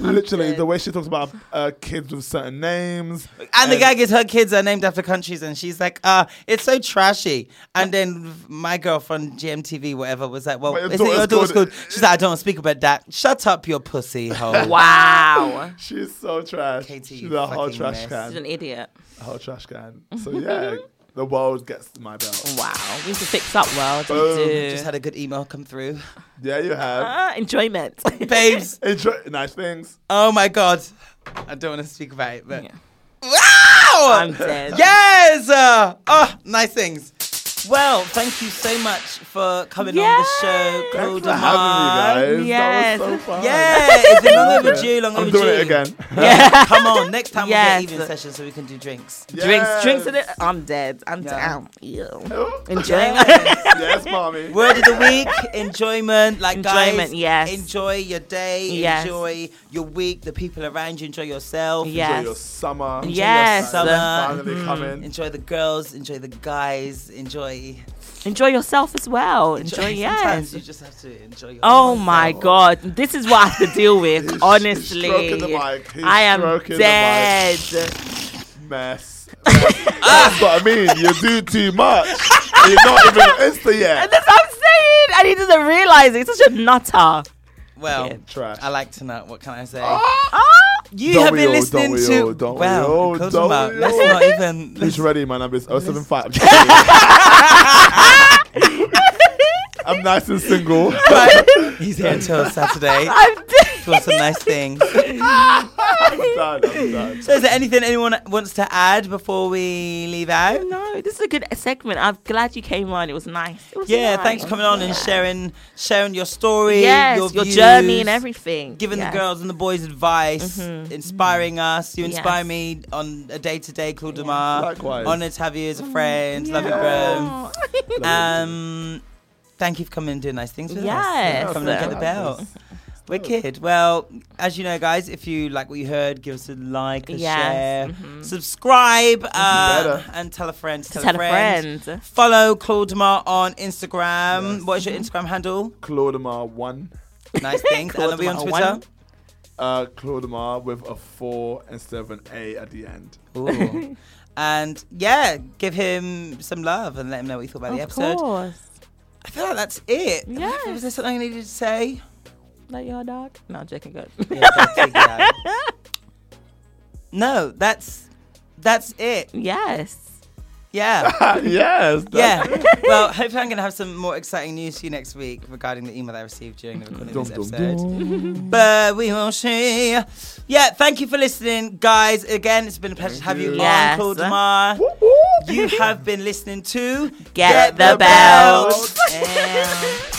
literally the way she talks about uh, kids with certain names.
And the gag is her kids are named after countries, and she's like, uh, it's so trashy. And then my girl from GMTV, whatever, was like, well,
But your
is it your
daughter's
daughter's
called-
called? She's like, I don't speak about that. Shut up, your pussy hole.
Wow,
She's so trash.
Katie, you
She's a whole
fucking
trash
mess.
can.
she's Ah! an idiot.
A whole trash can.
[laughs]
So yeah, the world gets my
Oh,
belt.
Wow, we need to fix up world. We
Boom.
do.
Just had a good email come through. [laughs]
Yeah, you have.
Ah, enjoyment. [laughs]
Babes,
Enjoy nice things.
Uh-huh. oh my God. I don't want to speak about it, but.
Yeah.
Wow! [laughs]
I'm dead.
Yes! Uh, oh, nice things. Well, thank you so much for coming on the show,
Thanks
Claude
for having me, guys.
Yes.
That was so fun.
Yeah, it's been [laughs] long overdue, long
I'm
overdue.
doing it again.
Yeah, come on. Next time
Yes.
we'll get evening session so we can do drinks.
Drinks, drinks in it.
Yes.
I'm dead. I'm
Yeah.
down.
[laughs]
Ew.
Oh,
Enjoying.
yes, mommy.
Word of the [laughs] week, enjoyment. Like guys,
Enjoyment, yes.
enjoy your day,
Yes.
enjoy your week, the people around you, enjoy yourself,
Enjoy your
yes.
summer.
enjoy
Yes.
your summer,
Finally coming.
enjoy the girls, enjoy the guys, enjoy.
[laughs] Enjoy yourself as well. Enjoy.
Sometimes
yes.
you just have to enjoy your.
Oh my god, this is what I have to deal with.
He's-
honestly,
he's stroking the mic. He's
I am
stroking the mic.
dead.
Mess. That's what I mean. You do too much. You're not even Insta
And
yet.
that's what I'm saying. And he doesn't realize it. He's such a nutter.
Well,
Trash.
I like to know. What can I say?
Ah,
you
Don't
have
we
been
all, don't
listening
we
to.
all, don't we
well,
all,
Kodama,
don't we
let's
all.
not even.
Who's
let's-
ready? My number is 075. I'm just kidding. [laughs] I'm nice and single.
[laughs] He's here until Saturday.
I'm dead.
for some nice things.
[laughs] I'm done. I'm done.
So, is there anything anyone wants to add before we leave out?
No, [laughs] this is a good segment. I'm glad you came on. It was nice. It was
Yeah,
nice.
thanks for coming on and sharing sharing your story,
Yes, your,
views,
journey and everything.
Giving
Yes. Mm-hmm.
the
[laughs]
girls and the boys advice, inspiring us. You inspire
Yes.
me on a day to day, Claude Demar.
Likewise.
Honored to have you
Mm-hmm.
as a friend. Love you, bro.
Oh.
Um, thank you for coming and doing nice things with us.
Yes.
Come and get the
[laughs]
belt. Wicked. Well, as you know, guys, if you like what you heard, give us a like, a
Yes. Mm-hmm.
share, subscribe, uh,
Better.
and tell a friend to tell,
Tell a friend.
Follow Claude Demar on Instagram. What is
Mm-hmm.
your Instagram handle?
Claudemar 1.
Nice things. and
Claude
are we on
Demar
Twitter?
Uh, Claudemar with a 4 instead of an A at the end. [laughs]
[laughs]
Ooh. and yeah, give him some love and let him know what you thought about the
Of
episode.
course.
I feel like that's it.
Yes.
Was there something I needed to
[laughs]
say?
Like your dog? No, Jacob. Good.
Yeah, don't take it out. no, that's that's it.
[laughs] yes.
Yeah.
yes. [laughs] that's-
Yeah. [laughs] well, hopefully, I'm going to have some more exciting news for you next week regarding the email that I received during the recording of this
Dum, dum,
episode. but we will see. Yeah, thank you for listening, guys. Again, it's been a pleasure to have you
you.
on,
Yes.
Claude Demar. You have been listening to
Get the
Bells.
Bells.
And-